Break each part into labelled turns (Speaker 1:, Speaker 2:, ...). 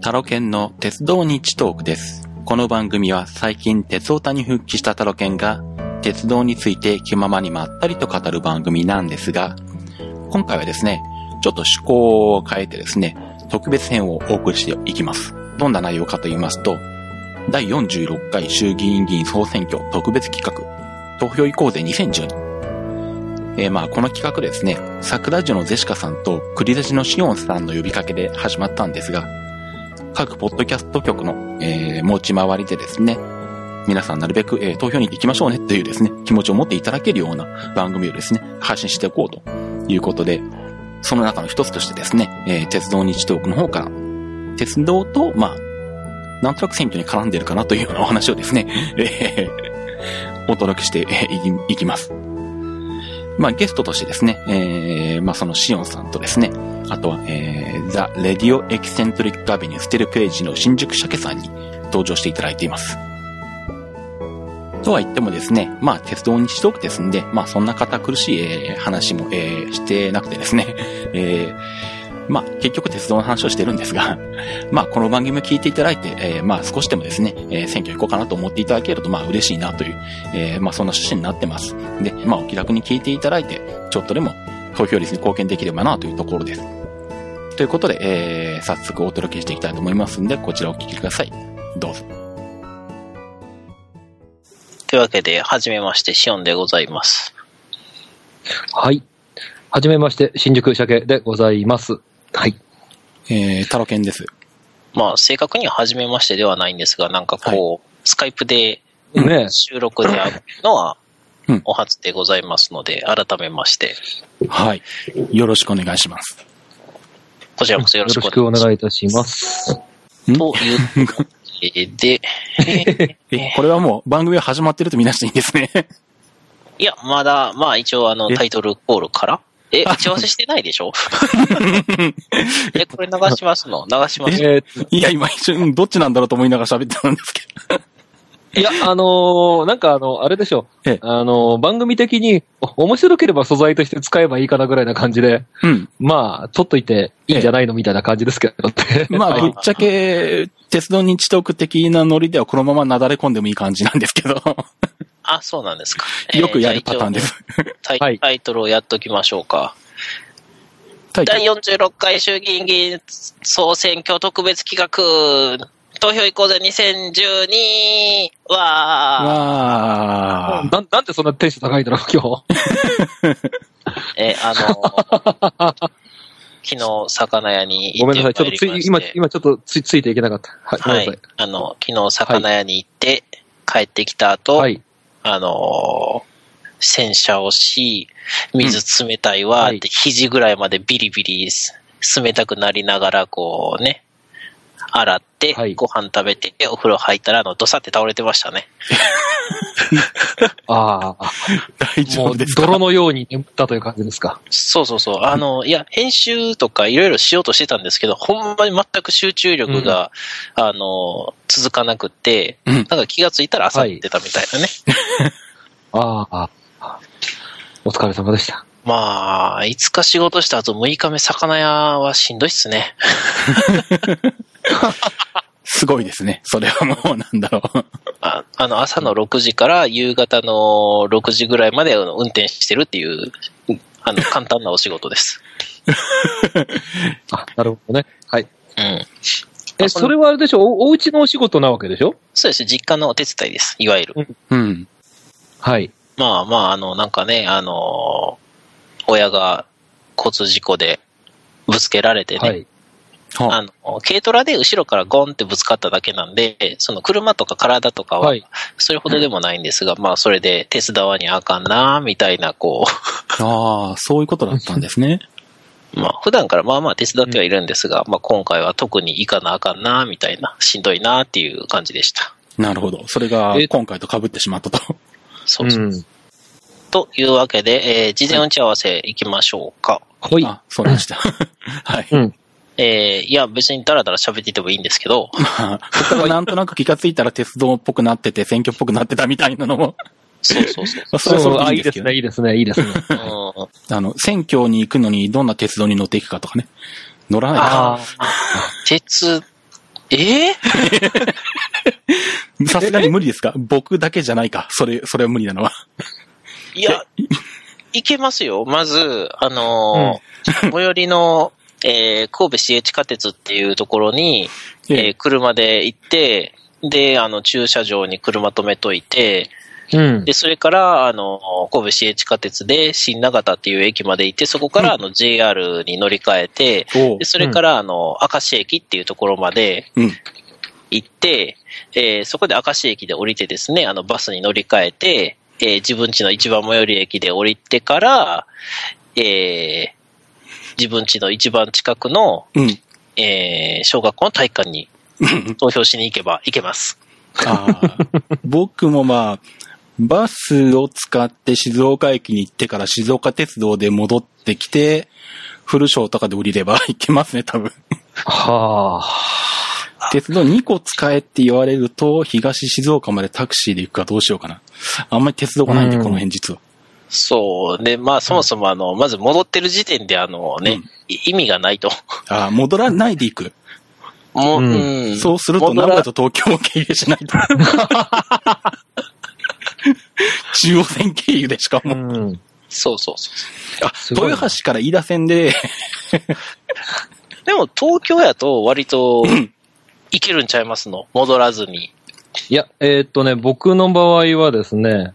Speaker 1: タロケンの鉄道日トークです。この番組は最近鉄オタに復帰したタロケンが鉄道について気ままにまったりと語る番組なんですが、今回はですね、ちょっと趣向を変えてですね、特別編をお送りしていきます。どんな内容かと言いますと、第46回衆議院議員総選挙特別企画、投票行こうぜ2012。えーまあ、この企画ですね、桜樹のゼシカさんと栗出しのシオンさんの呼びかけで始まったんですが、各ポッドキャスト局の、えー持ち回りでですね、皆さんなるべく、えー投票に行きましょうねというですね、気持ちを持っていただけるような番組をですね、配信していこうということで、その中の一つとしてですね、えー鉄道日トークの方から、鉄道と、まあ、なんとなく選挙に絡んでるかなというようなお話をですね、 えーお届けしてえーいきいきます。まあ、ゲストとしてですね、えーまあ、そのシオンさんとですね、あとは、えー、ザ・レディオ・エキセントリック・アベニュー・ステル・ページの新宿鮭さんに登場していただいています。とは言ってもですね、まあ、鉄道にしておくですんで、まあ、そんな堅苦しい、えー話も、えーしてなくてですね、 えーまあ、結局鉄道の話をしてるんですが、 まあ、この番組を聞いていただいて、えーまあ、少しでもですね、えー選挙行こうかなと思っていただけると、まあ、嬉しいなという、えーまあ、そんな趣旨になってます。で、まあ、お気楽に聞いていただいて、ちょっとでも投票率に貢献できればなというところです。ということで、えー、早速お届けしていきたいと思いますんで、こちらをお聞きください。どうぞ。
Speaker 2: というわけで、はじめまして、シオンでございます。
Speaker 3: はい。はじめまして、新宿鮭でございます。はい。
Speaker 1: えー、タロケンです。
Speaker 2: まあ、正確にははじめましてではないんですが、なんかこう、スカイプで
Speaker 3: ね
Speaker 2: 収録で会うのは
Speaker 1: うん、
Speaker 2: お初でございますので、改めまして、
Speaker 1: はい。よろしくお願いします。
Speaker 2: こちらこそ
Speaker 3: え、
Speaker 2: よ
Speaker 3: よ
Speaker 2: ろし
Speaker 3: ろ
Speaker 2: く
Speaker 3: し
Speaker 2: お
Speaker 3: くお
Speaker 2: 願いし
Speaker 3: 願いいたします。
Speaker 1: く
Speaker 2: ます。というわけで、
Speaker 1: え、これはもう番組が始まってると見なしていいんですね。
Speaker 2: いや、まだ、まあ一応あの、
Speaker 1: え
Speaker 2: タイトルコールから、え、打ち合わせしてないでし ょえ、これ流しますの流します。
Speaker 3: えーっ
Speaker 1: いや、今一瞬、どっちなんだろうと思いながら喋ってたんですけど。
Speaker 3: といや、あのーなんかあの、あれでしょ
Speaker 1: ええ。
Speaker 3: あのー番組的に、お面白ければ素材として使えばいいかなぐらいな感じで、
Speaker 1: うん。
Speaker 3: まあ、取っといていいんじゃないのみたいな感じですけどね。
Speaker 1: まあ、
Speaker 2: はい
Speaker 1: ぶっちゃけ、鉄道日トーク的なノリではこのままなだれ込んでもいい感じなんですけど、
Speaker 2: あ、そうなんですか。
Speaker 1: よくやるパターンで。す。
Speaker 2: タイ
Speaker 3: はい
Speaker 2: タイトルをやっときましょうか。
Speaker 1: タイトル
Speaker 2: 第46回衆議院議員総選挙特別企画、投票行こうぜ2012は、
Speaker 1: わー。
Speaker 3: ななんでそんなテンション高いんだろう、今日。
Speaker 2: え、あの、 昨日、魚屋に
Speaker 3: ご
Speaker 2: 行っ
Speaker 3: めん
Speaker 2: て
Speaker 3: なさい。ちょっとつ
Speaker 2: まいりま
Speaker 3: い、今
Speaker 2: して、
Speaker 3: 今ちょっとついついていけなかった。はい。ごめ
Speaker 2: は
Speaker 3: んな
Speaker 2: い
Speaker 3: さい。。
Speaker 2: あの、昨日、魚屋に行って、帰ってきた後、
Speaker 3: はい。
Speaker 2: あの洗車をし、水冷たいわ、
Speaker 3: うん
Speaker 2: って肘ぐらいまでビリビリす冷たくなりながら、こうね、洗って、
Speaker 3: はい
Speaker 2: ご飯食べて、お風呂入ったら、あの、ドサって倒れてましたね。
Speaker 3: ああ、
Speaker 1: 大丈
Speaker 3: も
Speaker 1: 夫
Speaker 3: う
Speaker 1: ですか
Speaker 3: 泥のように眠ったという感じですか。
Speaker 2: そうそうそう。あ の、いや、編集とかいろいろしようとしてたんですけど、ほんまに全く集中力が、あの、続かなくて、
Speaker 1: うん
Speaker 2: なんか気がついたら朝ってたみたいなね。
Speaker 3: ああ、お疲れ様でした。
Speaker 2: まあ、5日仕事した後6日目魚屋はしんどいっすね。
Speaker 1: すごいですね。それはもう、なんだろう。
Speaker 2: ああの、朝の6時から夕方の6時ぐらいまであの運転してるっていう、あ の、簡単なお仕事です。
Speaker 3: あ、なるほどね。はい。
Speaker 2: うん。
Speaker 3: え、それはあれでしょお、お家のお仕事なわけでしょ
Speaker 2: そうです。実家のお手伝いです。いわゆる。
Speaker 1: うん。
Speaker 3: はい。
Speaker 2: まあまあ、あの、なんかね、あのー親が交通事故でぶつけられてね、
Speaker 3: はい。
Speaker 1: は
Speaker 2: あの、軽トラで後ろからゴンってぶつかっただけなんで、その車とか体とかは
Speaker 3: はい。
Speaker 2: それほどでもないんですが、まあそれで手伝わにあかんな、みたいな、こう、
Speaker 1: ああ、そういうことだったんです ね。
Speaker 2: まあ、普段からまあまあ手伝ってはいるんですが、まあ今回は特にいかなあかんな、みたいな、しんどいなっていう感じでした。
Speaker 1: なるほど。それが
Speaker 3: え
Speaker 1: 今回と被ってしまったと。
Speaker 2: そうそう。
Speaker 3: ん。
Speaker 2: というわけで、えー事前打ち合わせ行きましょうか。
Speaker 3: ほい。
Speaker 1: あ、そうでした。 はい。
Speaker 3: うん。
Speaker 2: えーいや、別にダラダラ喋っててもいいんですけど、
Speaker 1: まあ、そこからなんとなく気がついたら鉄道っぽくなってて、選挙っぽくなってたみたいなの も、
Speaker 2: そうそうそう。
Speaker 1: まあそれはそれ
Speaker 3: あ、
Speaker 1: でいいん
Speaker 3: いい
Speaker 1: でけ
Speaker 3: ですす
Speaker 1: どね。
Speaker 3: ね、いいですね、いいですね。
Speaker 2: うん、
Speaker 1: あの、選挙に行くのにどんな鉄道に乗っていくかとかね。乗らないか
Speaker 2: ああ、鉄えー
Speaker 1: さすがに無理ですか僕だけじゃないか。それ、それは無理な のは。
Speaker 2: いや、いけますよ。まず、あのー最寄りの、えー神戸市営地下鉄っていうところに、えー車で行って、で、あの、駐車場に車止めといて、
Speaker 3: うん
Speaker 2: で、。それから、あの、神戸市営地下鉄で新長田っていう駅まで行って、そこから、あの、JR に乗り換えて、
Speaker 1: おう
Speaker 2: で、それから、あの、明石駅っていうところまで
Speaker 1: うん。
Speaker 2: 行って、えーそこで明石駅で降りてですね、あの、バスに乗り換えて、えー自分家の一番最寄り駅で降りてから、えー自分家の一番近くの、
Speaker 1: うん。
Speaker 2: えー小学校の体育 館に投票しに行けば行けます。
Speaker 1: あー僕もまあ、バスを使って静岡駅に行ってから静岡鉄道で戻ってきて、フルショーとかで降りれば行けますね、多分。
Speaker 3: はあ。
Speaker 1: 鉄道2個使えって言われると、東静岡までタクシーで行くかどうしようかな。あんまり鉄道がないんで、
Speaker 3: うん
Speaker 1: この辺実は。
Speaker 2: そう。で、まあ、そもそも、あの、まず戻ってる時点で、あのね、
Speaker 1: うん
Speaker 2: い意味がないと。
Speaker 1: ああ、戻らないで行く。
Speaker 2: もう、
Speaker 3: う
Speaker 2: うん。
Speaker 1: そうすると、名
Speaker 2: 戻
Speaker 1: 古
Speaker 2: ら
Speaker 1: 屋と東京を経由しないと。中央線経由でしか
Speaker 3: う
Speaker 1: も。
Speaker 3: ん。
Speaker 2: そうそうそう。
Speaker 1: あ、
Speaker 3: すごいな
Speaker 1: 豊橋から飯田線で、
Speaker 2: でも、東京やと、割と、いけるんちゃいますの戻らずに。
Speaker 3: いや、えーっとね、僕の場合はですね、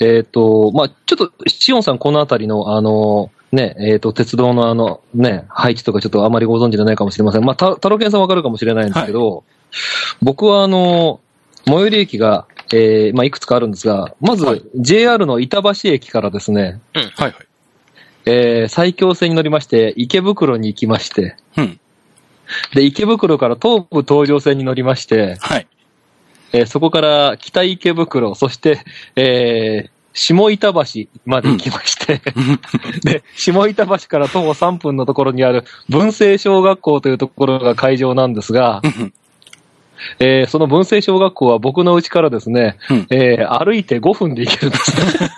Speaker 3: えーっと、まあちょっと、シオンさんこのあたりの、あの、ね、えーっと、鉄道のあの、ね、配置とかちょっとあまりご存知じゃないかもしれません。まあた、タロケンさんわかるかもしれないんですけど、僕はあの、最寄り駅が、えーまあいくつかあるんですが、ま
Speaker 1: はい
Speaker 3: ず、JR の板橋駅からですね、
Speaker 1: はいはい。
Speaker 3: えー埼京線に乗りまして、池袋に行きまして、
Speaker 1: うん。
Speaker 3: で、池袋から東武東上線に乗りまして、
Speaker 1: はい。
Speaker 3: えーそこから北池袋、そして、えー下板橋まで行きまして、 で、下板橋から徒歩3分のところにある文政小学校というところが会場なんですが、えーその文政小学校は僕の家からですね、
Speaker 1: うん
Speaker 3: えー歩いて5分で行けるんですね。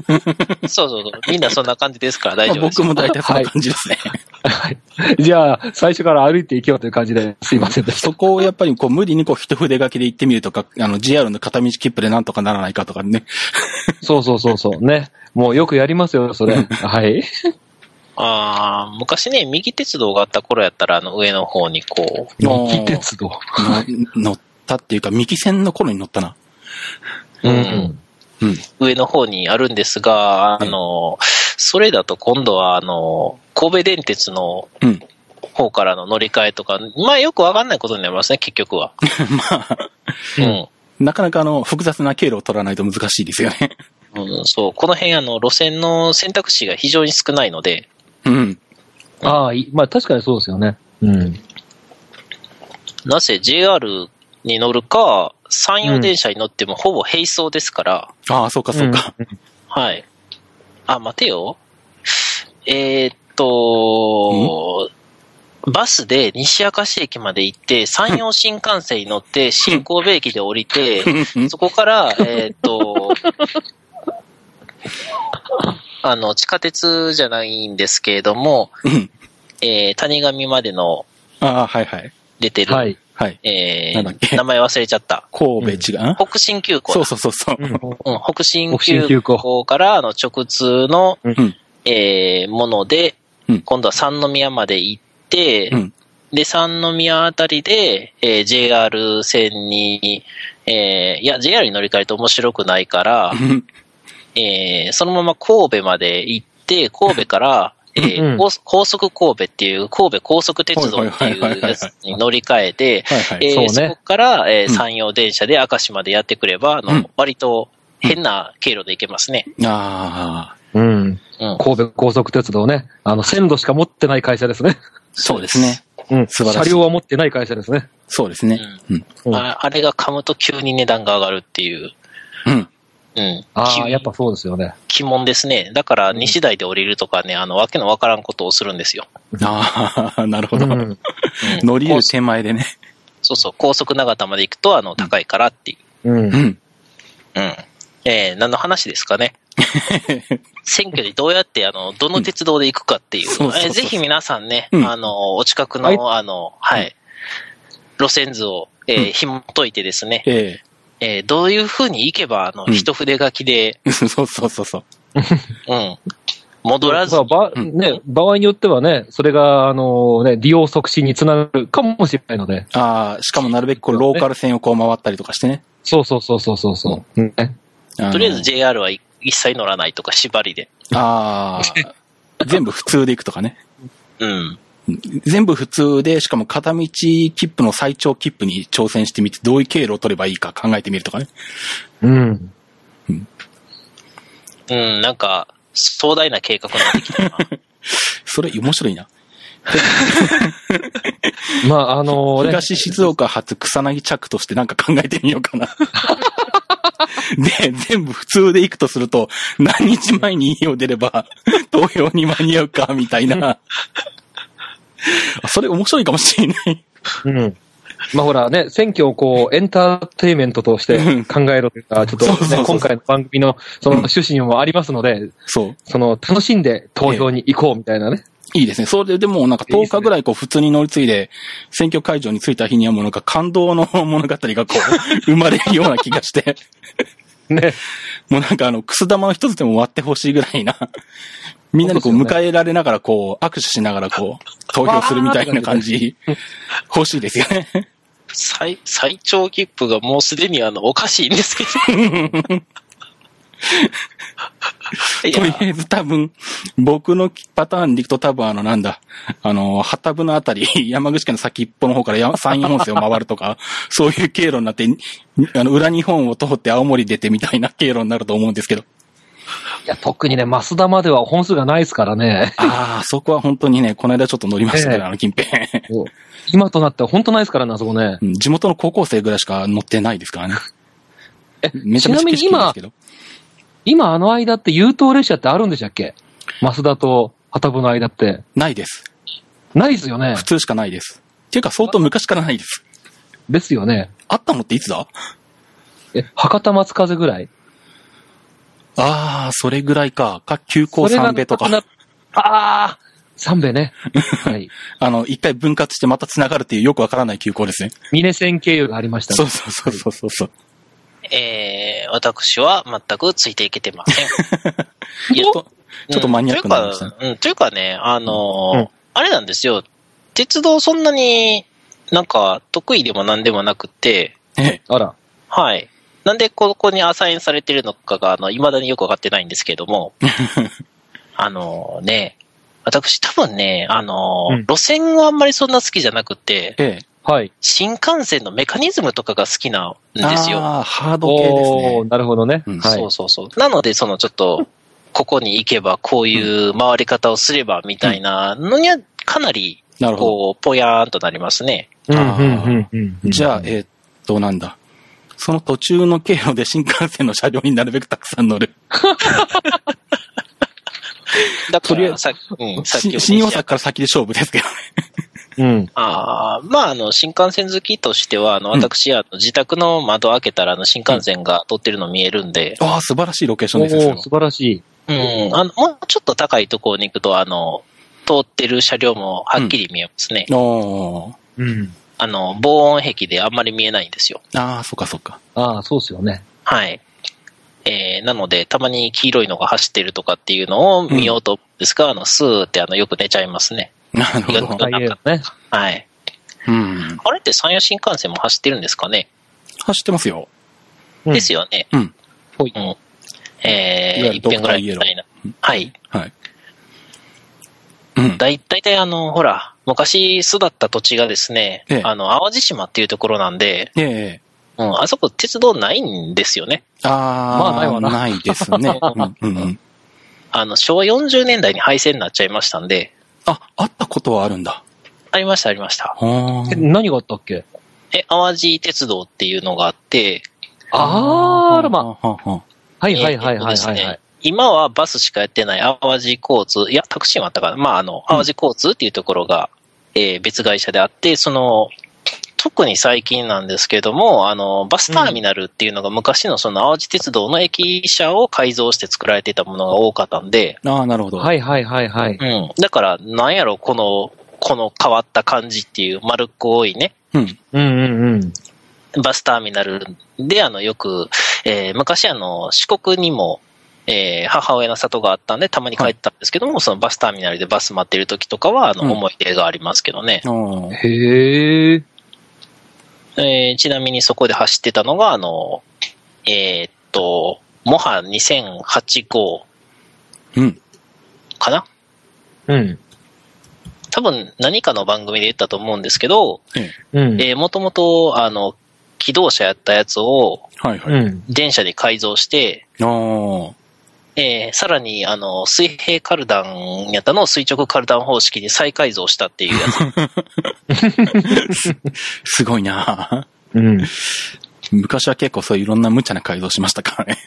Speaker 2: そうそうそう。みんなそんな感じですから大丈夫
Speaker 1: まあ
Speaker 2: です。
Speaker 1: 僕も大体そんな感じですね。
Speaker 3: はい じゃあ、最初から歩いて行けようという感じですいませんでした。
Speaker 1: そこをやっぱりこう無理にこう一筆書きで行ってみるとか、あの JR の片道切符でなんとかならないかとか ね。
Speaker 3: そうそうそうそう。ね。もうよくやりますよ、それ。はい。
Speaker 2: ああ、昔ね、右鉄道があった頃やったら、あの、上の方にこう、
Speaker 3: 右鉄道。
Speaker 1: の乗ったっていうか、右線の頃に乗ったな。
Speaker 2: う
Speaker 3: うんん。
Speaker 1: うん。
Speaker 2: 上の方にあるんですが、あの、それだと今度は、あの、神戸電鉄の
Speaker 1: うん。
Speaker 2: 方からの乗り換えとか、まあよくわかんないことになりますね、結局は。
Speaker 1: まあ、
Speaker 2: うん。
Speaker 1: なかなかあの、複雑な経路を取らないと難しいですよね。
Speaker 2: うん、そう、この辺、あの、路線の選択肢が非常に少ないので、
Speaker 1: うん。
Speaker 3: ああ、いいまあ確かにそうですよね。うん。
Speaker 2: なぜ JR に乗るか、山陽電車に乗ってもほぼ並走ですから、
Speaker 1: ああ、そうかそうか。
Speaker 2: はい。あ、待てよ。えーっと、バスで西明石駅まで行って、山陽新幹線に乗って、新神戸駅で降りて、
Speaker 1: うん
Speaker 2: そこから、えーっと、あの、地下鉄じゃないんですけれども、
Speaker 1: うん。
Speaker 2: えー谷上までの
Speaker 1: ああ、はいはい。
Speaker 2: 出てる、
Speaker 3: はい。
Speaker 1: はい。
Speaker 2: え
Speaker 1: なんだっけ
Speaker 2: ー、名前忘れちゃった。
Speaker 1: 神戸違う、ん、
Speaker 2: 北進急行だ
Speaker 1: そうそうそうそう。
Speaker 2: うん、北進
Speaker 3: 北進
Speaker 2: 急
Speaker 3: 急
Speaker 2: 行
Speaker 3: 行
Speaker 2: からあの直通の、
Speaker 1: うん。
Speaker 2: えーもので、
Speaker 1: うん
Speaker 2: 今度は三宮まで行って、
Speaker 1: うん。
Speaker 2: で、三宮あたりで、えー JR 線に、えーいや、JR に乗り換えると面白くないから、
Speaker 1: うん
Speaker 2: えーそのまま神戸まで行って、神戸から、えー
Speaker 3: うん
Speaker 2: 高速高速神戸っていう、神戸高速鉄道ってい
Speaker 1: はいはいはいはい
Speaker 2: う
Speaker 1: はい
Speaker 2: やつに乗り換えて、
Speaker 1: はいはい。
Speaker 2: えー
Speaker 3: そうね
Speaker 2: そこから、えー
Speaker 1: うん
Speaker 2: 山陽電車で明石までやってくれば、あの
Speaker 1: うん
Speaker 2: 割と変な経路で行けますね。
Speaker 1: ああ、
Speaker 3: うん。
Speaker 2: うん、
Speaker 3: 神戸高速鉄道ね。あの、線路しか持ってない会社ですね。
Speaker 1: そうですね。
Speaker 3: うん。
Speaker 1: 素晴らしい
Speaker 3: 車両は持ってない会社ですね。
Speaker 1: そうですね。うん。
Speaker 3: うん
Speaker 2: ああれが噛むと急に値段が上がるっていう、
Speaker 1: うん。
Speaker 2: うん、
Speaker 3: あ
Speaker 2: き
Speaker 3: あ、やっぱそうですよね。
Speaker 2: 鬼門ですね。だから、西台で降りるとかね、あの、わけのわからんことをするんですよ。
Speaker 1: ああ、 なるほ
Speaker 3: う
Speaker 1: ど。
Speaker 3: ん。。
Speaker 2: うん
Speaker 1: 乗り入
Speaker 2: 高
Speaker 1: る
Speaker 2: 速
Speaker 1: 手前でね。
Speaker 2: そうそう、高速長田まで行くと、あの、高いからっていう
Speaker 1: うんん。
Speaker 2: う。うん。えー、何の話ですかね。選挙にどうやって、あの、どの鉄道で行くかっていう。
Speaker 1: うんそうそうそう
Speaker 2: えーぜひ皆さんね、
Speaker 1: うん
Speaker 2: あの、お近く
Speaker 3: はい
Speaker 2: の、あの、はい。路線図を、えー、紐解いてですね、
Speaker 1: え
Speaker 2: えーどういう風に行けば、あの、
Speaker 1: うん
Speaker 2: 一筆書きで、
Speaker 1: え そうそうそうそう。
Speaker 2: うん、戻らず
Speaker 3: まあ、ば、
Speaker 1: うん
Speaker 3: ね、場合によってはね、それが、あのね、利用促進につながるかもしれないので。
Speaker 1: ああ、しかもなるべくこう、ローカル線をこう回ったりとかしてね。
Speaker 3: そうそうそうそうそうそう。うんね
Speaker 1: の
Speaker 2: とりあえず JR は一切乗らないとか、縛りで。
Speaker 1: ああ、全部普通で行くとかね。
Speaker 2: うん。
Speaker 1: 全部普通で、しかも片道切符の最長切符に挑戦してみて、どういう経路を取ればいいか考えてみるとかね。
Speaker 3: うん。
Speaker 2: うん、なんか、壮大な計画になってきたな。
Speaker 1: それ面白いな。
Speaker 3: まあ、あのね、
Speaker 1: 東静岡発草薙着としてなんか考えてみようかな。で、全部普通で行くとすると、何日前に家を出れば、投票に間に合うか、みたいな。あそれ面白いかもしれない。
Speaker 3: うん。まあほらね、選挙をこう、エンターテイメントとして考えろというか、ちょっと、
Speaker 1: そうそうそ
Speaker 3: ね、
Speaker 1: う
Speaker 3: 今回の番組のそ
Speaker 1: う
Speaker 3: の
Speaker 1: ん
Speaker 3: 趣旨にもありますので、
Speaker 1: そう。
Speaker 3: その、楽しんで投票に行こうみたいなね。
Speaker 1: いいですね。それでもうなんか
Speaker 3: いいで
Speaker 1: 10
Speaker 3: すね
Speaker 1: 日ぐらいこう普通に乗り継いで、選挙会場に着いた日にはもうなんか感動の物語がこう生まれるような気がして、
Speaker 3: ね。
Speaker 1: もうなんかあの、くす玉の一つでも割ってほしいぐらいな、 みんなでこう
Speaker 3: そうです
Speaker 1: 迎
Speaker 3: よ
Speaker 1: えられながらこう握手しながらこう投票するみたいな感じ、欲しいですよね。
Speaker 2: 最、最長切符がもうすでにあの、おかしいんですけ ど。い
Speaker 1: とり
Speaker 2: や、
Speaker 1: あえず多分、僕のパターンでいくと多分あのなんだ、あの、旗部のあたり、 山口県の先っぽの方からや山陰本線を回るとか、 そういう経路になって、にあの、裏日本を通って青森出てみたいな経路になると思うんですけど。
Speaker 3: いや、特にね、増田までは本数がないですからね。
Speaker 1: ああ、そこは本当にね、この間ちょっと乗りましたけ
Speaker 3: え
Speaker 1: ど、
Speaker 3: え
Speaker 1: あの近辺。
Speaker 3: 今となっては本当ないですからね、あそこね。
Speaker 1: うん地元の高校生ぐらいしか乗ってないですから ね。
Speaker 3: え
Speaker 1: めちゃめちゃ景色いいですけど。
Speaker 3: 今あの間って優等列車ってあるんでしたっけ増田と旗部の間って。
Speaker 1: ないです。
Speaker 3: ないですよね
Speaker 1: 普。通しかないです。っていうか相当昔からないです。
Speaker 3: ですよね。
Speaker 1: あったのっていつだ
Speaker 3: え、博多松風ぐらい。
Speaker 1: ああ、それぐらいか。か、急行
Speaker 3: それが
Speaker 1: 三部とか。
Speaker 3: なくなああ三兵衛 ね。はい。
Speaker 1: あの、一回分割してまた繋がるっていうよくわからない休校ですね。
Speaker 3: ミネ線経由がありましたね
Speaker 1: そうそうそうそうそうそう。
Speaker 2: えー、私は全くついていけてません。 いや
Speaker 1: ちょっと、ちょっとマニアックになりましたね。
Speaker 2: うん、というかうんというかね、あのー
Speaker 3: うん
Speaker 2: あれなんですよ。鉄道そんなになんか得意でも何でもなくて、
Speaker 1: え
Speaker 3: あら。
Speaker 2: はい。なんでここにアサインされてるのかが、あの、未だによくわかってないんですけ ども、あのね、私多分ね、あのー
Speaker 3: うん
Speaker 2: 路線はあんまりそんな好きじゃなくて
Speaker 1: え、え
Speaker 3: はい。
Speaker 2: 新幹線のメカニズムとかが好きなん
Speaker 1: え。
Speaker 2: ですよ。
Speaker 1: ああ、ハード系です
Speaker 3: お
Speaker 1: ね
Speaker 3: ー。なるほどね。
Speaker 1: うん
Speaker 3: はい
Speaker 2: そうそうそう。なので、そのちょっ と、ここに行けばこういう回り方をすればみたいなのにはかなり、
Speaker 1: なるほ
Speaker 2: こう、ぽやーんとなりますね。
Speaker 3: うん
Speaker 1: あー
Speaker 3: うんうんう
Speaker 1: ど。
Speaker 3: ん
Speaker 1: じゃあ、えーっと、なんだ。その途中の経路で新幹線の車両になるべくたくさん乗る。
Speaker 2: だ
Speaker 1: と
Speaker 2: か
Speaker 1: りあえず
Speaker 2: ら、さうんさっき
Speaker 1: し
Speaker 2: も
Speaker 1: 新大
Speaker 2: 言った
Speaker 1: 阪から先で勝負ですけどね。
Speaker 3: うん。
Speaker 2: ああ、まあ、あの、新幹線好きとしては、あの、
Speaker 1: うん
Speaker 2: 私、あの、自宅の窓開けたら、あの、新幹線が通ってるの見えるんで、
Speaker 1: ああ、素晴らしいロケーション
Speaker 3: お
Speaker 1: ですね
Speaker 3: ー素晴らしい。
Speaker 2: うん、あの、もうちょっと高いところに行くと、あの、通ってる車両もはっきり見えますね。
Speaker 1: それは。おー
Speaker 3: うん。
Speaker 2: あの、防音壁であんまり見えないんですよ。
Speaker 1: ああ、そっかそっか。
Speaker 3: ああ、そうですよね。
Speaker 2: はい。えー、なので、たまに黄色いのが走ってるとかっていうのを見ようと思うんですが、あの、スーって、あの、よく寝ちゃいますね。
Speaker 1: なるほど。
Speaker 3: 大変ね。
Speaker 2: はい。
Speaker 1: うん。
Speaker 2: あれって山陽新幹線も走ってるんですかね、
Speaker 1: 走ってますよ。
Speaker 3: うん
Speaker 2: ですよね。
Speaker 1: うん。
Speaker 3: ほい
Speaker 2: うん。
Speaker 1: い
Speaker 2: え
Speaker 1: わゆ
Speaker 2: ー、
Speaker 1: る
Speaker 2: 一遍ぐらいみたいな。はい。
Speaker 1: はい。うん。
Speaker 2: だい、だいたいあの、ほら、昔育った土地がですね、
Speaker 1: ええ
Speaker 2: あの、淡路島っていうところなんで、
Speaker 1: ええ。
Speaker 2: うん、あそこ鉄道ないんですよね。
Speaker 1: ああ、
Speaker 3: まあないわな
Speaker 1: ないです ね。うんうんうん。
Speaker 2: あの、昭和40年代に廃線になっちゃいましたんで、
Speaker 1: あ、あったことはあるんだ。
Speaker 2: ありました、ありまし
Speaker 1: は
Speaker 2: た。
Speaker 3: え
Speaker 1: ー
Speaker 3: 何があったっけ
Speaker 2: え、淡路鉄道っていうのがあって、
Speaker 3: あーあらま。
Speaker 1: ははは
Speaker 3: はいはいは
Speaker 2: えっ
Speaker 3: いはい
Speaker 2: と
Speaker 3: は
Speaker 2: で
Speaker 3: い
Speaker 2: す
Speaker 3: は
Speaker 2: ね
Speaker 3: い。
Speaker 2: 今はバスしかやってない淡路交通、いや、タクシーもあったから、まあ、あの、淡路交通っていうところが、えー別会社であって、その、特に最近なんですけども、あの、バスターミナルっていうのが昔のその淡路鉄道の駅舎を改造して作られてたものが多かったんで、
Speaker 1: ああ、なるほど。
Speaker 3: はいはいはいはい。
Speaker 2: うん。だから、なんやろ、この、この変わった感じっていう丸っこいね、
Speaker 1: うん。
Speaker 3: うんうんうん。
Speaker 2: バスターミナルで、あの、よく、えー昔、あの、四国にも、えー母親の里があったんで、たまに帰ったんですけども、そのバスターミナルでバス待ってる時とかは、あの、
Speaker 1: うん
Speaker 2: 思い出がありますけどね。
Speaker 1: おー
Speaker 3: へえ。
Speaker 2: えーちなみにそこで走ってたのが、あの、えーっと、モハ2008号
Speaker 1: うん。
Speaker 2: かな
Speaker 3: うん。
Speaker 2: 多分何かの番組で言ったと思うんですけど、
Speaker 3: うん。
Speaker 2: えー、もともと、あの、機動車やったやつを
Speaker 1: はいは
Speaker 3: う
Speaker 1: い。
Speaker 3: ん。
Speaker 2: 電車に改造して、
Speaker 1: おー
Speaker 2: えーさらに、あの、水平カルダンやったのを垂直カルダン方式に再改造したっていうや つ。
Speaker 1: すごいな
Speaker 3: うん。
Speaker 1: 昔は結構そういういろんな無茶な改造しましたからね。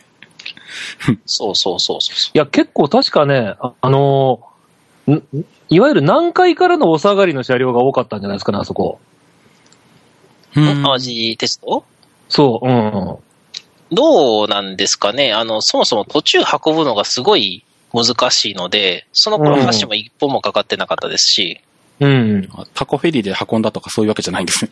Speaker 2: そうそうそうそう。
Speaker 3: いや、結構確かね、あ、あのーんいわゆる南海からのお下がりの車両が多かったんじゃないですかね、あそこ。
Speaker 1: うん。
Speaker 2: 淡路鉄道
Speaker 3: そう、うん。
Speaker 2: どうなんですかねあの、そもそも途中運ぶのがすごい難しいので、その頃
Speaker 3: うん
Speaker 2: 箸も一本もかかってなかったです し、
Speaker 3: うん。
Speaker 1: タコフェリーで運んだとかそういうわけじゃないんですね。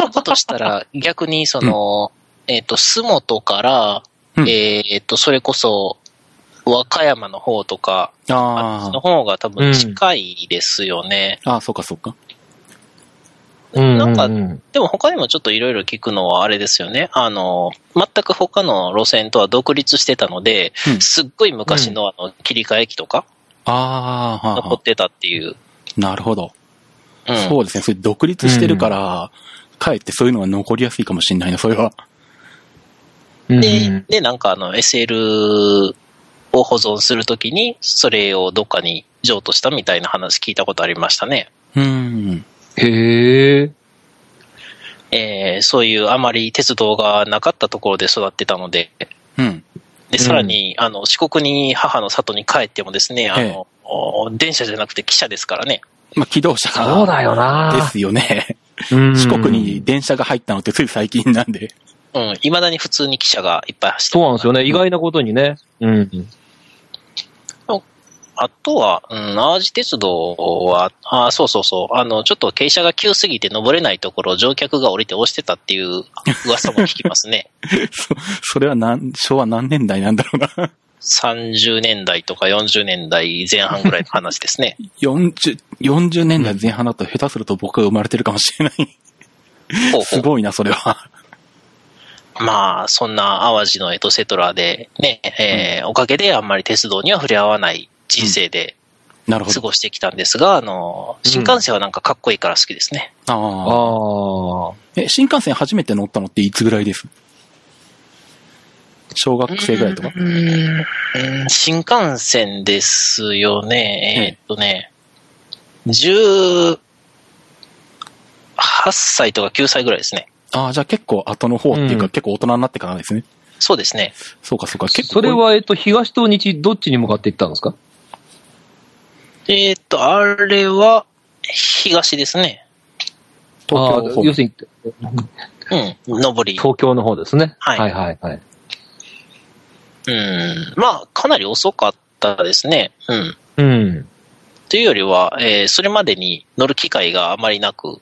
Speaker 2: 運ぶとしたら逆にその、えっ、と、洲本から、
Speaker 1: うん
Speaker 2: えっ、と、それこそ、和歌山の方とか、あっ
Speaker 1: あ
Speaker 2: ちの方が多分近いですよね。
Speaker 1: あ。ああ、そうかそうか。
Speaker 3: うん。
Speaker 2: なんか
Speaker 3: うん。
Speaker 2: でも他にもちょっといろいろ聞くのはあれですよね。あの、全く他の路線とは独立してたので、
Speaker 1: うん
Speaker 2: すっごい昔のあの切り替え機とか
Speaker 1: ああ、はあ
Speaker 2: 残
Speaker 1: は
Speaker 2: ってたっていう。
Speaker 1: あ、なるほど。
Speaker 2: うん、
Speaker 1: そうですね。それ独立してるから、かえってそういうのが残りやすいかもしれないな、それは。
Speaker 3: うん
Speaker 2: で、で、なんかあの SL を保存するときに、それをどっかに譲渡したみたいな話聞いたことありましたね。
Speaker 1: うん。
Speaker 3: へえ。
Speaker 2: えーそういうあまり鉄道がなかったところで育ってたので、
Speaker 1: うん。
Speaker 2: で、さらに、あの、四国に母の里に帰ってもですね、あの、お電車じゃなくて汽車ですからね。
Speaker 1: まあ、機動車
Speaker 3: そうだよな
Speaker 1: ですよね。
Speaker 3: うん
Speaker 1: 四国に。電車が入ったのってつい最近なんで。
Speaker 2: うん、未だに普通に汽車がいっぱい走って
Speaker 3: そう
Speaker 2: る
Speaker 3: なんですよね。意外なことにね。うん。
Speaker 2: あとは、うん、淡路鉄道は、あーそうそうそう、あの、ちょっと傾斜が急すぎて登れないところを乗客が降りて押してたっていう 噂も聞きますね。
Speaker 1: そ、それはなん、昭和何年代なんだろうな。
Speaker 2: 30年代とか40年代前半ぐらいの話ですね。
Speaker 1: 40、40年代前半だと下手すると僕が生まれてるかもしれない。
Speaker 2: ほ うほ
Speaker 1: す
Speaker 2: う
Speaker 1: ごいな、それは。
Speaker 2: まあ、そんな淡路のエトセトラでね、えーおかげであんまり鉄道には触れ合わない人生で
Speaker 1: なるほ
Speaker 2: 過
Speaker 1: ど。
Speaker 2: ごしてきたんですが、あの、新幹線はなんかかっこいいから好きですね。
Speaker 1: ああ。
Speaker 3: ああ。
Speaker 1: え、新幹線初めて乗ったのっていつぐらいです小学生ぐらいとか。
Speaker 2: うーん新幹線ですよね。えーっとね、18歳とか9歳ぐらいですね。
Speaker 1: ああ、じゃあ結構後の方っていうか、
Speaker 3: うん
Speaker 1: 結構大人になってからですね。
Speaker 2: そうですね。
Speaker 1: そうかそうか。結構。
Speaker 3: それは、えっと、東と西、どっちに向かっていったんですか
Speaker 2: えーっと、あれは、東ですね。
Speaker 1: 東京
Speaker 3: あ
Speaker 1: の
Speaker 3: あ
Speaker 1: 方
Speaker 3: 要するに、
Speaker 2: うん、上り。
Speaker 3: 東京の方ですね。
Speaker 2: はい
Speaker 3: はいはいはい。
Speaker 2: うん。まあ、かなり遅かったですね。うん。
Speaker 3: うん。
Speaker 2: というよりは、えーそれまでに乗る機会があまりなく、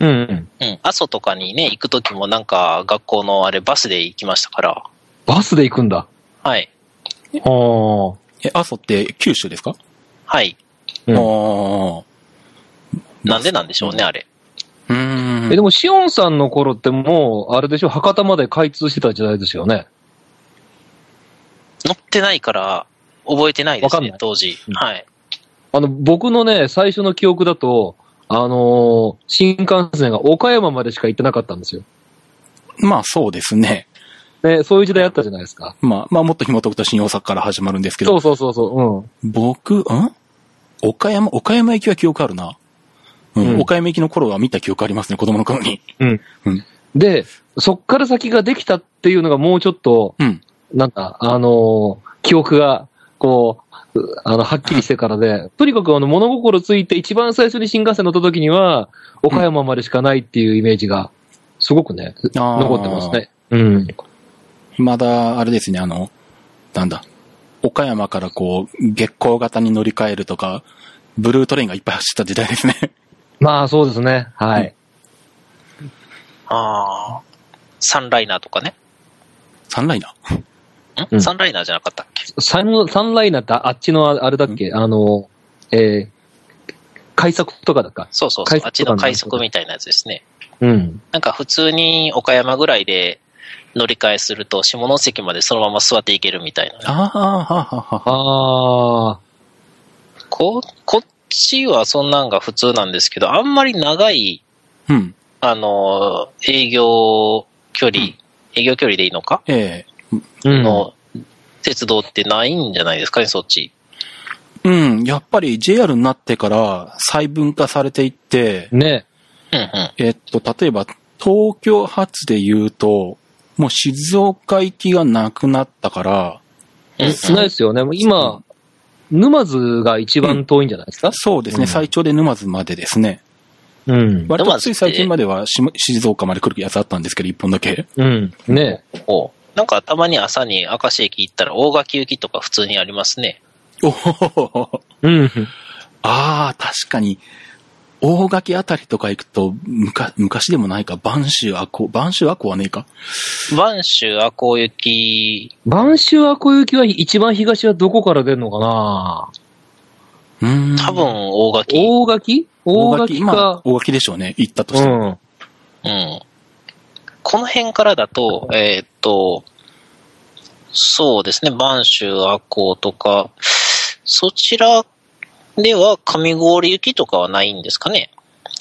Speaker 3: うんうん。
Speaker 2: うん、阿蘇とかにね、行くときもなんか学校のあれバスで行きましたから、
Speaker 3: バスで行くんだ。
Speaker 2: はい。
Speaker 3: ああ。
Speaker 1: え、阿蘇って九州ですか、
Speaker 2: はい。
Speaker 3: うん
Speaker 1: ああ。
Speaker 2: なんでなんでしょうね、あれ。
Speaker 1: うーん。
Speaker 3: え、でも、シオンさんの頃ってもう、あれでしょ、博多まで開通してた時代ですよね。
Speaker 2: 乗ってないから、覚えてないで
Speaker 3: わか
Speaker 2: す
Speaker 3: ん
Speaker 2: ね
Speaker 3: ない、
Speaker 2: 当時。
Speaker 3: うん
Speaker 2: はい。
Speaker 3: あの、僕のね、最初の記憶だと、あのー新幹線が岡山までしか行ってなかったんですよ。
Speaker 1: まあそうですね。
Speaker 3: ね、そういう時代あったじゃないですか。
Speaker 1: まあ、まあもっと紐解くと新大阪から始まるんですけ
Speaker 3: そ
Speaker 1: ど、
Speaker 3: うそうそうそ
Speaker 1: 僕、ん岡山、岡山行きは記憶あるな。うん、
Speaker 3: うん
Speaker 1: 岡山行きの頃は見た記憶ありますね、子供の頃に。
Speaker 3: う。うん。
Speaker 1: うん
Speaker 3: で、そっから先ができたっていうのがもうちょっと、
Speaker 1: うん。
Speaker 3: なんか、あのー記憶が、こう、うあの、はっきりしてからで、とにかくあの、物心ついて一番最初に新幹線乗った時には、岡山までしかないっていうイメージが、すごくね、
Speaker 1: あー
Speaker 3: 残ってますね。うん。
Speaker 1: まだ、あれですね、あの、なんだ。岡山からこう、月光型に乗り換えるとか、ブルートレインがいっぱい走った時代ですね。
Speaker 3: まあ、そうですね。はい。
Speaker 2: ああ。サンライナーとかね。
Speaker 1: サンライナー。
Speaker 2: ん、
Speaker 3: うん
Speaker 2: サンライナーじゃなかったっけ
Speaker 3: サンサンライナーってあっちのああれだっけ、あの、えー、快速とかだか。
Speaker 2: そうそうそ
Speaker 3: 快
Speaker 2: う。あっちの
Speaker 3: 速とかね
Speaker 2: 快速みたいなやつですね。
Speaker 3: うん。
Speaker 2: なんか普通に岡山ぐらいで乗り換えすると、下関までそのまま座っていけるみたいなね。
Speaker 1: ああ、はあはあはあ。
Speaker 3: ああ、
Speaker 2: こ、こっちはそんなんが普通なんですけど、あんまり長い、
Speaker 1: うん。
Speaker 2: あの、営業距離、営業距離でいいのか、
Speaker 1: ええ
Speaker 3: うん。
Speaker 2: の、鉄道ってないんじゃないですかね、そっち。
Speaker 1: うん。やっぱり JR になってから細分化されていって、
Speaker 3: ね。
Speaker 2: うんうん。
Speaker 1: えっと、例えば東京発で言うと、もう静岡行きがなくなったから、
Speaker 2: うんうん
Speaker 3: 少ないですよね。もう今、沼津が一番遠いんじゃないですか、
Speaker 1: そうですね、
Speaker 3: うん
Speaker 1: 最長で沼津までですね。
Speaker 3: うん。
Speaker 1: 割とつい最近まではし静岡まで来るやつあったんですけど、一本だけ。
Speaker 3: うん。ね。
Speaker 2: おなんかたまに朝に明石駅行ったら大垣行きとか普通にありますね。
Speaker 1: おほほほほ
Speaker 3: うん。
Speaker 1: ああ、確かに、大垣あたりとか行くと、むか昔でもないか、晩秋アコ、晩秋アコはねえか。
Speaker 2: 播州、赤穂行き、
Speaker 3: 晩秋は小雪は一番東はどこから出るのかな
Speaker 1: うーん。
Speaker 2: 多分大垣。
Speaker 3: 大垣
Speaker 1: 大
Speaker 3: 大
Speaker 1: 垣、
Speaker 3: 垣
Speaker 1: まあ
Speaker 3: か。
Speaker 1: 大垣でしょうね、行ったとして
Speaker 3: う
Speaker 1: も。
Speaker 3: ん。
Speaker 2: うん。この辺からだと、えーっと、そうですね、播州、赤穂とか、そちらでは上郡行きとかはないんですかね。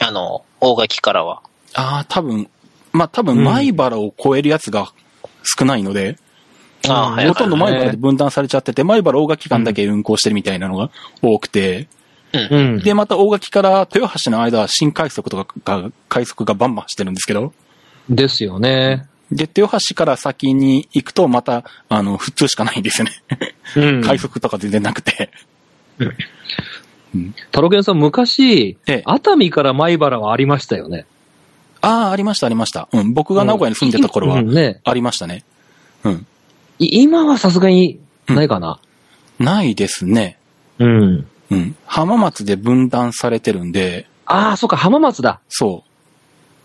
Speaker 2: あの、大垣からは。
Speaker 1: ああ、多分、まあ多
Speaker 3: う
Speaker 1: 分、
Speaker 3: ん
Speaker 1: 米原を超えるやつが少ないので、
Speaker 2: あーはい
Speaker 1: ほとんど
Speaker 2: はい
Speaker 1: 米原で分断されちゃってて、米原大垣間だけ運行してるみたいなのが多くて、
Speaker 3: うん。
Speaker 1: で、また大垣から豊橋の間は新快速とかが、快速がバンバンしてるんですけど、
Speaker 3: ですよね。
Speaker 1: で、豊橋から先に行くとまた、あの、普通しかないんですよね。
Speaker 3: うん。
Speaker 1: 快速とか全然なくて。
Speaker 3: タロケンさん、昔、
Speaker 1: ええ
Speaker 3: 熱海から米原はありましたよね。
Speaker 1: ああ、ありました、ありました。うん、僕が名古屋に住んでた頃は
Speaker 3: う、んね。
Speaker 1: ありましたね。うん。
Speaker 3: い今はさすがに、ないかな。
Speaker 1: ないですね。
Speaker 3: うん。
Speaker 1: うん。浜松で分断されてるんで、
Speaker 3: ああ、そうか、浜松だ。
Speaker 1: そ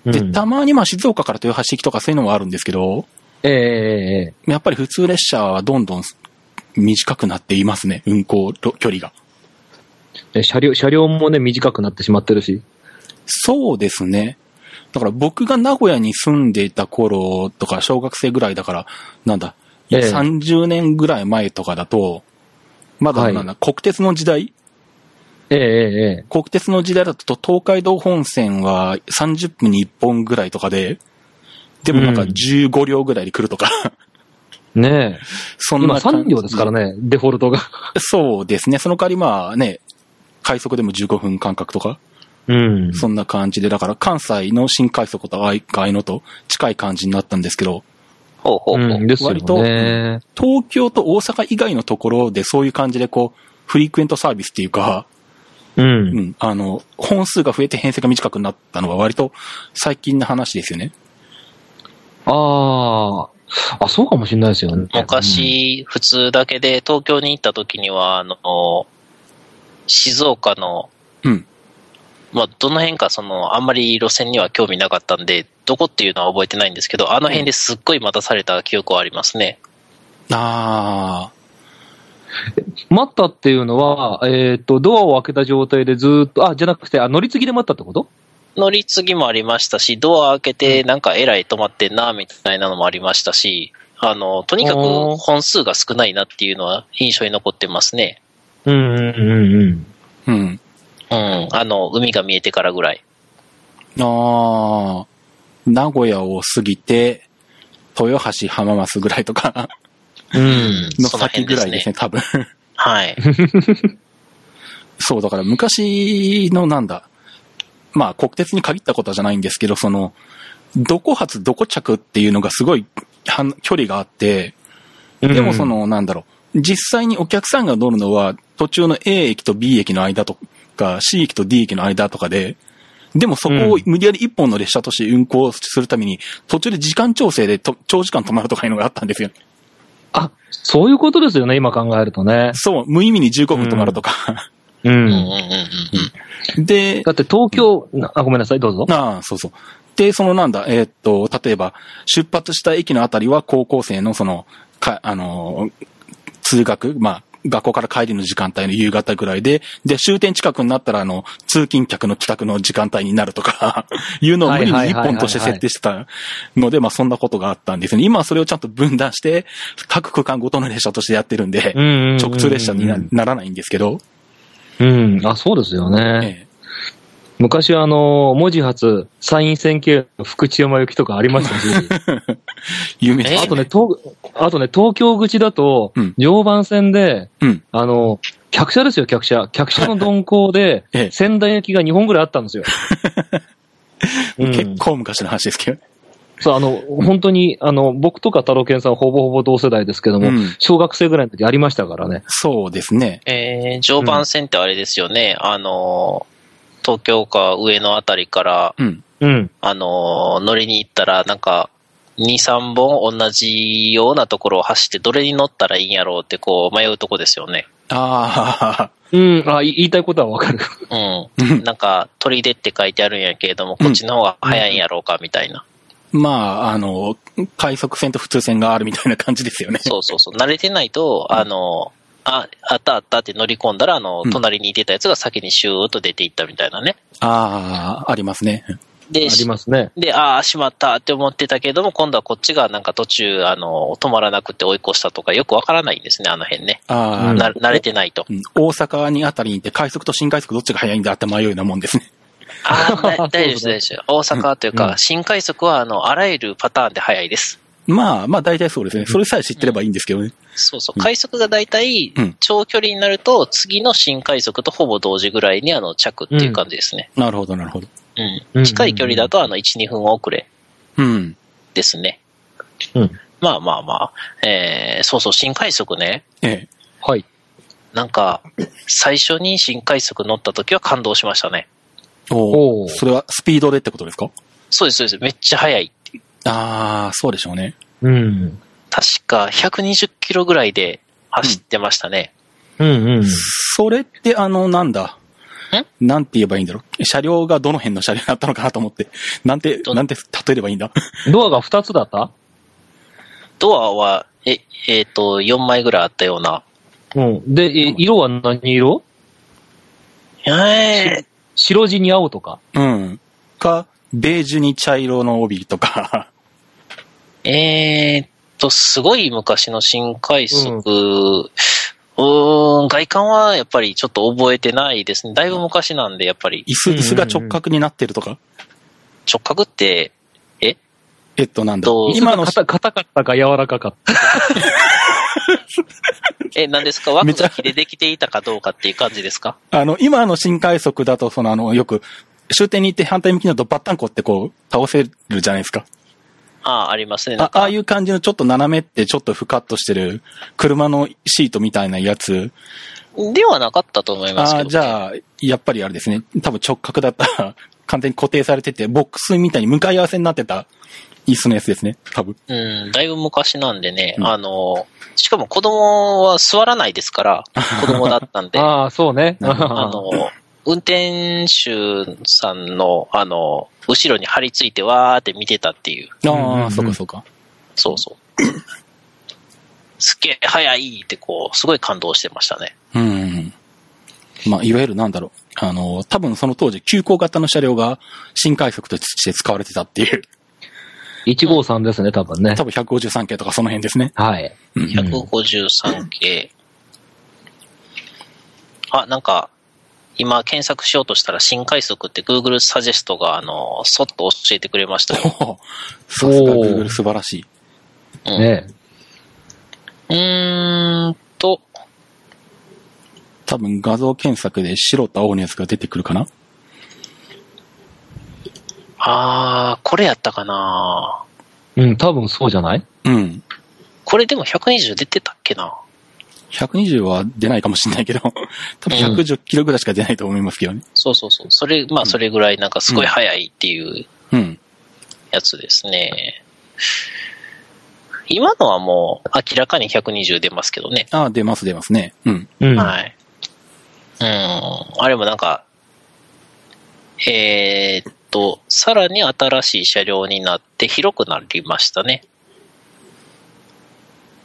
Speaker 1: うう。で、
Speaker 3: ん
Speaker 1: たまにまあ静岡から豊橋行きとかそういうのもあるんですけど、
Speaker 3: えええええ
Speaker 1: やっぱり普通列車はどんどん短くなっていますね、運行ろ距離が。
Speaker 3: え車両、車両もね、短くなってしまってるし。
Speaker 1: そうですね。だから僕が名古屋に住んでいた頃とか、小学生ぐらいだから、なんだ、
Speaker 3: ええ
Speaker 1: 30年ぐらい前とかだと、まだ
Speaker 3: はい
Speaker 1: なんだ、国鉄の時代
Speaker 3: ええええ
Speaker 1: 国鉄の時代だと東海道本線は30分に1本ぐらいとかで、でもなんか
Speaker 3: うん
Speaker 1: 15両ぐらいで来るとか、
Speaker 3: ええねえ。
Speaker 1: そん
Speaker 3: 今
Speaker 1: な感じ。
Speaker 3: 3両ですからね、デフォルトが。
Speaker 1: そうですね。その代わりまあね、快速でも15分間隔とか、
Speaker 3: うん
Speaker 1: そんな感じで、だから関西の新快速と相いのと近い感じになったんですけど、
Speaker 2: ほうほうほう。
Speaker 3: うん、ですよ
Speaker 1: 割と
Speaker 3: ね。
Speaker 1: 東京と大阪以外のところでそういう感じでこう、フリークエントサービスっていうか、
Speaker 3: うん
Speaker 1: う。ん、あの、本数が増えて編成が短くなったのは割と最近の話ですよね。
Speaker 3: ああ、あ、そうかもしれないですよね。
Speaker 2: 昔、普通だけで、東京に行った時には、あの、静岡の、
Speaker 1: うん。
Speaker 2: まあ、どの辺か、その、あんまり路線には興味なかったんで、どこっていうのは覚えてないんですけど、あの辺ですっごい待たされた記憶はありますね。
Speaker 1: あ
Speaker 3: 待ったっていうのは、えっ、と、ドアを開けた状態でずーっと、あ、じゃなくて、あ、乗り継ぎで待ったってこと
Speaker 2: 乗り継ぎもありましたし、ドア開けて、なんかえらい止まってんな、みたいなのもありましたし、あの、とにかく
Speaker 3: おー
Speaker 2: 本数が少ないなっていうのは印象に残ってますね。
Speaker 3: うんうんうんうん。
Speaker 1: あ、うん。
Speaker 2: うん。あの、海が見えてからぐらい。
Speaker 1: ああ、名古屋を過ぎて、豊橋浜松ぐらいとか
Speaker 3: うん。
Speaker 1: の
Speaker 2: その
Speaker 1: 先
Speaker 2: 辺
Speaker 1: ぐ
Speaker 2: ですね
Speaker 1: らいですね、多分。
Speaker 2: はい。
Speaker 1: そう、だから昔のなんだ、まあ国鉄に限ったことじゃないんですけど、その、どこ発どこ着っていうのがすごいはん距離があって、でもそ、の、なんだろう、実際にお客さんが乗るのは途中の A 駅と B 駅の間とか、C 駅と D 駅の間とかで、でもそこを
Speaker 3: うん
Speaker 1: 無理やり一本の列車として運行するために、途中で時間調整でと長時間止まるとかいうのがあったんですよ。
Speaker 3: あ、そういうことですよね、今考えるとね。
Speaker 1: そう、無意味に15分止まるとか。
Speaker 3: う
Speaker 2: うんうんうん
Speaker 3: ん。
Speaker 2: うん。
Speaker 1: で、
Speaker 3: だって東京、なあ、ごめんなさい、どうぞ。
Speaker 1: ああ、そうそう。で、そのなんだ、えーっと、例えば、出発した駅のあたりは高校生のその、か、あのー、通学、まあ、学校から帰りの時間帯の夕方ぐらいで、で、終点近くになったら、あの、通勤客の帰宅の時間帯になるとか、 いうのを無理に一本として設定してたので、まあ、そんなことがあったんですね。今はそれをちゃんと分断して、各区間ごとの列車としてやってるんで、
Speaker 3: 直
Speaker 1: 直通列車になならないんですけど、
Speaker 3: うん、あ、そうですよね。
Speaker 1: ええ
Speaker 3: 昔はあの、文字発、参院選系の福知山行きとかありましたし、
Speaker 1: 有名です
Speaker 2: え
Speaker 3: あとね、東、あとね、東京口だと
Speaker 1: うん、
Speaker 3: 常磐線で、
Speaker 1: うん
Speaker 3: あの、客車ですよ、客車。客車の鈍行で
Speaker 1: ええ、
Speaker 3: 仙台行きが2本ぐらいあったん ですよ。うん
Speaker 1: 結構昔の話ですけど。
Speaker 3: そう、あの、本当に、あの、僕とか太郎健さんはほぼほぼ同世代ですけども、
Speaker 1: うん
Speaker 3: 小学生ぐらいの時ありましたからね。
Speaker 1: そうですね。
Speaker 2: えー、常磐線ってあれですよね、あのー、東京か上のあたりから、
Speaker 1: うん。
Speaker 3: うん。
Speaker 2: あのー、乗りに行ったら、なんか、2、3本同じようなところを走って、どれに乗ったらいいんやろうって、こう、迷うとこですよね。
Speaker 1: ああ、
Speaker 3: うん、あ、い言いたいことはわかる。
Speaker 2: うん。なんか、取り出って書いてあるんやけれども、こっちの方が早いんやろうか、みたいな。
Speaker 1: まあ、あの、快速線と普通線があるみたいな感じですよね。
Speaker 2: そうそうそう。慣れてないと、あのー、あ、あったあったって乗り込んだら、あの
Speaker 1: う、ん
Speaker 2: 隣に出たやつが先にシューッと出ていったみたいなね。
Speaker 1: ああ、ありますね。
Speaker 3: あ
Speaker 2: で、
Speaker 3: りますね。
Speaker 2: で、ああ、しまったって思ってたけども、今度はこっちがなんか途中、あの、止まらなくて追い越したとか、よくわからないんですね、あの辺ね。
Speaker 1: ああ、
Speaker 3: うん
Speaker 2: な慣れてないと
Speaker 1: う。ん大阪にあたりに行って快速と新快速どっちが早いんだって迷うようなもんですね。
Speaker 2: あ あ、だ大丈夫です、
Speaker 3: そう
Speaker 2: 大丈夫です。大阪という
Speaker 3: う
Speaker 2: か、新快速は、あの、あらゆるパターンで早いです。
Speaker 1: まあ、まあ大体そうですね。それさえ知ってればいいんですけどね。
Speaker 2: そうそう。快速が大体
Speaker 1: うん、
Speaker 2: 長距離になると、次の新快速とほぼ同時ぐらいに、あの、着っていう感じですね。
Speaker 1: なるほど、なるほど。
Speaker 2: うん。近い距離だと、あの、1、2分遅れ
Speaker 1: うん。
Speaker 2: ですね。
Speaker 3: うん。
Speaker 2: まあまあまあ、えー、そうそう、新快速ね。
Speaker 1: ええ。
Speaker 3: はい。
Speaker 2: なんか、最初に新快速乗った時は感動しましたね。
Speaker 1: お
Speaker 3: おう
Speaker 1: お。それはスピードでってことですか
Speaker 2: そうです、そうです。めっちゃ速い。
Speaker 1: ああ、そうでしょうね。
Speaker 3: うん。
Speaker 2: 確か120キロぐらいで走ってましたね。
Speaker 3: うんうん。
Speaker 1: それってあの、なんだ。なんて言えばいいんだろう。車両がどの辺の車両だったのかなと思って。なんて、
Speaker 2: ど
Speaker 1: なんて例えればいいんだ。
Speaker 3: ドアが2つだった
Speaker 2: ドアは、え、えっ、と、4枚ぐらいあったような。
Speaker 3: うん。で、え色は何色
Speaker 2: えー
Speaker 3: 白地に青とか。
Speaker 1: うん。か、ベージュに茶色の帯とか。
Speaker 2: えーっと、すごい昔の新快速、うーん、外観はやっぱりちょっと覚えてないですね。だいぶ昔なんで、やっぱり
Speaker 1: 椅子、
Speaker 3: うんうん
Speaker 1: 椅
Speaker 3: うん
Speaker 1: 子が直角になってるとか。
Speaker 2: 直角って、え
Speaker 1: えっと、なんだ
Speaker 2: どう。
Speaker 1: 今の、
Speaker 3: 硬硬かったか柔らかかった。
Speaker 2: え、何ですか枠
Speaker 1: めち
Speaker 2: が
Speaker 1: ゃ
Speaker 2: 木でできていたかどうかっていう感じですか
Speaker 1: あの、今の新快速だと、その、あの、よく、終点に行って反対向きだとバッタンコってこう、倒せるじゃないですか。
Speaker 2: ああ、ありますね。なん
Speaker 1: あ
Speaker 2: か
Speaker 1: ああいう感じのちょっと斜めってちょっとふかっとしてる、車のシートみたいなやつ。
Speaker 2: ではなかったと思いますけ
Speaker 1: ああ、
Speaker 2: ど、ね。
Speaker 1: じゃあ、やっぱりあれですね。多分直角だった ら、完全に固定されてて、ボックスみたいに向かい合わせになってた椅子のやつですね。多分。
Speaker 2: うん、だいぶ昔なんでね、
Speaker 1: うん
Speaker 2: あの、しかも子供は座らないで すから、子供だったんで、あ
Speaker 3: ああ、そうね。
Speaker 2: の、運転手さんの、あの、後ろに張り付いてわーって見てたっていう、
Speaker 1: ああ、
Speaker 3: うんうんうん
Speaker 1: そうかそうか。
Speaker 2: そう そう。すっげえ早いってこう、すごい感動してましたね。
Speaker 1: うん。まあ、いわゆるなんだろう。あの、多分その当時、急行型の車両が新快速として使われてたっていう。
Speaker 3: 1号さんですね、多分ね。
Speaker 1: 多分153系とかその辺ですね。
Speaker 3: はい。
Speaker 1: うん。
Speaker 2: 153系。あ、なんか、今検索しようとしたら新快速って Google サジェストが、あの、そっと教えてくれましたよ。
Speaker 1: おおさすが
Speaker 3: おー
Speaker 1: Google 素晴らしい。
Speaker 2: うん
Speaker 3: ね
Speaker 2: うーんと、
Speaker 1: 多分画像検索で白と青のやつが出てくるかな
Speaker 2: あー、これやったかな
Speaker 3: うん、多分そうじゃない
Speaker 1: うん。
Speaker 2: これでも120出てたっけな
Speaker 1: 120は出ないかもしれないけど、 多分110キロぐらいしか出ないと思いますけどね。
Speaker 2: そうそうそう。それ、まあそれぐらいなんかすごい早いっていう
Speaker 1: うん。
Speaker 2: やつですね。今のはもう明らかに120出ますけどね。
Speaker 1: ああ、出ます出ますね。うん。
Speaker 3: うん。
Speaker 2: はい。うん。あれもなんか、えーっと、さらに新しい車両になって広くなりましたね。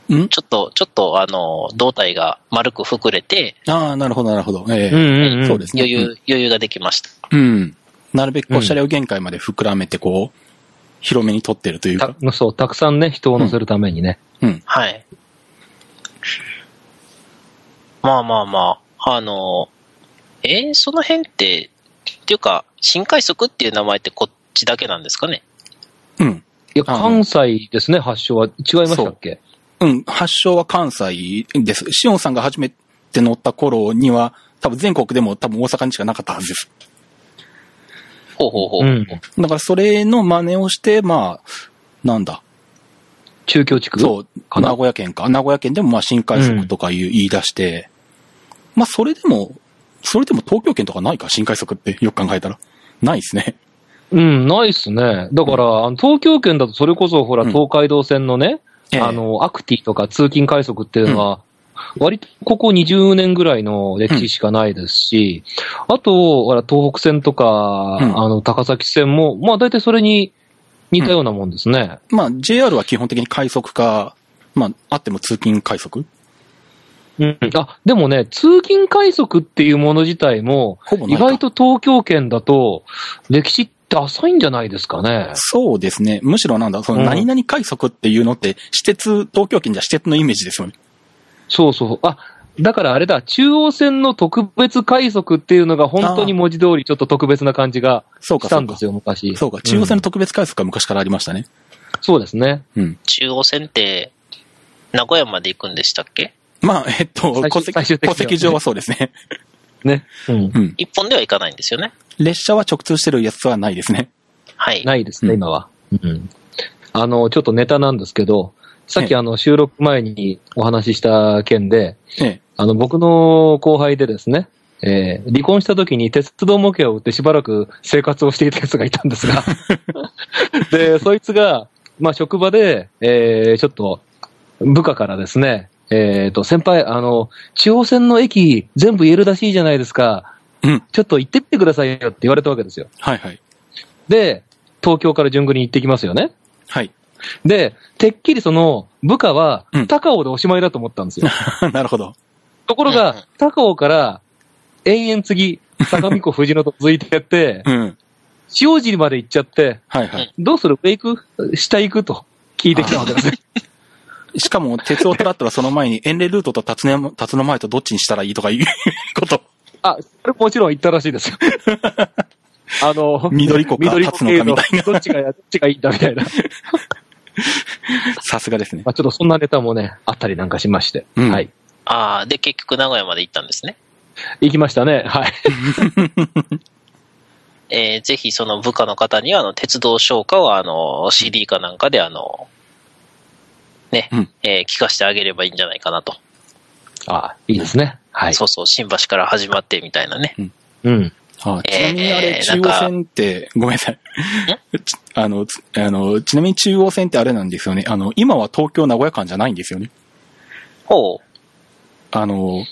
Speaker 1: ん
Speaker 2: ちょっと、ちょっと、あの、胴体が丸く膨れて、
Speaker 1: ああ、なるほど、なるほど。ええ
Speaker 3: ん
Speaker 1: そうですね。
Speaker 2: 余裕、余裕ができました。
Speaker 1: うん。なるべくこう車両限界まで膨らめて、こう、広めに取ってるというか。
Speaker 3: たそう、たくさんね、人を乗せるためにね。
Speaker 1: うん。
Speaker 2: はい。まあまあまあ、あの、えーその辺って、っていうか、新快速っていう名前ってこっちだけなんですかね
Speaker 1: うん。
Speaker 3: いや、
Speaker 1: あの
Speaker 3: 関西ですね、発祥は。違いましたっけ
Speaker 1: うん。発祥は関西です。シオンさんが初めて乗った頃には、多分全国でも多分大阪にしかなかったはずです。
Speaker 2: ほうほうほう。
Speaker 3: ん。
Speaker 1: だからそれの真似をして、まあ、なんだ。
Speaker 3: 中京地区
Speaker 1: そう、
Speaker 3: かな
Speaker 1: 名古屋県か。名古屋県でもまあ新快速とかいう言い出して、まあそれでも、それでも東京圏とかないか、新快速ってよく考えたら。ないですね。
Speaker 3: うん、ないっすね。だから、あの東京圏だとそれこそ、ほら、
Speaker 1: うん
Speaker 3: 東海道線のね、あ、の、アクティとか通勤快速っていうのは、割とここ20年ぐらいの歴史しかないですし、あと、ほら、東北線とか、
Speaker 1: うん
Speaker 3: あの、高崎線も、まあ大体それに似たようなもんですね。
Speaker 1: まあ JR は基本的に快速か、まああっても通勤快速
Speaker 3: うん。あ、でもね、通勤快速っていうもの自体も、
Speaker 1: ほぼな
Speaker 3: 意
Speaker 1: いか。
Speaker 3: 外と東京圏だと、歴史って浅いんじゃないですかね。
Speaker 1: そうですね。むしろなんだ、その
Speaker 3: うん
Speaker 1: 何々快速っていうのって、私鉄、東京圏じゃ私鉄のイメージですよね。
Speaker 3: そうそう。あ、だからあれだ、中央線の特別快速っていうのが本当に文字通りちょっと特別な感じが
Speaker 1: そうか、
Speaker 3: した
Speaker 1: そうん
Speaker 3: で
Speaker 1: か。
Speaker 3: すよ、昔。
Speaker 1: そうか、中央線
Speaker 3: う
Speaker 1: の特別快速が昔からありましたね。
Speaker 3: んそうですね。
Speaker 1: うん。
Speaker 2: 中央線って、名古屋まで行くんでしたっけ
Speaker 1: まあ、えっと、
Speaker 3: 最終
Speaker 1: 戸籍、
Speaker 3: 最終的に
Speaker 1: 戸
Speaker 3: はね
Speaker 1: 籍上はそうですね。
Speaker 3: ね。うん。
Speaker 1: うん。
Speaker 2: 一本では行かないんですよね。
Speaker 1: 列車は直通してるやつはないですね。
Speaker 2: はい。
Speaker 3: ないですね、
Speaker 1: うん
Speaker 3: 今は。うん。あの、ちょっとネタなんですけど、さっ
Speaker 1: ええ
Speaker 3: きあの、収録前にお話しした件で、
Speaker 1: ええ。
Speaker 3: あの、僕の後輩でですね、えー離婚した時に鉄道模型を売ってしばらく生活をしていたやつがいたんで すが、で、そいつが、まあ、職場で、えーちょっと、部下からですね、えっ、と、先輩、あの、中央線の駅全部言えるらしいじゃないですか、
Speaker 1: うん
Speaker 3: ちょっと行ってみてくださいよって言われたわけですよ。
Speaker 1: はいはい。
Speaker 3: で、東京から順繰りに行ってきますよね。
Speaker 1: はい。
Speaker 3: で、てっきりその、部下は
Speaker 1: うん、
Speaker 3: 高尾でおしまいだと思ったんですよ。
Speaker 1: なるほど。
Speaker 3: ところ
Speaker 2: うんうん
Speaker 3: が、高尾から、延々次、相模湖藤野と続いてやって、
Speaker 1: うん。
Speaker 3: 塩尻まで行っちゃって、
Speaker 1: はいはい。
Speaker 3: どうする上行く下行くと聞いてきたわけですね。
Speaker 1: しかも、鉄オタだったらその前に、遠霊ルートと辰野辰野前とどっちにしたらいいとかいうこと。
Speaker 3: あ、それもちろん行ったらしいで すよ。あの、
Speaker 1: 緑子か
Speaker 3: 緑
Speaker 1: 立つのかみたいな
Speaker 3: 系のどっちが、どっちがいいんだみ たいな。
Speaker 1: さすがですね。
Speaker 3: まあちょっとそんなネタもね、あったりなんかしまして。
Speaker 1: うん
Speaker 3: はい。
Speaker 2: ああ、で、結局名古屋まで行ったんですね。
Speaker 3: 行きましたね。はい。
Speaker 2: えーぜひその部下の方には、あの、鉄道消化を、あの、CD かなんかで、あの、ね、
Speaker 1: うん
Speaker 2: えー聞かせてあげればいいんじゃないかなと。
Speaker 3: あいいですね。はい。
Speaker 2: そうそう、新橋から始まってみたいなね。
Speaker 3: うん。
Speaker 1: あちなみにあれ、
Speaker 2: えー
Speaker 1: 中央線って、ごめんなさい。ちあの、つあの、ちなみに中央線ってあれなんですよね。あの、今は東京名古屋間じゃないんですよね。
Speaker 2: ほう。
Speaker 1: あの、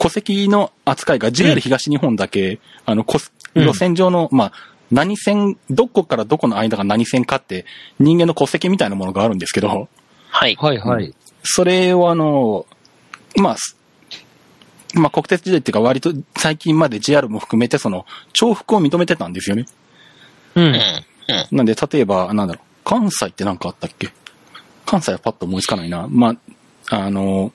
Speaker 1: 戸籍の扱いが JR 東日本だけ、あの、こ
Speaker 3: うん
Speaker 1: 路線上の、まあ、何線、どこからどこの間が何線かって、人間の戸籍みたいなものがあるんですけど、
Speaker 2: はい。
Speaker 3: はいはい。
Speaker 1: それをあの、まあ、すまあ、国鉄時代っていうか割と最近まで JR も含めてその、重複を認めてたんですよね。
Speaker 3: う
Speaker 2: うんん。。うん。
Speaker 1: なんで、例えば、なんだろう、関西ってなんかあったっけ関西はパッと思いつかないな。まあ、あの、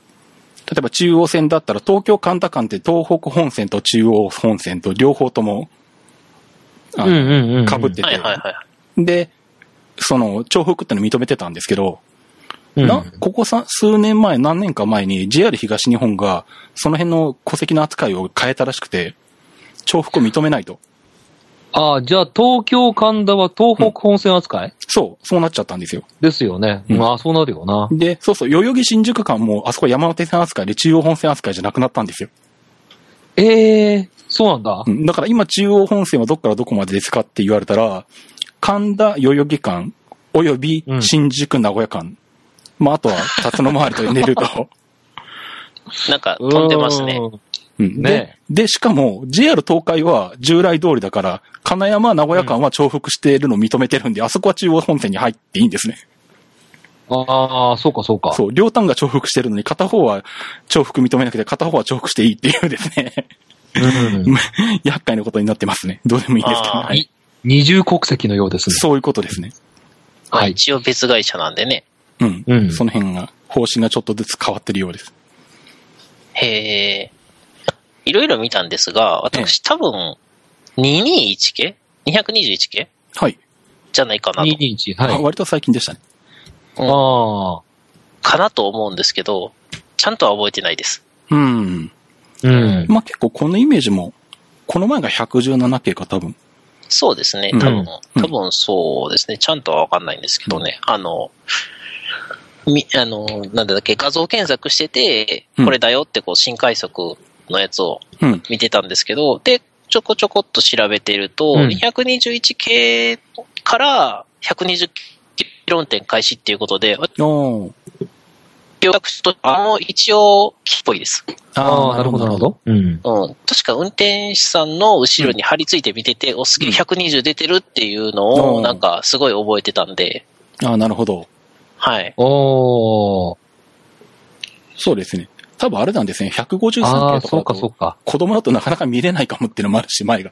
Speaker 1: 例えば中央線だったら東京神田間って東北本線と中央本線と両方とも、あ
Speaker 3: うん
Speaker 1: の、
Speaker 3: うんうん。
Speaker 1: 被って
Speaker 2: はいはい
Speaker 1: て、
Speaker 2: はい。
Speaker 1: で、その、重複っての認めてたんですけど、
Speaker 3: うん
Speaker 1: な、ここさ数年前、何年か前に JR 東日本が、その辺の戸籍の扱いを変えたらしくて、重複を認めないと。
Speaker 3: ああ、じゃあ東京神田は東北本線扱い、
Speaker 1: そう、そうなっちゃったんですよ。
Speaker 3: ですよね。
Speaker 1: うん
Speaker 3: まあ、そうなるよな。
Speaker 1: で、そうそう、代々木新宿間も、あそこ山手線扱いで中央本線扱いじゃなくなったんですよ。
Speaker 3: ええそうなんだ
Speaker 1: う。んだから今中央本線はどっからどこまでですかって言われたら、神田代々木間、および
Speaker 3: うん
Speaker 1: 新宿名古屋間。 まあ、あとは、辰野回りと寝ると。
Speaker 2: なんか飛んでますね。
Speaker 3: う
Speaker 1: うん、で
Speaker 3: ね
Speaker 1: で、しかも JR 東海は従来通りだから、金山名古屋間は重複しているのを認めてるんで、あそこは中央本線に入っていいんですね。
Speaker 3: ああ、そうかそうか。
Speaker 1: そう、両端が重複してるのに片方は重複認めなくて片方は重複していいっていうですね、
Speaker 3: うん
Speaker 1: 厄介なことになってますね。どうでもいいですけど。
Speaker 2: あー
Speaker 1: はい
Speaker 3: い二重国籍のようですね。
Speaker 1: そういうことですね。
Speaker 2: まあ
Speaker 3: はい
Speaker 2: 一応別会社なんでね。
Speaker 1: うん。
Speaker 3: うん
Speaker 1: その辺が、方針がちょっとずつ変わってるようです。
Speaker 2: へえ。いろいろ見たんですが、私多分、221系 ?221 系
Speaker 1: はい、
Speaker 2: じゃないかなと。
Speaker 3: 221。は
Speaker 1: あ
Speaker 3: い。
Speaker 1: 割と最近でしたね。
Speaker 3: ああ。
Speaker 2: かなと思うんですけど、ちゃんとは覚えてないです。
Speaker 1: うん。
Speaker 3: うん。
Speaker 1: まあ結構このイメージも、この前が117系か多分。
Speaker 2: そうですね。
Speaker 1: うん
Speaker 2: 多分、
Speaker 1: うん
Speaker 2: 多分そうですね。ちゃんとはわかんないんですけどね。あの、み、あの、なんだっけ、画像検索してて、
Speaker 1: うん
Speaker 2: これだよってこう、新快速のやつを
Speaker 1: うん。
Speaker 2: 見てたんですけど、で、ちょこちょこっと調べてると、
Speaker 3: うん
Speaker 2: 221系から120系論点開始っていうことで、
Speaker 1: おー
Speaker 2: 私と、あの、一応、木っぽいです。
Speaker 3: ああ、なるほど、なるほ。ど。うん。
Speaker 2: うん。確か運転手さんの後ろに張り付いて見てて、お、すげえ、120出てるっていうの
Speaker 1: う
Speaker 2: を、
Speaker 1: ん
Speaker 2: なんか、すごい覚えてたんで、
Speaker 1: ああ、なるほど。
Speaker 2: はい。
Speaker 3: おー。
Speaker 1: そうですね。多分あれなんですね。153系と
Speaker 3: あ
Speaker 1: か
Speaker 3: あ、
Speaker 1: だと。
Speaker 3: そうかそうか。
Speaker 1: 子供だとなかなか見れないかもっていうのもあるし、前が。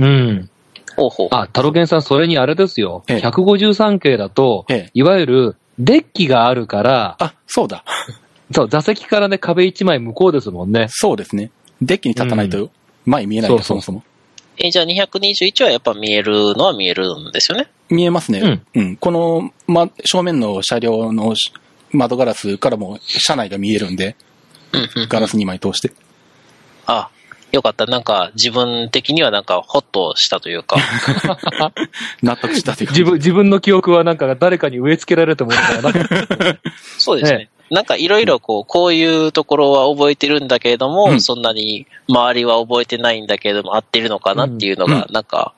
Speaker 3: うん。
Speaker 2: ほうほう。
Speaker 3: あ、タロケンさん、それにあれですよ。
Speaker 1: ええ
Speaker 3: 153系だと、
Speaker 1: ええ。
Speaker 3: いわゆる、デッキがあるから、
Speaker 1: あ、そうだ。
Speaker 3: そう、座席からね、壁一枚向こうですもんね。
Speaker 1: そうですね。デッキに立たないと前見えないから、そ
Speaker 3: そ
Speaker 1: う
Speaker 3: そう
Speaker 1: もそも。
Speaker 2: え、じゃあ221はやっぱ見えるのは見えるんですよね。
Speaker 1: 見えますね。
Speaker 3: うん。
Speaker 1: うん、この、ま、正面の車両のし窓ガラスからも車内が見えるんで、
Speaker 2: うんうん。
Speaker 1: ガラス2枚通して。
Speaker 2: あ、よかった。なんか、自分的にはなんか、ホッとしたというか、
Speaker 1: 納得したというか。
Speaker 3: 自分、自分の記憶はなんか誰かに植え付けられたものだな。
Speaker 2: そうですね。
Speaker 3: ね
Speaker 2: なんかいろいろこう、こういうところは覚えてるんだけれども、
Speaker 1: うん
Speaker 2: そんなに周りは覚えてないんだけれども、合ってるのかなっていうの
Speaker 1: うん
Speaker 2: が
Speaker 1: う、
Speaker 2: なんか、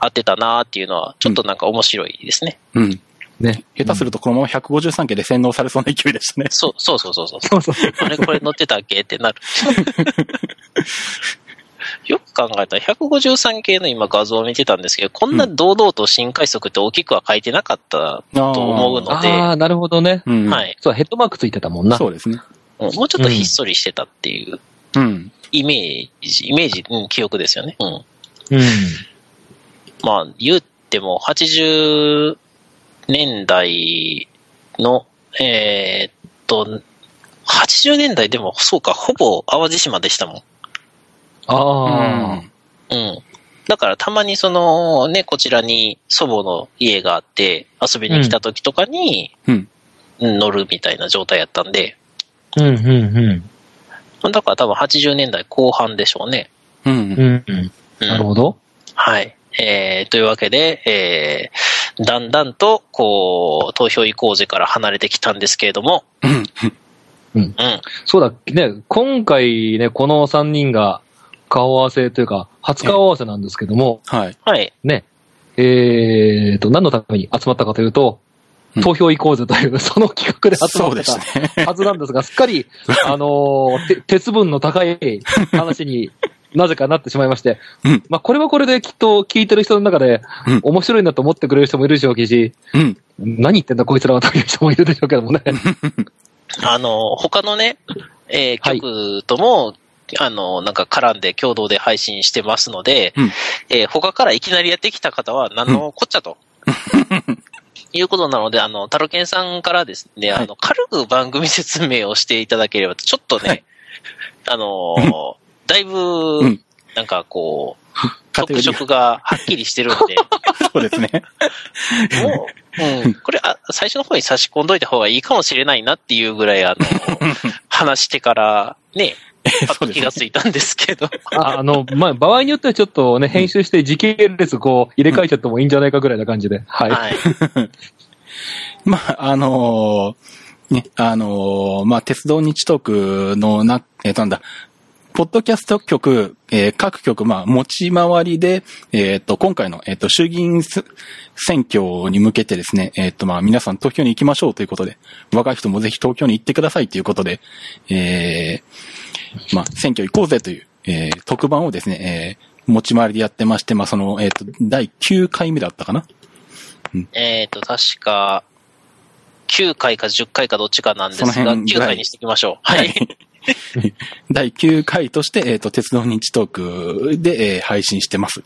Speaker 2: 合ってたなっていうのは、ちょっとなんか面白いですね。
Speaker 1: うん。
Speaker 3: ね。
Speaker 1: 下手するとこのまま153系で洗脳されそうな勢いでしたね。
Speaker 2: そう、そうそうそうそう。
Speaker 3: そうそう。
Speaker 2: あれこれ乗ってたっけってなる。 よく考えたら、153系の今画像を見てたんですけど、こんな堂々と新快速って大きくは書いてなかった
Speaker 1: あー
Speaker 2: と思うので、
Speaker 3: ああ、なるほどね。
Speaker 1: うん。
Speaker 2: はい。
Speaker 3: そう、ヘッドマークついてたもんな。
Speaker 1: そうですね。
Speaker 2: もうちょっとひっそりしてたっていう
Speaker 1: うん。
Speaker 2: イメージ、イメージ、うん、記憶ですよね。うん。
Speaker 3: うん。
Speaker 2: まあ、言っても、80年代の、えーっと、80年代でも、そうか、ほぼ淡路島でしたもん。
Speaker 3: ああ。
Speaker 2: うん。だから、たまにその、ね、こちらに祖母の家があって、遊びに来た時とかに、
Speaker 1: うん。
Speaker 2: うん乗るみたいな状態やったんで、
Speaker 3: うん、うん、うん。
Speaker 2: だから多分80年代後半でしょうね。
Speaker 1: うん。うん。
Speaker 3: うん。
Speaker 2: うん、
Speaker 3: なるほど。
Speaker 2: はい。えー、というわけで、えー、だんだんと、こう、投票移行時から離れてきたんですけれども、
Speaker 1: うん。
Speaker 2: うん。
Speaker 3: そうだ、ね、今回ね、この3人が顔合わせというか、初顔合わせなんですけども、
Speaker 1: はい。
Speaker 2: はい。
Speaker 3: ね、えーと、何のために集まったかというと
Speaker 1: うん、
Speaker 3: 投票行こうぜという、その企画で集ま
Speaker 1: そう
Speaker 3: っ
Speaker 1: で
Speaker 3: てた
Speaker 1: したね。
Speaker 3: はずなんですが、すっか り、あのーて鉄分の高い話になぜかなってしまいまして
Speaker 1: うん、
Speaker 3: まあ、これはこれできっと聞いてる人の中で
Speaker 1: うん、
Speaker 3: 面白いなと思ってくれる人もいるでしょうし、
Speaker 1: うん。
Speaker 3: 何言ってんだこいつらはという人もいるでしょうけどもね。
Speaker 2: あの、他のね、えー
Speaker 3: はい
Speaker 2: 局とも、あの、なんか絡んで共同で配信してますので、
Speaker 1: うん
Speaker 2: えー他からいきなりやってきた方は何のこっちゃと。いうことなので、あの、タロケンさんからですね、
Speaker 1: はい
Speaker 2: あの、軽く番組説明をしていただければと、ちょっとね、
Speaker 1: はい
Speaker 2: あのーだいぶ、
Speaker 1: ん
Speaker 2: なんかこ う、
Speaker 1: 偏
Speaker 2: 特
Speaker 1: りが
Speaker 2: 色がはっきりしてるん で、
Speaker 1: そうですね。
Speaker 2: もう、 うん、これあ、最初の方に差し込んどいた方がいいかもしれないなっていうぐらい、あの、 話してから、ね、パ
Speaker 1: そう
Speaker 2: ッと
Speaker 1: ですね
Speaker 2: 気がついたんです けど、
Speaker 3: ああの、まあ、場合によってはちょっとね、編集して時系列こう、入れ替えちゃってもいいんじゃないかぐらいな感じで。はい。
Speaker 2: はい。
Speaker 1: まあ、あのーね、あのーまあ、鉄道日トークのな、えーなんだ、ポッドキャスト局、えー各局、まあ、持ち回りで、えっ、と、今回の、えっ、と、衆議院す選挙に向けてですね、えっ、と、まあ、皆さん東京に行きましょうということで、若い人もぜひ東京に行ってくださいということで、えーまあ、選挙行こうぜという、えー特番をですね、えー持ち回りでやってまして、まあ、その、えっ、と、第9回目だったかな
Speaker 2: えっ、と、確か、9回か10回かどっちかなんです
Speaker 1: その
Speaker 2: が、
Speaker 1: 辺
Speaker 2: 9
Speaker 1: ぐらい
Speaker 2: 回にしていきましょう。はい。。
Speaker 1: 第9回として、えっ、と、鉄道日トークで、えー配信してます。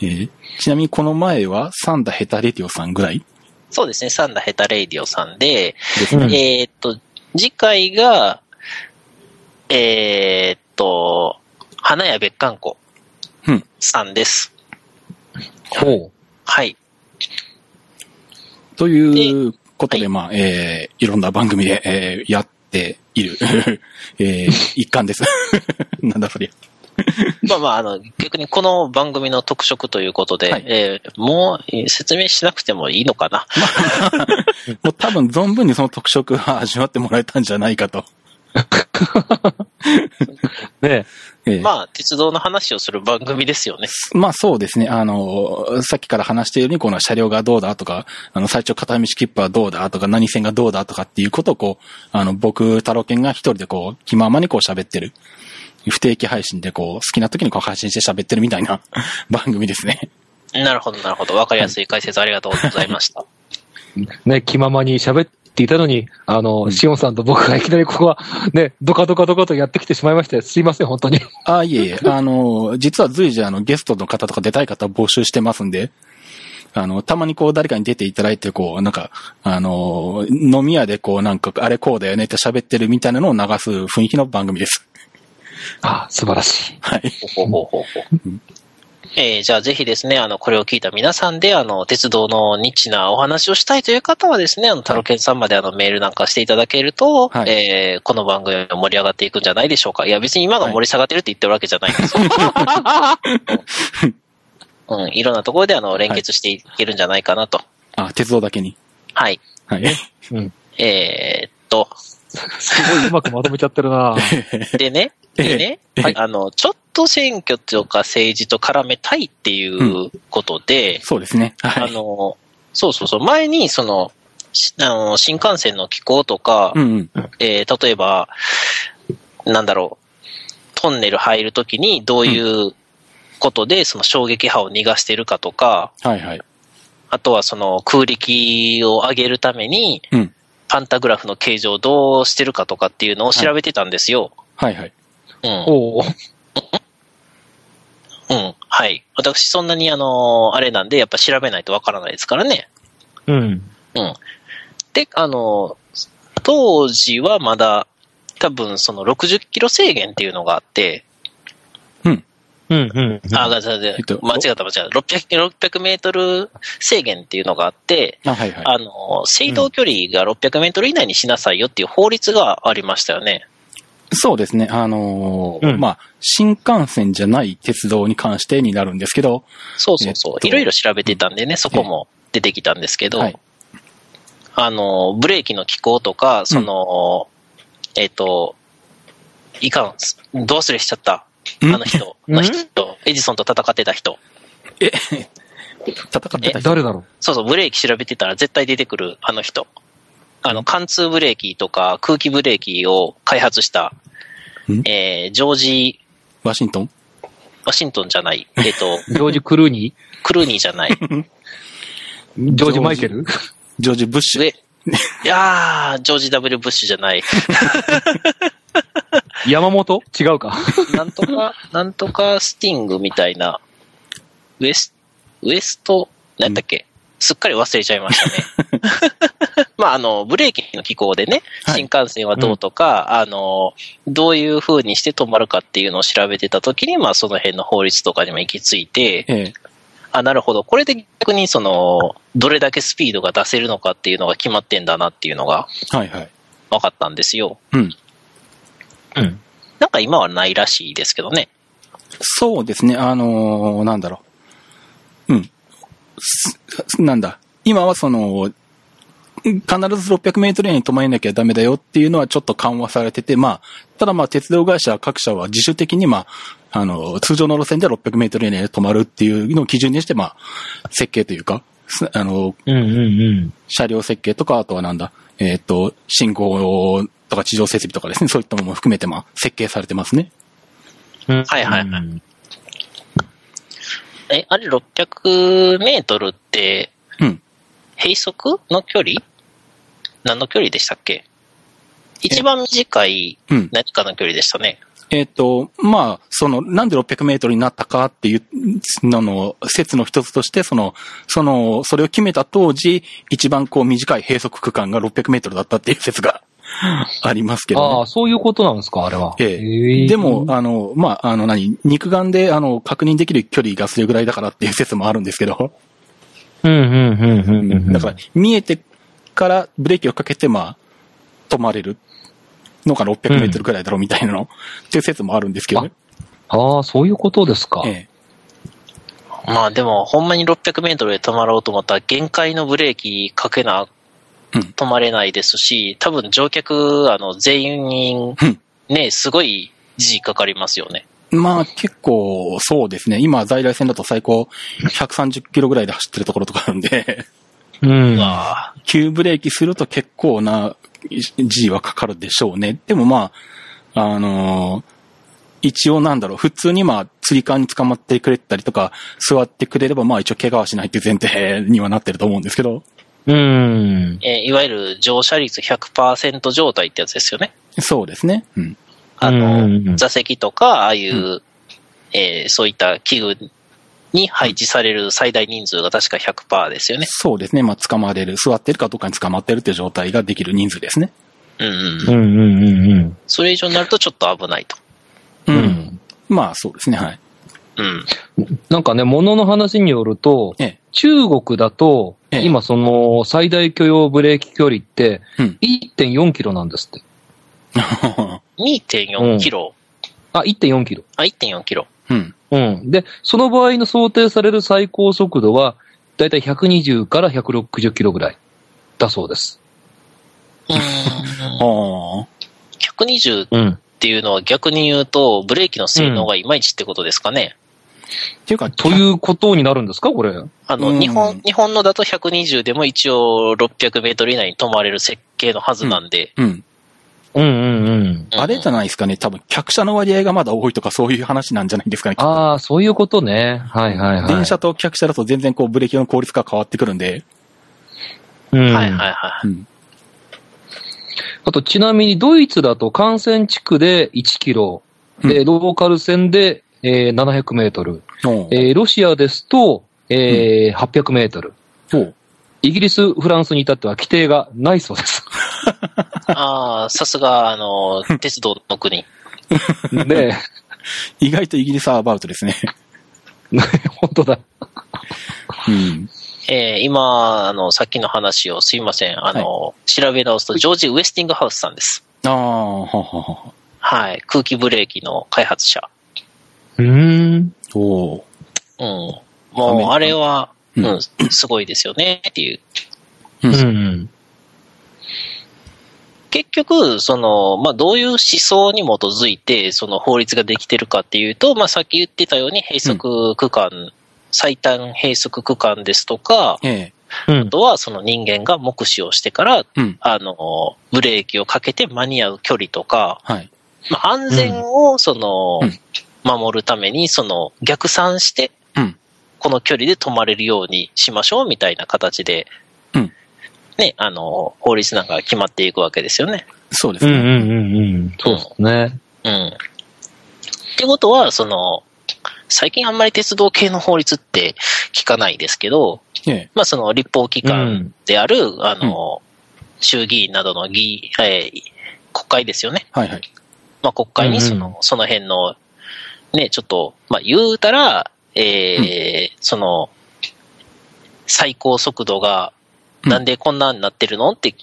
Speaker 1: えーちなみにこの前は、サンダヘタレディオさんぐらい
Speaker 2: そうですね、サンダヘタレイディオさんで、
Speaker 1: ですね。
Speaker 3: うん
Speaker 2: えーっと、次回が、えーっと、花屋別館子
Speaker 1: うん
Speaker 2: さんです。
Speaker 3: ほう。
Speaker 2: はい。
Speaker 1: ということで、
Speaker 2: は
Speaker 1: まあ、えーいろんな番組で、えーやっている、 えー一環です。 なんだそりゃ。
Speaker 2: まあまあ、あの、逆にこの番組の特色ということで、
Speaker 1: はい
Speaker 2: えーもうえー説明しなくてもいいのかな。
Speaker 1: もう多分存分にその特色は味わってもらえたんじゃないかと。
Speaker 3: ね
Speaker 1: えー
Speaker 2: まあ、鉄道の話をする番組ですよね。
Speaker 1: まあそうですね。あの、さっきから話しているように、この車両がどうだとか、あの、最長片道切符はどうだとか、何線がどうだとかっていうことをこう、あの、僕、太郎健が一人でこう、気ままにこう喋ってる。不定期配信でこう、好きな時にこう配信して喋ってるみたいな 番組ですね。
Speaker 2: なるほど、なるほど。わかりやすい解説ありがとうございました。
Speaker 3: ね、気ままに喋っていたのに、あの、
Speaker 1: ん
Speaker 3: シオンさんと僕がいきなりここは、ね、ドカドカドカとやってきてしまいまして、すいません、本当に。
Speaker 1: ああ、いえいえ、あの、実は随時あの、ゲストの方とか出たい方を募集してますんで、あの、たまにこう、誰かに出ていただいて、こう、なんか、あの、飲み屋でこう、なんか、あれこうだよねって喋ってるみたいなのを流す雰囲気の番組です。
Speaker 3: あ素晴らしい。
Speaker 1: はい。
Speaker 2: ほうほうほうほうえーじゃあぜひですね、あの、これを聞いた皆さんで、あの、鉄道のニッチなお話をしたいという方はですね、あの、タロケンさんまであの、メールなんかしていただけると、
Speaker 1: はい
Speaker 2: えーこの番組が盛り上がっていくんじゃないでしょうか。いや、別に今が盛り下がってるって言ってるわけじゃない んですよ。うん、いろんなところであの、連結していけるんじゃないかなと。
Speaker 1: あ、鉄道だけに。
Speaker 2: はい。
Speaker 1: はい。
Speaker 3: うん。
Speaker 2: えーっと、
Speaker 3: すごいうまくまとめちゃってるな
Speaker 2: でね、でね、
Speaker 1: はい
Speaker 2: あの、ちょっと選挙とか政治と絡めたいっていうことで、
Speaker 1: そうです ね。は
Speaker 2: あ
Speaker 1: い。
Speaker 2: の、そうそうそう、前に、その、しあの新幹線の機構とか、
Speaker 1: うんうん。
Speaker 2: えー例えば、なんだろう、トンネル入るときにどういうことで、その衝撃波を逃がしてるかとか、
Speaker 1: はいはい。
Speaker 2: あとはその空力を上げるために、
Speaker 1: うん。
Speaker 2: パンタグラフの形状をどうしてるかとかっていうのを調べてたんですよ。
Speaker 1: はいはい。
Speaker 2: うん。
Speaker 3: おう
Speaker 2: うん。はい。私、そんなに、あのーあれなんで、やっぱ調べないとわからないですからね。
Speaker 3: うん。
Speaker 2: うん。で、あのー当時はまだ、多分、その60キロ制限っていうのがあって、
Speaker 1: うん。
Speaker 3: うん、うん。
Speaker 2: あ、ごめんなさい
Speaker 1: えっと
Speaker 2: 間違った間違った。600キロ、600メートル制限っていうのがあって、
Speaker 1: あ、はいはい。
Speaker 2: あのー、制動距離が600メートル以内にしなさいよっていう法律がありましたよね。
Speaker 1: そうですね。あのー
Speaker 3: うん
Speaker 1: まあ、新幹線じゃない鉄道に関してになるんですけど、
Speaker 2: そうそうそう
Speaker 1: えっ。と
Speaker 2: いろいろ調べてたんでね、そこも出てきたんですけど、
Speaker 1: はい
Speaker 2: あの、ブレーキの機構とか、その、えっ、と、いかん、すどうすれしちゃった。あ
Speaker 1: ん
Speaker 2: の 人、あの人、エジソンと戦ってた人。
Speaker 1: え、戦ってた人
Speaker 3: 誰だろ
Speaker 2: そうそう、ブレーキ調べてたら絶対出てくる、あの人。あの、貫通ブレーキとか空気ブレーキを開発した
Speaker 1: ん、
Speaker 2: えージョージ、
Speaker 1: ワシントン
Speaker 2: ワシントンじゃない、えっ、と、
Speaker 3: うジョージ・クルーニ
Speaker 2: クルーニーじゃ ない、
Speaker 3: ー ジョージ・マイケル
Speaker 1: ジョージ・ブッシュ。
Speaker 2: 上。いやー、ジョージ・ W ・ブッシュじゃない。
Speaker 3: 山本違うか。
Speaker 2: なんとか、なんとかスティングみたいな、ウエス、ウエスト、なんだっけ、すっかり忘れちゃいました ね。まあ、あの、ブレーキの機構でね、
Speaker 1: はい
Speaker 2: 新幹線はどうとか、あの、どういう風にして止まるかっていうのを調べてた時に、まあ、その辺の法律とかにも行き着いて、
Speaker 1: え
Speaker 2: あ、なるほど。これで逆にその、どれだけスピードが出せるのかっていうのが決まってんだなっていうのが
Speaker 1: ーはいはい。
Speaker 2: 分かったんですよ。
Speaker 1: うん。
Speaker 3: うん。
Speaker 2: なんか今はないらしいですけどね。
Speaker 1: そうですね。あのーなんだろう。うん。すなんだ。今はその、必ず600メートル以内に止まらなきゃダメだよっていうのはちょっと緩和されてて、まあ、ただまあ、鉄道会社各社は自主的にまあ、あの、通常の路線では600メートル以内で止まるっていうのを基準にして、まあ、設計というか、すあの、
Speaker 3: うん、うん、うん。
Speaker 1: 車両設計とか、あとはなんだ、えっ、と、信号とか地上設備とかですね、そういったものも含めて、まあ、設計されてますね。
Speaker 3: うん
Speaker 2: はいはいはい。
Speaker 3: い。
Speaker 2: え、あれ600メートルって、
Speaker 1: うん。
Speaker 2: 閉塞の距離何の距離でしたっけ一番短い
Speaker 1: うん。
Speaker 2: 何かの距離でしたね。
Speaker 1: えっ、と、まあ、その、なんで600メートルになったかっていう、のの、説の一つとして、その、その、それを決めた当時、一番こう短い閉塞区間が600メートルだったっていう説が ありますけど、ね。
Speaker 3: ああ、そういうことなんですか、あれは。
Speaker 1: え
Speaker 3: え
Speaker 1: でも、、あの、まあ、あの何、肉眼で、あの、確認できる距離がそれぐらいだからっていう説もあるんですけど、
Speaker 3: うんうんうんうんうん。
Speaker 1: だから、見えてからブレーキをかけて、まあ、止まれるのが600メートルぐらいだろうみたいなの、っていう説もあるんですけどね。
Speaker 3: ああ、そういうことですか。
Speaker 1: え
Speaker 2: まあでも、ほんまに600メートルで止まろうと思ったら、限界のブレーキかけな、
Speaker 1: うん
Speaker 2: 止まれないですし、多分乗客、あの、全員
Speaker 1: うん、
Speaker 2: ね、すごい G かかりますよね。
Speaker 1: えまあ、結構、そうですね。今、在来線だと最高130キロぐらいで走ってるところとかあるんで、
Speaker 3: うん。
Speaker 2: わあ
Speaker 1: 急ブレーキすると結構な G はかかるでしょうね。でもまあ、あのー一応なんだろう、普通にまあ、釣り革に捕まってくれたりとか、座ってくれればまあ一応怪我はしないっていう前提にはなってると思うんですけど、
Speaker 3: うん。
Speaker 2: えーいわゆる乗車率100%状態ってやつですよね。
Speaker 1: そうですね。うん。
Speaker 2: あの、
Speaker 3: うんうんうん
Speaker 2: 座席とか、ああいう、
Speaker 1: う
Speaker 2: えーそういった器具に配置される最大人数が確か100%ですよね。
Speaker 1: そうですね。まあ、捕まれる、座ってるかどっかに捕まってるっていう状態ができる人数ですね。
Speaker 2: うんうん
Speaker 3: う。んうんうんうん。
Speaker 2: それ以上になるとちょっと危ないと。
Speaker 1: う。
Speaker 3: うんん。
Speaker 1: まあ、そうですね。はい。
Speaker 2: うん。
Speaker 3: なんかね、物の話によると、
Speaker 1: ええ。
Speaker 3: 中国だと、
Speaker 1: ええ
Speaker 3: 今その最大許容ブレーキ距離って
Speaker 1: うん
Speaker 3: 1.4キロなんですって。
Speaker 2: 2.4キロ。
Speaker 3: あ、1.4キロ。
Speaker 2: あ、1.4キロ。
Speaker 1: うん。
Speaker 3: うん。で、その場合の想定される最高速度は、だいたい120から160キロぐらいだそうです。
Speaker 2: 120
Speaker 1: あ
Speaker 2: っ
Speaker 3: うん。
Speaker 2: ていうのは逆に言うと、ブレーキの性能がいまいちってことですかね。
Speaker 1: あ。っていうか、
Speaker 3: ということになるんですか、これ。
Speaker 2: あ
Speaker 1: う
Speaker 2: の、
Speaker 1: ん
Speaker 2: 日本、日本のだと120でも一応600メートル以内に止まれる設計のはずなんで。
Speaker 1: うん。
Speaker 3: うんうんうん。
Speaker 1: あれじゃ
Speaker 2: な
Speaker 1: ないですかね。多分、客車の割合がまだ多いとか、そういう話なんじゃないですかね。
Speaker 3: ああ、そういうことね。はいはいはい。
Speaker 1: 電車と客車だと全然こうブレーキの効率が変わってくるんで。
Speaker 3: うん
Speaker 2: はいはい はい。
Speaker 1: うん。
Speaker 3: あと、ちなみにドイツだと幹線地区で1キロ、
Speaker 1: う
Speaker 3: で、ローカル線で、えー700メートル、
Speaker 1: おう
Speaker 3: えーロシアですと、えー800メートル。
Speaker 1: おう
Speaker 3: イギリス、フランスに至っては規定がないそうです。
Speaker 2: ああ、さすが、あの、鉄道の国。
Speaker 3: ね
Speaker 1: 意外とイギリスはアバウトですね。
Speaker 3: え、本当だ。
Speaker 1: うん。
Speaker 2: えー今、あの、さっきの話をすいません。あの、調べ直すと、ジョージ・ウェスティングハウスさんです。
Speaker 1: ああ、ははは。
Speaker 2: はい。空気ブレーキの開発者。
Speaker 3: うーん。
Speaker 1: おう
Speaker 2: うん。も
Speaker 1: アメリ
Speaker 2: う、
Speaker 1: カ
Speaker 2: あれは、
Speaker 1: う
Speaker 2: うんん、すごいですよね、っていう。
Speaker 1: う
Speaker 3: うんん。
Speaker 2: 結局、その、まあ、どういう思想に基づいて、その法律ができてるかっていうと、まあ、さっき言ってたように、閉塞区間、最短閉塞区間ですとか、
Speaker 1: ええ。
Speaker 3: うん
Speaker 2: あ。とはその人間が目視をしてから、
Speaker 1: うん。
Speaker 2: あの、ブレーキをかけて間に合う距離とか、
Speaker 1: はい。
Speaker 2: まあ、安全を、その
Speaker 1: うん、
Speaker 2: 守るために、その、逆算して、
Speaker 1: うん。
Speaker 2: この距離で止まれるようにしましょう、みたいな形で、
Speaker 1: うん
Speaker 2: ね、あの、法律なんかが決まっていくわけですよね。
Speaker 1: そうで
Speaker 3: う
Speaker 1: す
Speaker 3: んう
Speaker 1: ね。
Speaker 3: んうんうん。そうですね。
Speaker 2: うん。ってことは、その、最近あんまり鉄道系の法律って聞かないですけど、
Speaker 1: ええ。
Speaker 2: まあ、その立法機関である、あの、衆議院などの議、えー国会ですよね。
Speaker 1: はいはい。
Speaker 2: まあ、国会にその、
Speaker 3: うんう
Speaker 2: その辺の、ね、ちょっと、まあ、言うたら、えーその、最高速度が、
Speaker 1: うん
Speaker 2: なんでこんなになってるのって、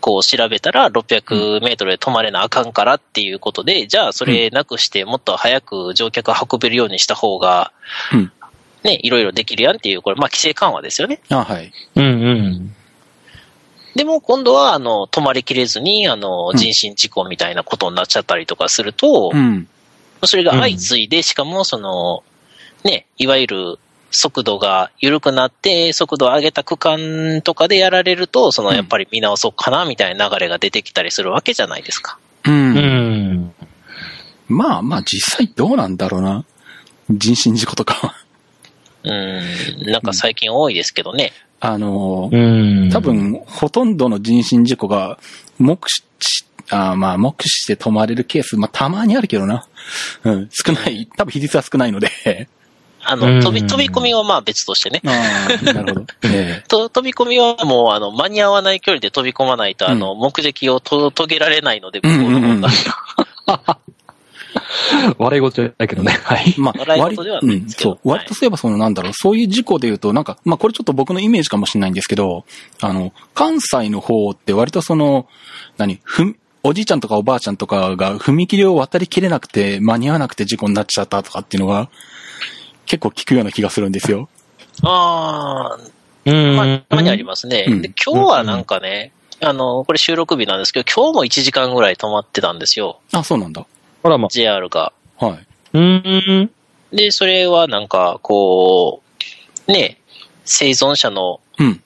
Speaker 2: こう調べたら600メートルで止まれなあかんからっていうことで、じゃあそれなくしてもっと早く乗客運べるようにした方が
Speaker 1: うん、
Speaker 2: ね、いろいろできるやんっていう、これ、まあ規制緩和ですよね。
Speaker 1: あはい。
Speaker 3: うんうん。
Speaker 2: でも今度は、あの、止まりきれずに、あの
Speaker 1: う、ん
Speaker 2: 人身事故みたいなことになっちゃったりとかすると、
Speaker 1: うん。
Speaker 2: それが相次いで、しかもその、ね、いわゆる速度が緩くなって、速度を上げた区間とかでやられると、その
Speaker 1: うん
Speaker 2: やっぱり見直そうかなみたいな流れが出てきたりするわけじゃないですか。
Speaker 1: うん。
Speaker 3: ん。
Speaker 1: まあまあ実際どうなんだろうな。人身事故とか は。
Speaker 2: うん、なんか最近多いですけどね。
Speaker 1: あのー
Speaker 3: うん。
Speaker 1: 多。分、ほとんどの人身事故が、目視、あーまあ、目視して止まれるケース、まあ、たまにあるけどな。うん、少ない。多分、比率は少ないので。
Speaker 2: あ
Speaker 3: う
Speaker 2: の、
Speaker 3: ん
Speaker 2: 飛び、飛び込みはまあ別としてね。
Speaker 1: ああ、なるほど。 ええ
Speaker 2: と飛び込みはもう、あの、間に合わない距離で飛び込まないと、
Speaker 1: うん
Speaker 2: あの、目的をと遂げられないので、
Speaker 1: う
Speaker 2: 向
Speaker 1: ん
Speaker 2: こう
Speaker 1: う
Speaker 2: の
Speaker 1: んうん
Speaker 2: 方が。
Speaker 3: 笑い事じゃないけどね。はい。
Speaker 1: まあ、
Speaker 2: 笑い
Speaker 1: 割
Speaker 2: 事では
Speaker 1: う
Speaker 2: ないん
Speaker 1: ん、
Speaker 2: ですけど
Speaker 1: そう。割とそういえば、その、なんだろう、そういう事故で言うと、なんか、まあ、これちょっと僕のイメージかもしれないんですけど、あの、関西の方って割とその、何、ふん、おじいちゃんとかおばあちゃんとかが踏切を渡りきれなくて、間に合わなくて事故になっちゃったとかっていうのが、結構聞くような気がするん ですよ。
Speaker 2: ああ、
Speaker 3: う
Speaker 2: まあ、たまにありますね。
Speaker 1: うん
Speaker 2: で今日はなんかね、あの、これ収録日なんですけど、今日も1時間ぐらい止まってたんですよ、
Speaker 1: あ、そうなんだ。
Speaker 3: ほらま
Speaker 2: JR が。
Speaker 1: はい。
Speaker 3: うん。
Speaker 2: で、それはなんか、こう、ね、生存者の、
Speaker 1: うん。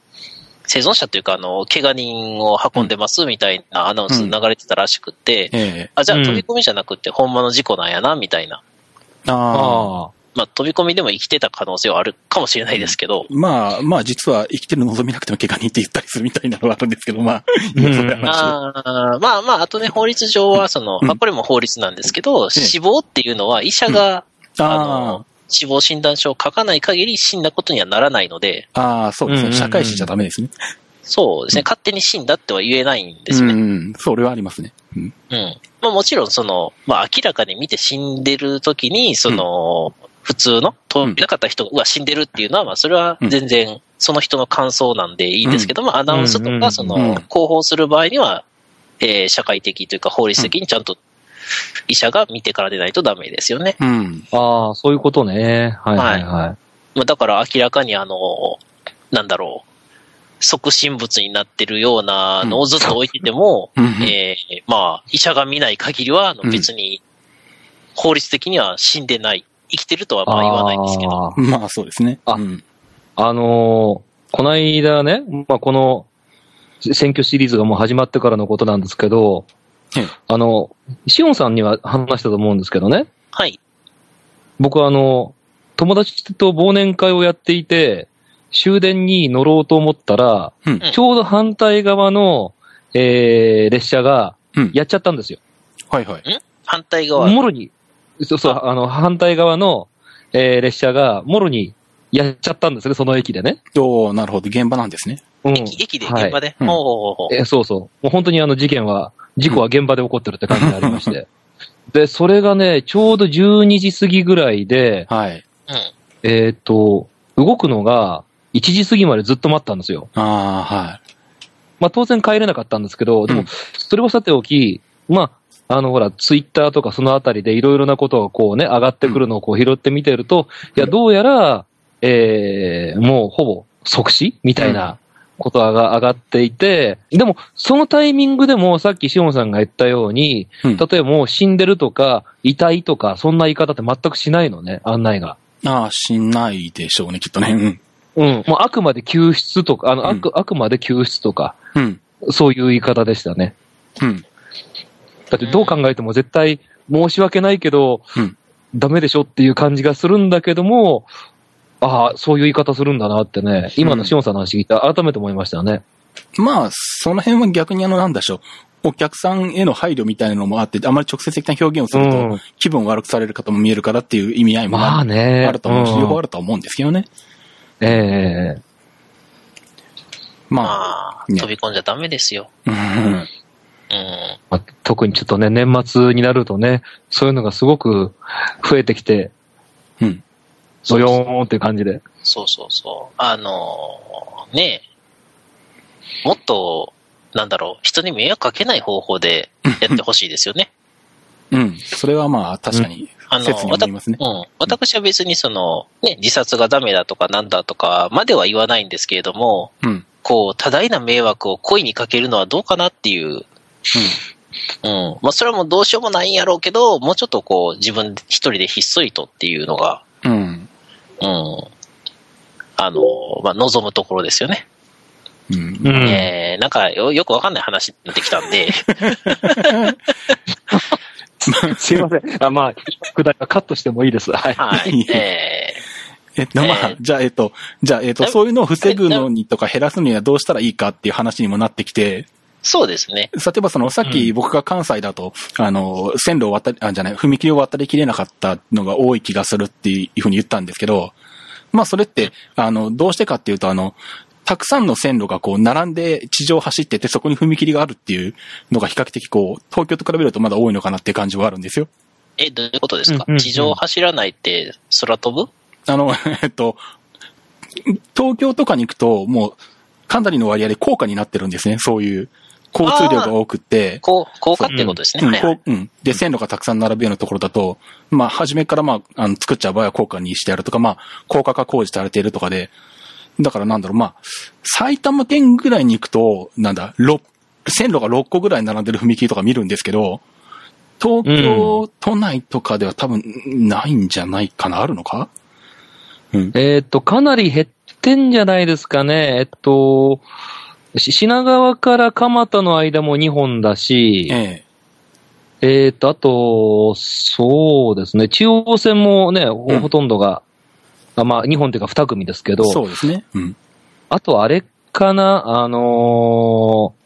Speaker 2: 生存者というか、あの、怪我人を運んでますみたいなアナウンス流れてたらしくって、
Speaker 1: ええ
Speaker 2: あ、じゃあ
Speaker 3: うん
Speaker 2: 飛び込みじゃなくて、ほんまの事故なんやな、みたいな。
Speaker 1: ああ。
Speaker 3: ああ。
Speaker 2: まあ、飛び込みでも生きてた可能性はあるかもしれないですけど、
Speaker 1: まあ、まあ、実は生きてる望みなくても怪我人って言ったりするみたいなのがあるんですけど、まあ、いや、それは話。
Speaker 2: あーまあまあ、あとね、法律上は、その、
Speaker 1: うん
Speaker 2: まあ、これも法律なんですけど、死亡っていうのは医者が、あの
Speaker 1: あ、
Speaker 2: 死亡診断書を書かない限り死んだことにはならないので、
Speaker 1: あ、ああ、そうです
Speaker 3: うんうんう
Speaker 1: ね。
Speaker 3: ん
Speaker 1: 社会史じゃダメですね。
Speaker 2: そうですね、勝手に死んだっては言えないんです
Speaker 1: う
Speaker 2: よ
Speaker 1: ん
Speaker 2: ね。
Speaker 1: うん。それはありますね。うん。
Speaker 2: うん。まあもちろん、その、まあ明らかに見て死んでる時に、その、普通の通りなかった人が、うわ、死んでるっていうのは、まあそれは全然、その人の感想なんでいいんですけど、まあアナウンス
Speaker 3: う
Speaker 2: と
Speaker 3: んうん
Speaker 2: か、そ
Speaker 1: うん
Speaker 2: の、広報する場合には、えー社会的というか法律的にちゃんと医者が見てからでないとダメですよね。
Speaker 1: うん。
Speaker 3: ああ、そういうことね。はいはいは。
Speaker 2: まあだから明らかにあの、なんだろう、即身仏になってるようなのをずっと置いてても、
Speaker 1: うん
Speaker 2: えーまあ、医者が見ない限りは、あの
Speaker 1: うん
Speaker 2: 別に、法律的には死んでない。生きてるとはいまあ言わないんですけど。
Speaker 3: あー
Speaker 1: まあ、そうですね。
Speaker 3: あ
Speaker 1: うん。
Speaker 3: あのーこの間ね、まあ、この選挙シリーズがもう始まってからのことなんですけど
Speaker 1: ええ、
Speaker 3: あの、しおんさんには話したと思うんですけどね、
Speaker 2: はい。
Speaker 3: 僕はあの、友達と忘年会をやっていて、終電に乗ろうと思ったら、
Speaker 1: うん
Speaker 3: ちょうど反対側の、えー、列車が
Speaker 1: うん。
Speaker 3: やっちゃったんですよ。
Speaker 1: はいはい。
Speaker 2: 反対側。
Speaker 3: もろに、そうそう、あの、反対側の、えー、列車がもろにやっちゃったんですね、その駅でね。
Speaker 1: おーなるほど。現場なんですね。
Speaker 3: うん
Speaker 2: 駅駅で、
Speaker 3: はい
Speaker 2: 現場で。
Speaker 1: うん
Speaker 2: ほうほうほう
Speaker 3: えそうそう。もう本当にあの事件は、事故は現場で起こってるって感じがありま して。で、それがね、ちょうど12時過ぎぐらいで、
Speaker 1: はい。
Speaker 2: うん。
Speaker 3: えっ、と、動くのが1時過ぎまでずっと待ったんですよ。
Speaker 1: ああ、はい。
Speaker 3: まあ当然帰れなかったんですけど、で
Speaker 1: う
Speaker 3: も
Speaker 1: ん、
Speaker 3: それをさておき、まあ、あの、ほら、ツイッターとかそのあたりでいろいろなことがこうね、上がってくるのをこう拾ってみてると、いや、どうやら、えー、もうほぼ即死みたいなことが上がっていて、でも、そのタイミングでもさっきしおんさんが言ったように、
Speaker 1: うん
Speaker 3: 例えばもう死んでるとか、遺体とか、そんな言い方って全くしないのね、案内が。
Speaker 1: ああ、しないでしょうね、きっとね。うん。
Speaker 3: うん。もうあくまで救出とか、あの、あ
Speaker 1: う
Speaker 3: く、あくまで救出とか、
Speaker 1: うん。
Speaker 3: そういう言い方でしたね。
Speaker 1: うん。
Speaker 3: だってどう考えても絶対申し訳ないけど、
Speaker 1: うん
Speaker 3: ダメでしょっていう感じがするんだけども、ああ、そういう言い方するんだなってね、今のしおんさんの話聞いて改めて思いましたね。
Speaker 1: まあ、その辺は逆にあの、なんだでしょう。お客さんへの配慮みたいなのもあって、あまり直接的な表現をす
Speaker 3: う
Speaker 1: ると、
Speaker 3: ん。
Speaker 1: 気分を悪くされる方も見えるからっていう意味合いも
Speaker 3: まあ
Speaker 1: あ
Speaker 3: ね。
Speaker 1: ると思うし、
Speaker 3: うん
Speaker 1: 両方あるとは思うんですけどね。
Speaker 3: ええ
Speaker 1: まあ、
Speaker 2: まあ、
Speaker 1: ね
Speaker 2: 飛び込んじゃダメですよ。
Speaker 1: うん。
Speaker 2: うん。
Speaker 3: まあ特にちょっとね、年末になるとね、そういうのがすごく増えてきて、
Speaker 1: うん。
Speaker 3: ドヨーンっていう感じで。
Speaker 2: そうそうそう。あのーねえもっと、なんだろう、人に迷惑かけない方法でやってほしいですよね。
Speaker 1: うん。それはまあ、確かに、
Speaker 2: あの、
Speaker 1: 切に思いますね。
Speaker 2: うん。私は別にその、ね、自殺がダメだとかなんだとかまでは言わないんですけれども、
Speaker 1: うん。
Speaker 2: こう、多大な迷惑を故意にかけるのはどうかなっていう。うん。まあ、それはもうどうしようもないんやろうけど、もうちょっとこう、自分一人でひっそりとっていうのが、
Speaker 1: うん。
Speaker 2: うん。あの、まあ、望むところですよね。
Speaker 1: うん
Speaker 3: う。ん。
Speaker 2: えー、なんかよ、よくわかんない話になってきたんで、
Speaker 3: すいません。あまあ、副題はカットしてもいいです。はい。
Speaker 2: はい。え
Speaker 1: えっと、まあ
Speaker 2: え、
Speaker 1: じゃあ、えっと、じゃあ、えっと、
Speaker 2: え
Speaker 1: そういうのを防ぐのにとか減らすにはどうしたらいいかっていう話にもなってきて、
Speaker 2: ー、そうですね。
Speaker 1: 例えばその、さっき僕が関西だと、あの、線路を渡り、あ、じゃない、踏切を渡りきれなかったのが多い気がするっていうふうに言ったんですけど、まあ、それって、あの、どうしてかっていうと、あの、たくさんの線路がこう、並んで地上を走ってて、そこに踏切があるっていうのが比較的こう、東京と比べるとまだ多いのかなっていう感じはあるんですよ。
Speaker 2: え、どういうことですか、
Speaker 3: うんうんうん
Speaker 2: 地上を走らないって空飛ぶ
Speaker 1: あの、 えっと、東京とかに行くと、もう、かなりの割合で高価になってるんですね。そういう、交通量が多くて、
Speaker 2: こう、高架ってことですね。
Speaker 1: うん
Speaker 2: はい、はい。
Speaker 1: こううんで、線路がたくさん並ぶようなところだと、まあ、初めからまあ、あの、作っちゃう場合は高価にしてあるとか、まあ、高価化工事されているとかで、だからなんだろう、まあ、埼玉県ぐらいに行くと、なんだ、ろ線路が6個ぐらい並んでる踏切とか見るんですけど、東京都内とかでは多分ないんじゃないかな、あるのかうん。
Speaker 3: えっと、かなり減ってんじゃないですかね。えっと、し品川から蒲田の間も2本だし、
Speaker 1: ええ。
Speaker 3: えー、と、あと、そうですね、中央線もね、ほ
Speaker 1: うん
Speaker 3: ほとんどが、あまあ、2本というか2組ですけど、
Speaker 1: そうですね。うん。
Speaker 3: あとあれかな、あのー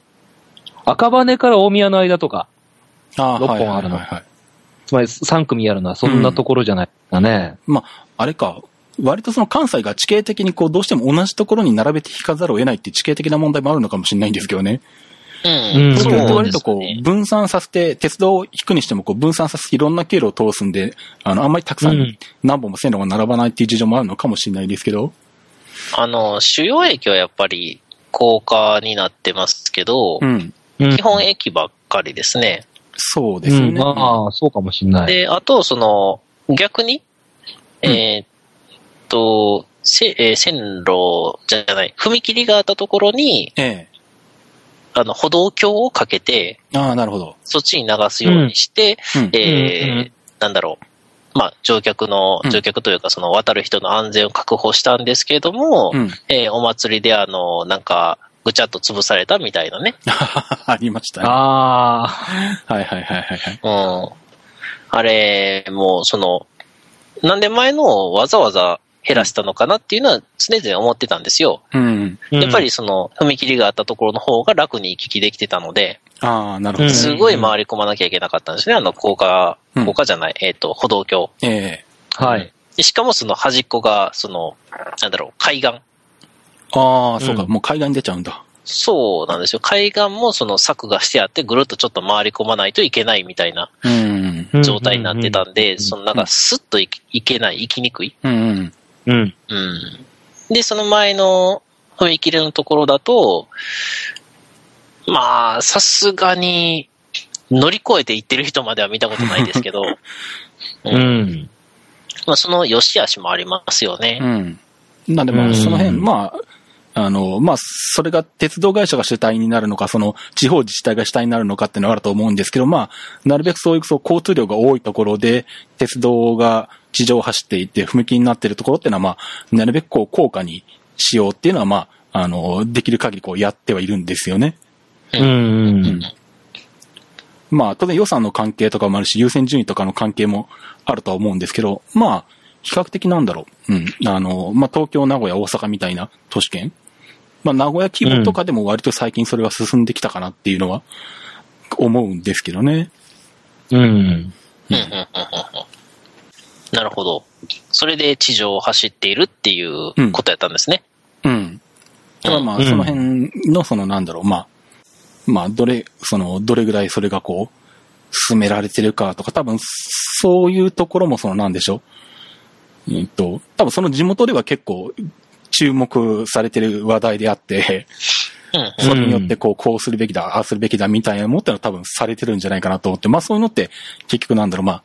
Speaker 3: 赤羽から大宮の間とか、
Speaker 1: あー
Speaker 3: 六本あるの
Speaker 1: はいはいはいはい
Speaker 3: つまり3組やるのはそんなところじゃないかね。
Speaker 1: あれか、割とその関西が地形的にこう、どうしても同じところに並べて引かざるを得ないっていう地形的な問題もあるのかもしれないんですけどね。
Speaker 2: うん。
Speaker 3: うん
Speaker 1: 東
Speaker 2: そう
Speaker 1: 京って
Speaker 2: で
Speaker 1: 割と
Speaker 2: す
Speaker 1: こ
Speaker 2: ね
Speaker 1: う、。分散させて、鉄道を引くにしてもこう、分散させていろんな経路を通すんで、あの、あんまりたくさ
Speaker 3: うんん
Speaker 1: 何本も線路が並ばないっていう事情もあるのかもしれないですけど。
Speaker 2: あの、主要駅はやっぱり高架になってますけど、
Speaker 1: うん。
Speaker 3: うん
Speaker 2: 基本駅ばっかりですね。
Speaker 1: そうです
Speaker 3: う
Speaker 1: よ
Speaker 3: ん、
Speaker 1: ね。
Speaker 3: まあ、そうかもしれない。
Speaker 2: で、あと、その、逆に、
Speaker 1: うん
Speaker 2: えーっと、せえー線路じゃない、踏切があったところに、
Speaker 1: ええ。
Speaker 2: あの、歩道橋をかけて、
Speaker 1: ああ、なるほど。
Speaker 2: そっちに流すようにして、
Speaker 1: うん。
Speaker 2: えー
Speaker 3: うんうん
Speaker 2: なんだろう、まあ、乗客の
Speaker 1: うん、
Speaker 2: 乗客というか、その、渡る人の安全を確保したんですけれども、
Speaker 1: うん。
Speaker 2: えーお祭りで、あの、なんか、ぐちゃっと潰されたみたいなね。
Speaker 1: ありましたね。は
Speaker 3: あ
Speaker 1: いはいはいはいはい。
Speaker 2: うん。あれ、もう、その、何年前のをわざわざ減らしたのかなっていうのは常々思ってたんですよ。
Speaker 1: うん。
Speaker 3: あ、
Speaker 2: やっぱりその、踏切があったところの方が楽に行き来できてたので、
Speaker 1: ああ、なるほ
Speaker 3: う
Speaker 1: ど
Speaker 3: ん。
Speaker 2: すごい回り込まなきゃいけなかったんですね。あの、高架、
Speaker 1: うん
Speaker 2: 高架じゃない、えっ、と、歩道橋。
Speaker 1: ええ。
Speaker 3: うん、はい。
Speaker 2: でしかもその端っこが、その、なんだろう、海岸。
Speaker 1: ああ、そうか。
Speaker 3: うん
Speaker 1: もう海岸に出ちゃうんだ。
Speaker 2: そうなんですよ。海岸もその柵がしてあって、ぐるっとちょっと回り込まないといけないみたいな
Speaker 1: うん。
Speaker 2: 状態になってたんで、
Speaker 3: ん
Speaker 2: そのなんかスッと行行けない、行きにくい。
Speaker 1: うんうん。
Speaker 3: うん。
Speaker 2: うん。で、その前の踏切のところだと、まあ、さすがに乗り越えて行ってる人までは見たことないですけ ど、
Speaker 3: うん。うん。
Speaker 2: まあ、その良し悪しもありますよね。
Speaker 1: うん。なんで、ま
Speaker 3: う
Speaker 1: あ、
Speaker 3: ん
Speaker 1: その辺、まあ、あの、まあ、それが鉄道会社が主体になるのか、その地方自治体が主体になるのかっていうのはあると思うんですけど、まあ、なるべくそういうそう交通量が多いところで、鉄道が地上を走っていて、踏切になっているところっていうのは、まあ、なるべくこう、高価にしようっていうのは、まあ、あの、できる限りこう、やってはいるんですよね。
Speaker 3: うん。うん
Speaker 1: まあ、当然予算の関係とかもあるし、優先順位とかの関係もあるとは思うんですけど、まあ、比較的なんだろう。うん。あの、まあ、東京、名古屋、大阪みたいな都市圏。まあ、名古屋規模とかでも割と最近それは進んできたかなっていうのは思うんですけどね。
Speaker 3: うん。
Speaker 2: うんうんうんうんうんなるほど。それで地上を走っているっていうことやったんですね。
Speaker 1: うん。だからま
Speaker 3: う
Speaker 1: あ、
Speaker 3: ん
Speaker 1: その辺のそのなんだろう、まあ、まあ、どれ、その、どれぐらいそれがこう、進められてるかとか、多分、そういうところもそのなんでしょう。えっと、多分その地元では結構注目されてる話題であって、
Speaker 2: うんうん
Speaker 1: それによってこう、こうするべきだ、ああするべきだみたいなもってのは多分されてるんじゃないかなと思って、まあそういうのって結局なんだろう、まあ、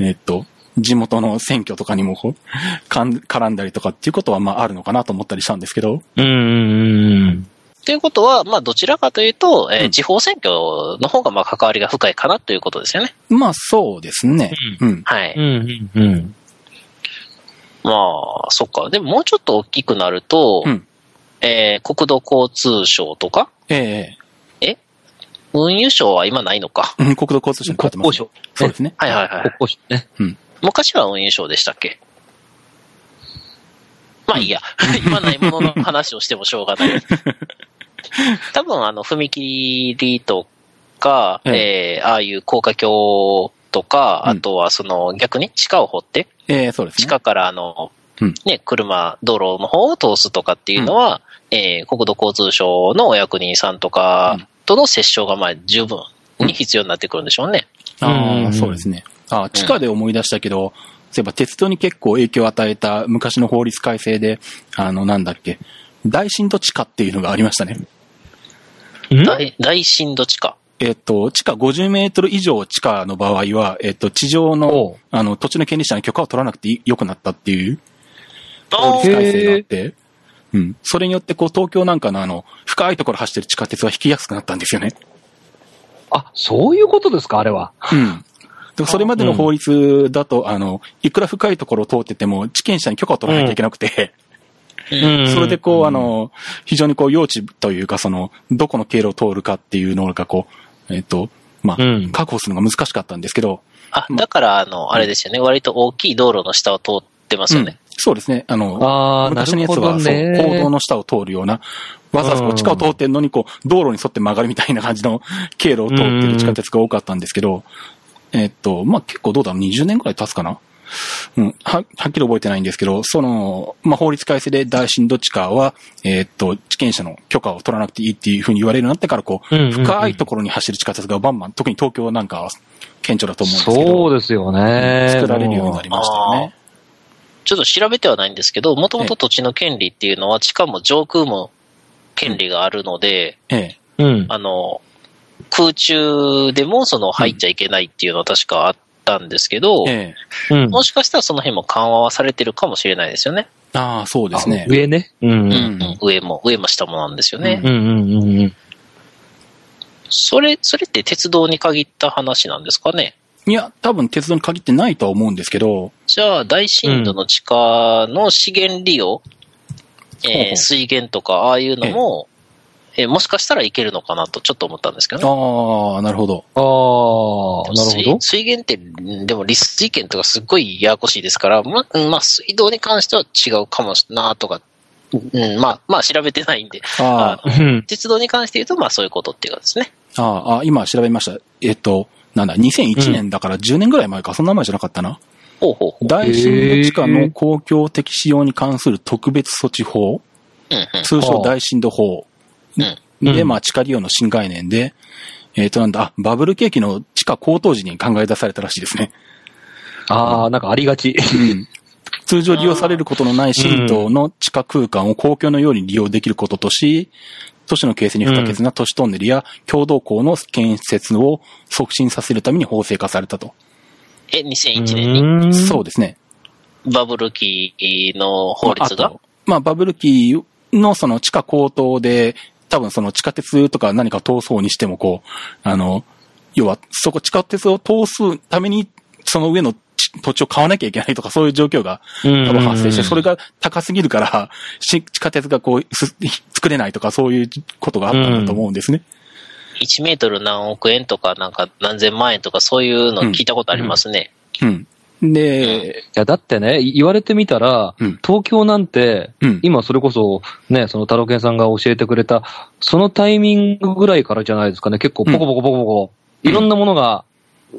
Speaker 1: えっと、地元の選挙とかにもこう、かん絡んだりとかっていうことはまああるのかなと思ったりしたんですけど、
Speaker 3: うん。うん。
Speaker 2: ということは、まあ、どちらかというと、えー
Speaker 1: うん
Speaker 2: 地方選挙の方が、まあ、関わりが深いかなということですよね。
Speaker 1: まあそうですね。うん。
Speaker 2: はい。
Speaker 3: うん。うん。
Speaker 2: まあ、そっか。でももうちょっと大きくなると、
Speaker 1: うん
Speaker 2: えー国土交通省とか、
Speaker 1: ええ
Speaker 2: 運輸省は今ないのか。
Speaker 1: うん国土交通省に変わってます、ね。
Speaker 3: 省。
Speaker 1: そうですね。
Speaker 2: はいはいは
Speaker 3: 国
Speaker 2: い。
Speaker 3: 交省ね。
Speaker 2: 昔は運輸省でしたっけまあいいや。今ないものの話をしてもしょうが ない。多分あの、踏切とか、
Speaker 1: え
Speaker 2: えーああいう高架橋とか、
Speaker 1: うん
Speaker 2: あとはその逆に地下を掘って、
Speaker 1: ええそうです
Speaker 2: 地
Speaker 1: ね。
Speaker 2: 下からあの、
Speaker 1: うん
Speaker 2: ね、車、道路の方を通すとかっていうのは、えー国土交通省のお役人さんと
Speaker 1: うん
Speaker 2: かとの接触がまあ十分に必要になってくるんでしょうね。
Speaker 1: あ
Speaker 3: う
Speaker 1: あ、
Speaker 3: ん
Speaker 1: そうですね。ああ、地下で思い出したけど、そういえば鉄道に結構影響を与えた昔の法律改正で、あの、なんだっけ、大震度地下っていうのがありましたね。
Speaker 2: 大大震度地下。
Speaker 1: えっと、地下50メートル以上地下の場合は、えっと、地上
Speaker 3: お
Speaker 1: の
Speaker 3: う、
Speaker 1: あの、土地の権利者の許可を取らなくていい良くなったっていう法
Speaker 2: あ
Speaker 1: 律改正があって、うん。それによって、こう、東京なんかのあの、深いところ走ってる地下鉄は引きやすくなったんですよね。
Speaker 3: あ、そういうことですか、あれは。
Speaker 1: うん。でもそれまでの法律だと、あの、いくら深いところを通ってても、地権者に許可を取らなきゃいけなくて、
Speaker 2: ー
Speaker 1: それでこう、あ
Speaker 3: ん、
Speaker 1: の、非常にこう、用地というか、その、どこの経路を通るかっていうのが、こう、えっと、まあ
Speaker 3: う、ん。
Speaker 1: 確保するのが難しかったんですけど、
Speaker 2: あ、だから、あの、あれですよね。割と大きい道路の下を通ってますよね。
Speaker 1: そうですね。あの、
Speaker 3: ああ、な
Speaker 1: 昔の
Speaker 3: る
Speaker 1: やつ
Speaker 3: ほど
Speaker 1: は、そう、
Speaker 3: ね。
Speaker 1: 行動の下を通るような、わざわざこう
Speaker 3: うん
Speaker 1: 地下を通ってんのに、こう、道路に沿って曲がるみたいな感じの 経路を通ってる地下鉄が多かったんですけど、えっと、まあ、結構どうだろう、20年くらい経つかなうん、は、はっきり覚えてないんですけど、その、まあ、法律改正で大震度地下は、えっと、地権者の許可を取らなくていいっていうふうに言われるようになってから、こう、
Speaker 3: うんうんうん
Speaker 1: 深いところに走る地下鉄がバンバン、特に東京なんかは顕著だと思うんですけど、
Speaker 3: そうですよね。
Speaker 1: 作られるようになりましたよね。
Speaker 2: ちょっと調べてはないんですけど、もともと土地の権利っていうのは、地下も上空も権利があるので、
Speaker 1: ええ。
Speaker 3: うん。
Speaker 2: あの、空中でもその入っちゃいけないっていうのは確かあったんですけど、
Speaker 1: ええ。
Speaker 3: うん
Speaker 2: もしかしたらその辺も緩和はされてるかもしれないですよね。
Speaker 1: ああ、そうですね。
Speaker 3: 上ね。うん
Speaker 2: う
Speaker 1: うん
Speaker 2: ん、上も、上も下もなんですよね。
Speaker 1: うん
Speaker 3: うんうんうんうん。
Speaker 2: それ、それって鉄道に限った話なんですかね。
Speaker 1: いや、多分鉄道に限ってないとは思うんですけど、
Speaker 2: じゃあ、大震度の地下の資源利用、
Speaker 1: ほうほ
Speaker 2: えー
Speaker 1: う
Speaker 2: 水源とか、ああいうのも、えーもしかしたらいけるのかなとちょっと思ったんですけどね。
Speaker 1: ああ、なるほど。
Speaker 3: ああ、なるほど
Speaker 2: 水。水源って、んでも利水権とかすっごいややこしいですから、ま、うんまあ、水道に関しては違うかもしなとか、うん、まあ、まあ、調べてないんで。
Speaker 1: あ
Speaker 2: あ
Speaker 1: ー
Speaker 3: うん。
Speaker 2: 鉄道に関して言うと、まあ、そういうことっていうかですね。
Speaker 1: あー、あー今調べました。えっと、なんだ、2001年だから10年ぐらい前か、そんな前じゃなかったな。
Speaker 2: ほうほうほう。
Speaker 1: 大震度地下の公共的使用に関する特別措置法、
Speaker 2: うんうん。
Speaker 1: 通称大震度法
Speaker 2: うん
Speaker 1: で、
Speaker 3: うん
Speaker 1: まあ、地下利用の新概念で、えっと、なんだ、あバブル景気の地下高騰時に考え出されたらしいですね。
Speaker 3: ああ、なんかありがち。
Speaker 1: 通常利用されることのない神道の地下空間を公共のように利用できることとし、都市の形成に不可欠な都市トンネルや共同校の建設を促進させるために法制化されたと。
Speaker 2: え、2001年に
Speaker 3: に
Speaker 1: そうですね。
Speaker 2: バブル期の法律
Speaker 1: まああ
Speaker 2: が
Speaker 1: と、まあ、バブル期のその地下高騰で、多分その地下鉄とか何か通そうにしてもこう、あの、要はそこ地下鉄を通すためにその上の地土地を買わなきゃいけないとかそういう状況が多分発生して、それが高すぎるから、 し地下鉄がこう、す作れないとか、そういうことがあったんだと思うんですね。
Speaker 2: 1メートル何億円とか、なんか何千万円とか、そういうの聞いたことありますね。
Speaker 1: うん。で、
Speaker 3: いや、だってね、い言われてみたら、
Speaker 1: うん
Speaker 3: 東京なんて、
Speaker 1: うん。
Speaker 3: 今それこそ、ね、その太郎健さんが教えてくれた、そのタイミングぐらいからじゃないですかね、結構ポコポコポコポコ、
Speaker 1: うん
Speaker 3: いろんなものが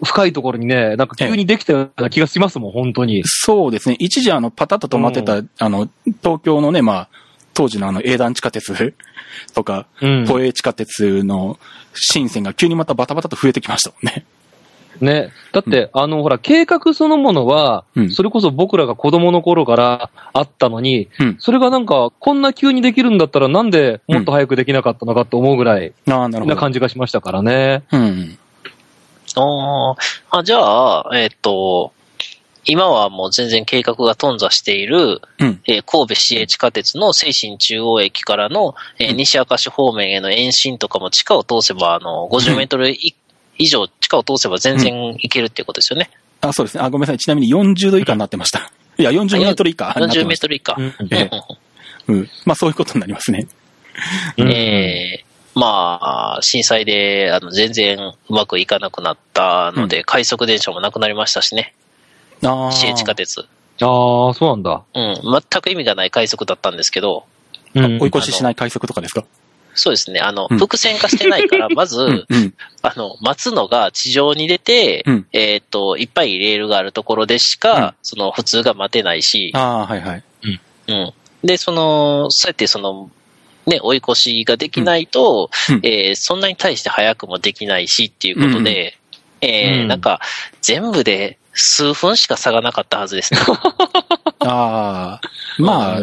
Speaker 3: 深いところにね、なんか急にできたような気がしますもん、本当に。
Speaker 1: そうですね。一時あの、パタッと止まってた、あの、東京のね、まあ、当時のあの、英断地下鉄 とか、
Speaker 3: うん
Speaker 1: 都営地下鉄の新線が急にまたバタバタと増えてきましたもんね。
Speaker 3: ね。だって、あの、ほら、計画そのものは、
Speaker 1: うん
Speaker 3: それこそ僕らが子供の頃からあったのに、
Speaker 1: うん
Speaker 3: それがなんか、こんな急にできるんだったら、なんでもっと早くできなかったのかと思うぐらい
Speaker 1: ああ、なるほ
Speaker 3: な
Speaker 1: ど。
Speaker 3: 感じがしましたからね。
Speaker 1: うん。
Speaker 2: あーあ、じゃあ、えっ、と、今はもう全然計画が頓挫している、
Speaker 1: うん。
Speaker 2: えー神戸市営地下鉄の西神中央駅からの、えー
Speaker 1: うん
Speaker 2: 西明石方面への延伸とかも地下を通せば、あの、50メートルい以上地下を通せば全然行けるっていうことですよね。
Speaker 1: あ、そうですね。あ、ごめんなさい。ちなみに40度以下になってました。いや、40メートル以下になって
Speaker 2: 40
Speaker 1: ま
Speaker 2: メ
Speaker 1: し
Speaker 2: ートル以下。
Speaker 3: うん
Speaker 1: えた。うん。まあ、そういうことになりますね。
Speaker 3: うん
Speaker 2: ええまあ、震災で、あの、全然うまくいかなくなったので、快速電市もなくなりましたしね。
Speaker 1: ああ。
Speaker 2: 市営地下鉄。
Speaker 3: ああ、そうなんだ。
Speaker 2: うん、全く意味がない快速だったんですけど、
Speaker 3: うん
Speaker 1: 追い越ししない快速とかですか
Speaker 2: そうですね、あの
Speaker 1: うん、
Speaker 2: 伏線化してない から、まず、
Speaker 1: うん。うん。
Speaker 2: あの、待つのが地上に出て、
Speaker 1: うん
Speaker 2: えっ、と、いっぱいレールがあるところでしか、
Speaker 1: うん
Speaker 2: その、普通が待てないし、
Speaker 1: ああ、はいはい。
Speaker 2: うん。で、その、そうやってその、ね、追い越しができないと、
Speaker 1: うんうん
Speaker 2: えーそんなに対して早くもできないしっていうことで、えー
Speaker 3: うん
Speaker 2: なんか、全部で数分しか差がなかったはずですね。
Speaker 1: ああ。まあ、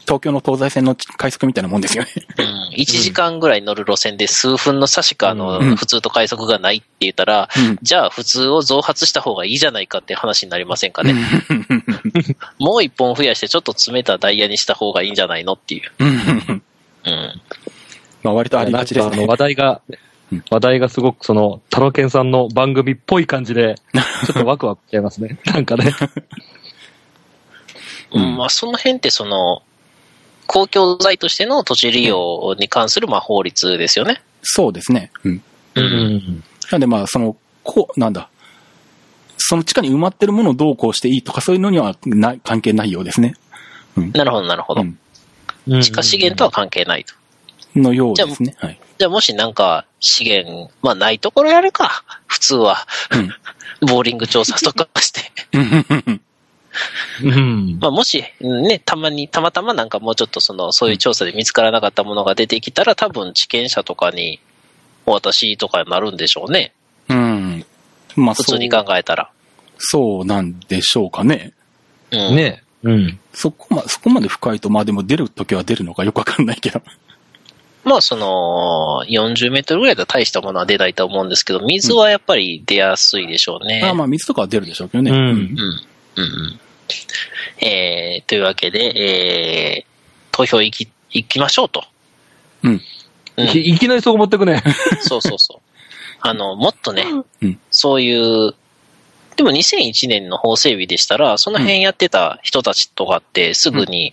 Speaker 1: 東京の東西線の快速みたいなもんですよね。
Speaker 2: うん、1時間ぐらい乗る路線で数分の差しか、あの、
Speaker 1: うん
Speaker 2: 普通と快速がないって言ったら、
Speaker 1: うん。
Speaker 2: じゃあ普通を増発した方がいいじゃないかって話になりませんかね。もう一本増やしてちょっと詰めたダイヤにした方がいいんじゃないのっていう。
Speaker 1: うん。
Speaker 2: うん。
Speaker 1: まあ、割とありがちです
Speaker 3: なんかあ
Speaker 1: ね
Speaker 3: の。話題が
Speaker 1: うん、
Speaker 3: 話題がすごくその、タロケンさんの番組っぽい感じで、ちょっとワクワクしちゃいますね。なんかね。
Speaker 1: うん
Speaker 2: まあその辺ってその、公共財としての土地利用に関するまあ法律ですよね。
Speaker 1: そうですね。うん。
Speaker 2: う
Speaker 3: うん。
Speaker 1: なんでまあ、その、こう、なんだ。その地下に埋まってるものをどうこうしていいとかそういうのにはな関係ないようですね。
Speaker 2: なるほど、なるほ
Speaker 1: う
Speaker 2: ど。
Speaker 1: ん。
Speaker 2: 地下資源とは関係ないと。
Speaker 1: のようですね。はい。
Speaker 2: じゃあもしなんか資源、まあないところやるか。普通は、
Speaker 1: うん。
Speaker 2: ボーリング調査とか して。
Speaker 1: うん
Speaker 3: うん。
Speaker 2: まあもし、ね、たまに、たまたまなんかもうちょっとその、そういう調査で見つからなかったものが出てきたら、多分地権者とかに、お渡しとかになるんでしょうね。
Speaker 1: うん。まあ、
Speaker 2: 普
Speaker 1: そ
Speaker 2: 通
Speaker 1: う
Speaker 2: に、考えたら。
Speaker 1: そうなんでしょうかね。
Speaker 2: うん。
Speaker 3: ねうん。
Speaker 1: そこま、そこまで深いと、まあでも出るときは出るのかよくわかんないけど。
Speaker 2: まあその、40メートルぐらいだと大したものは出ないと思うんですけど、水はやっぱり出やすいでしょうね。
Speaker 1: ああまあ水とかは出るでしょうけどね。
Speaker 3: うん
Speaker 2: うん。うんうん。えー、というわけで、えー、投票行き、行きましょうと。
Speaker 1: うん。
Speaker 2: うん
Speaker 3: いきいきなりそこ持ってくね。
Speaker 2: そうそう そう。あの、もっとね、
Speaker 1: うん
Speaker 2: そういう、でも2001年の法整備でしたら、その辺やってた人たちとかってすぐに、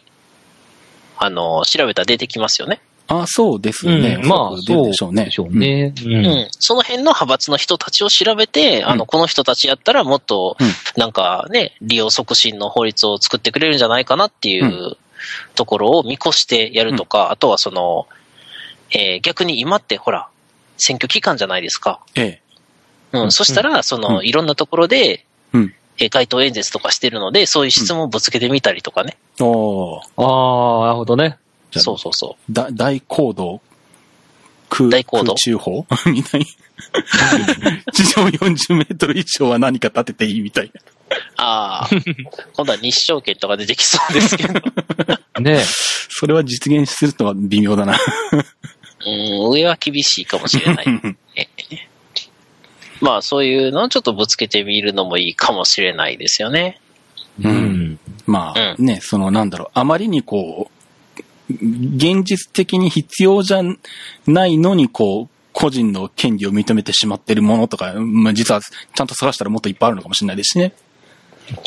Speaker 2: あの、調べたら出てきますよね。
Speaker 1: ああ、そうですね。
Speaker 3: うんまあ、
Speaker 1: おそらく出
Speaker 3: そ
Speaker 1: る
Speaker 3: う
Speaker 1: で
Speaker 3: で
Speaker 1: し
Speaker 3: し
Speaker 1: ょ
Speaker 3: ょ
Speaker 1: う
Speaker 3: う
Speaker 1: ね。
Speaker 3: ね。う。
Speaker 2: うんん。その辺の派閥の人たちを調べて、あ
Speaker 1: う
Speaker 2: の、
Speaker 1: ん
Speaker 2: この人たちやったらもっと
Speaker 1: うん、
Speaker 2: なんかね、利用促進の法律を作ってくれるんじゃないかなっていううところを見越してやるとか、あとはその、えー逆に今ってほら、選挙期間じゃないですか。
Speaker 1: ええ。
Speaker 2: うん、そしたら、その、
Speaker 1: うん
Speaker 2: いろんなところで、
Speaker 1: うん
Speaker 2: えー街頭演説とかしてるので、そういう質問をぶつけてみたりとかね。
Speaker 1: おー
Speaker 3: ああ、なるほどね。
Speaker 1: じゃあ
Speaker 2: そうそうそ
Speaker 1: だ大行動、空
Speaker 2: 大行動。
Speaker 1: 空中砲 みたいな。 地上40メートル以上は何か立てていいみたいう
Speaker 2: ああ、今度は日照圏とか出てきそうですけど。
Speaker 3: ね
Speaker 1: な。それは実現するとは微妙だな。
Speaker 2: うん、上は厳しいかもしれない。えーまあ、そういうのをちょっとぶつけてみるのもいいかもしれないですよね。
Speaker 1: う。まあ、
Speaker 2: う
Speaker 1: ね、そのなんだろう、あまりにこう、現実的に必要じゃないのにこう、個人の権利を認めてしまってるものとか、まあ実はちゃんと探したらもっといっぱいあるのかもしれないですしね。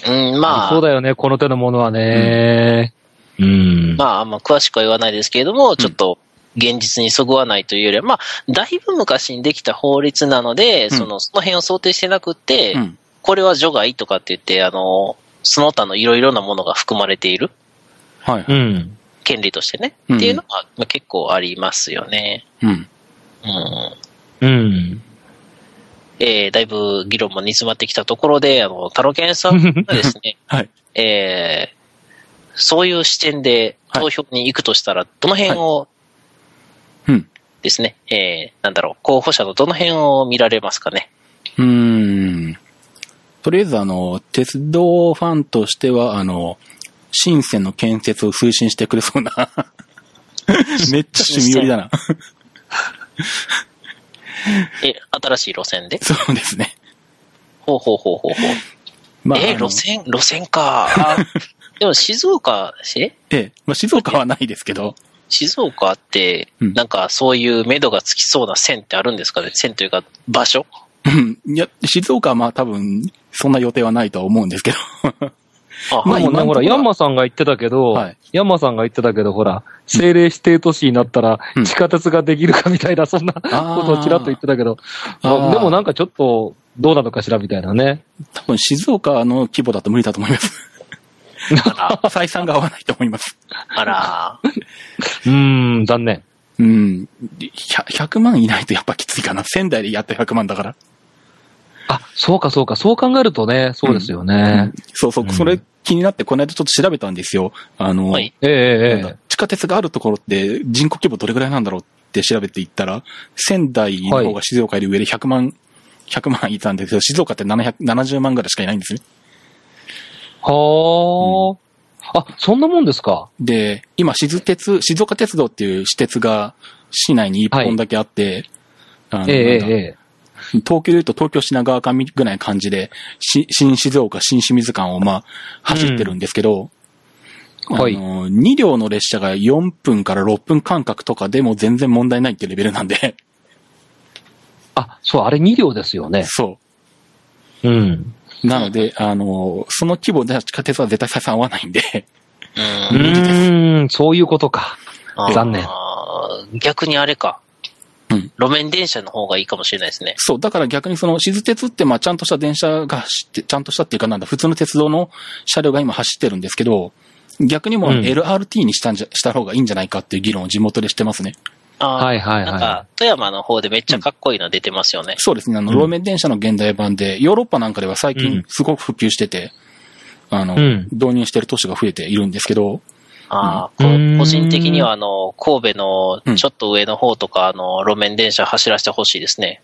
Speaker 2: うん、ま
Speaker 3: そう
Speaker 2: あ、
Speaker 3: だよね、この手のものはね。うん。
Speaker 2: まあ、あんま詳しくは言わないですけれども、ちょっと、現実にそぐわないというよりは、まあ、だいぶ昔にできた法律なので、
Speaker 1: ん
Speaker 2: その、その辺を想定してなくって、
Speaker 1: うん。
Speaker 2: これは除外とかって言って、あの、その他のいろいろなものが含まれている
Speaker 1: はい。
Speaker 3: うん。
Speaker 2: 権利としてね、
Speaker 1: うん
Speaker 2: っていうのはまあ結構ありますよね。
Speaker 1: うん。
Speaker 2: うん。
Speaker 3: うん。
Speaker 2: えー、だいぶ議論も煮詰まってきたところで、あの、タロケンさんがですね、
Speaker 1: はい。
Speaker 2: えー、そういう視点で
Speaker 1: はい
Speaker 2: 投票に行くとしたら、どの辺を
Speaker 1: うん。
Speaker 2: ですね、えー、なんだろう、候補者のどの辺を見られますかね。
Speaker 1: うーん。とりあえず、あの、鉄道ファンとしては、あの、深センの建設を推進してくれそうな。 めっちゃ趣味寄りだな。
Speaker 2: え、新しい路線で
Speaker 1: そうですね。
Speaker 2: ほうほうほうほうほう。
Speaker 1: ま
Speaker 2: えー
Speaker 1: の
Speaker 2: 路線、路線か。あーでも静岡、え
Speaker 1: ええ。まあ、静岡はないですけど。
Speaker 2: 静岡って、
Speaker 1: うん
Speaker 2: なんかそういう目処がつきそうな線ってあるんですかね線というか場所
Speaker 1: うんいや、静岡はまあ多分、そんな予定はないとは思うんですけど。
Speaker 2: あ
Speaker 1: まあ
Speaker 3: でも
Speaker 1: 今のと
Speaker 3: ね、ほ
Speaker 1: ころ
Speaker 3: ら、ヤンマさんが言ってたけど、
Speaker 1: はい
Speaker 3: ヤンマさんが言ってたけど、ほら、政令指定都市になったら
Speaker 1: うん、
Speaker 3: 地下鉄ができるかみたいな、そんなこ
Speaker 1: あー
Speaker 3: とをちらっと言ってたけど、
Speaker 1: あー
Speaker 3: あでもなんかちょっと、どうなのかしらみたいなね。
Speaker 1: 多分静岡の規模だと無理だと思います。
Speaker 2: あ
Speaker 1: 採算が合わないと思います。
Speaker 2: ら、あら、
Speaker 3: うーん、残念。
Speaker 1: うん。100, 100万いないとやっぱきついかな。仙台でやった100万だから。
Speaker 3: あ、そうかそうか、そう考えるとね、そうですよね。
Speaker 1: そうそうう。
Speaker 3: ん
Speaker 1: それ気になってこの間ちょっと調べたんですよ。あの、
Speaker 2: はい。
Speaker 3: ええ
Speaker 1: なん
Speaker 3: ええ
Speaker 1: だ地下鉄があるところって人口規模どれぐらいなんだろうって調べていったら、仙台の方が静岡より上で100万、100万いたんですけど、静岡って700 70万ぐらいしかいないんですね。
Speaker 3: はーあ、そんなもんですか。
Speaker 1: で、今、静鉄、静岡鉄道っていう私鉄が市内に1本だけあって、あの
Speaker 3: えええ
Speaker 1: なん
Speaker 3: え
Speaker 1: だ
Speaker 3: え
Speaker 1: 東京で言うと東京品川間ぐらいの感じで、し新静岡、新清水間をまあ、走ってるんですけど、
Speaker 3: うんはい
Speaker 1: あの、2両の列車が4分から6分間隔とかでも全然問題ないっていうレベルなんで、
Speaker 3: あ、そう、あれ2両ですよね。
Speaker 1: そ
Speaker 3: うん。
Speaker 1: う。なので、あの、その規模では地下鉄は絶対採算合わないんで、
Speaker 3: う
Speaker 2: うん。
Speaker 3: ーん、そういうことか。
Speaker 2: あー
Speaker 3: 残念。
Speaker 2: 逆にあれか。
Speaker 1: うん
Speaker 2: 路面電車の方がいいかもしれないですね。
Speaker 1: そう、だから逆にその、静鉄って、まあ、ちゃんとした電車が走って、ちゃんとしたっていうかなんだ、普通の鉄道の車両が今走ってるんですけど、逆にもううん LRT にしたんじゃ、した方がいいんじゃないかっていう議論を地元でしてますね。
Speaker 2: あー
Speaker 3: はいはい
Speaker 2: なん
Speaker 3: は
Speaker 2: か、富山の方でめっちゃかっこいいの出てますよね。
Speaker 1: そうですね、あの、
Speaker 3: うん
Speaker 1: 路面電車の現代版で、ヨーロッパなんかでは最
Speaker 3: う
Speaker 1: 近
Speaker 3: ん
Speaker 1: すごく普及してて、あの、
Speaker 3: うん
Speaker 1: 導入してる都市が増えているんですけど、
Speaker 2: あ
Speaker 3: う
Speaker 2: ー
Speaker 3: ん
Speaker 2: こ個人的には、あの、神戸
Speaker 1: うん
Speaker 2: のちょっと上の方とか、あの、路面電車走らせてほしいですね。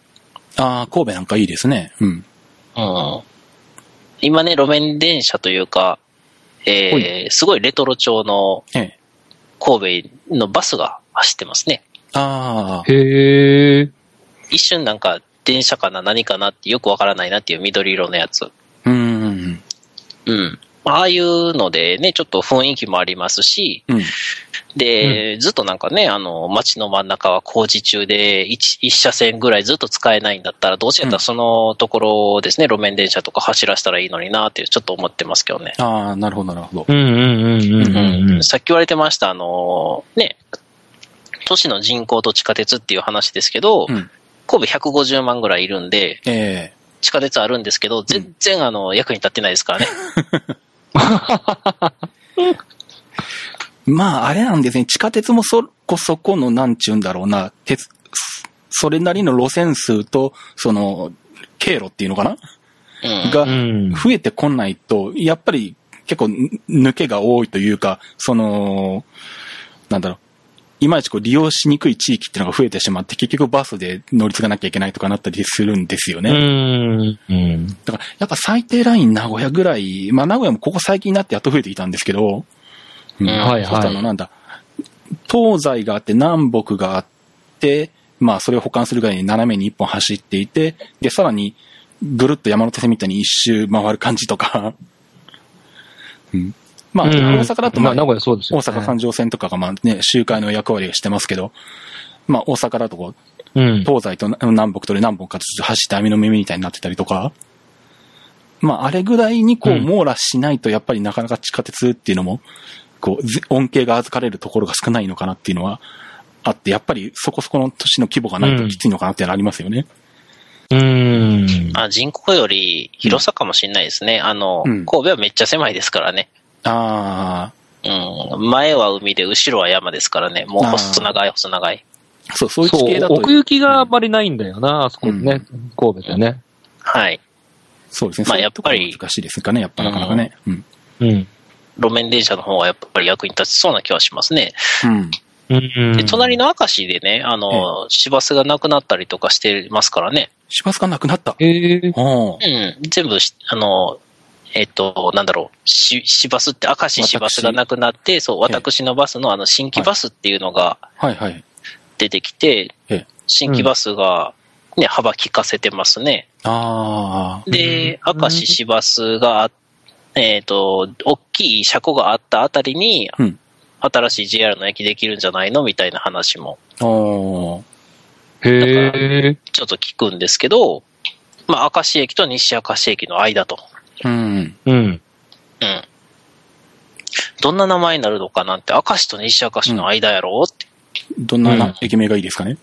Speaker 1: ああ、神戸なんかいいですね。うん。
Speaker 2: うん。今ね、路面電車というか、
Speaker 1: ほ
Speaker 2: えー、すごいレトロ調の
Speaker 1: ええ。
Speaker 2: 神戸のバスが走ってますね。
Speaker 1: ああ
Speaker 3: い。、へえ。
Speaker 2: 一瞬なんか電車かな何かなってよくわからないなっていう緑色のやつ。
Speaker 1: うーん。
Speaker 2: うん。ああいうのでね、ちょっと雰囲気もありますし、
Speaker 1: うん。
Speaker 2: で、ずっとなんかね、あの、街の真ん中は工事中で、一一車線ぐらいずっと使えないんだったら、どうせやった
Speaker 1: うん
Speaker 2: らそのところをですね、路面電車とか走らせたらいいのになって、ちょっと思ってますけどね。
Speaker 1: ああ、なるほど、なるほど。
Speaker 3: うんうんうんうんうんうん。
Speaker 2: さっき言われてました、あの、ね、都市の人口と地下鉄っていう話ですけど、
Speaker 1: うん。
Speaker 2: 神戸150万ぐらいいるんで、
Speaker 1: ええ
Speaker 2: 地下鉄あるんですけど、全然あの、役に立ってないですからね。
Speaker 1: まあ、あれなんですね。地下鉄もそこそこの、なんちゅうんだろうな、鉄、それなりの路線数と、その、経路っていうのかな
Speaker 2: うん。
Speaker 3: う
Speaker 1: が、
Speaker 3: ん。
Speaker 1: 増えてこないと、やっぱり結構ぬ抜けが多いというか、その、なんだろう、いまいちこう利用しにくい地域っていうのが増えてしまって、結局バスで乗り継がなきゃいけないとかなったりするんですよね。
Speaker 3: うん。うん。
Speaker 1: だから、やっぱ最低ライン名古屋ぐらい、まあ名古屋もここ最近になってやっと増えてきたんですけど、うん
Speaker 2: はい
Speaker 3: はい
Speaker 1: そうするとあの、なんだ、東西があって南北があって、まあそれを保管するぐらいに斜めに一本走っていて、で、さらにぐるっと山手線みたいに一周回る感じとか、うん、まあ、
Speaker 3: うん
Speaker 1: 大阪だと
Speaker 3: ま
Speaker 1: ま
Speaker 3: あ、
Speaker 1: あ
Speaker 3: 名古屋そうですよ
Speaker 1: 大
Speaker 3: ね。
Speaker 1: 阪環状線とかがまあね、周回の役割をしてますけど、まあ大阪だとこう、
Speaker 3: うん。
Speaker 1: 東西と南北とで南北からずっと走って網の耳みたいになってたりとか、まあ、あれぐらいにこう
Speaker 3: うん
Speaker 1: 網羅しないと、やっぱりなかなか地下鉄っていうのも、こう、ず恩恵が預かれるところが少ないのかなっていうのはあって、やっぱりそこそこの都市の規模がないときついのかなっていうのはありますよね。
Speaker 3: うん。
Speaker 2: あ人口より広さかもしれないですね。あの、
Speaker 1: うん
Speaker 2: 神戸はめっちゃ狭いですからね。
Speaker 1: あ
Speaker 2: うん。前は海で、後ろは山ですからね。もう
Speaker 1: あー
Speaker 2: 細長い、細長い。
Speaker 1: あ、そう、そういう地
Speaker 3: そ
Speaker 1: 形
Speaker 3: う
Speaker 1: だ、と、
Speaker 3: 奥行きがあまりないんだよな、あそこね、神戸でね。
Speaker 2: はい。
Speaker 1: そうですね。
Speaker 2: まあやっぱり
Speaker 1: そういうところが難しいですかね、やっぱなかなかね。うん。
Speaker 3: うん。
Speaker 2: 路面電車の方がやっぱり役に立ちそうな気はしますね。
Speaker 1: うん。
Speaker 3: うん
Speaker 2: で、隣の明石でね、あの、市バスがなくなったりとかしてますからね。
Speaker 1: 市バスがなくなった。
Speaker 3: ええ。
Speaker 1: おー
Speaker 2: うん。全部し、あの、えっと、なんだろう、し市バスって、明石市バスがなくなって、そう、私のバスのあの、新規バスっていうのが
Speaker 1: はいはい。
Speaker 2: 出てきて、
Speaker 1: ええ
Speaker 2: 新規バスが、ね、幅利かせてますね。
Speaker 1: ああ、
Speaker 2: で、
Speaker 3: うん
Speaker 2: 明石市バスがあ、えっ、と、大きい車庫があったあたりに、
Speaker 1: うん
Speaker 2: 新しい JR の駅できるんじゃないのみたいな話も、
Speaker 1: おー
Speaker 3: へえ。
Speaker 2: ちょっと聞くんですけど、まあ、明石駅と西明石駅の間と。
Speaker 1: うん。
Speaker 3: うん。
Speaker 2: うん。どんな名前になるのかなんて、明石と西明石の間やろって。
Speaker 1: どんな
Speaker 3: うん
Speaker 1: な駅名がいいですかね、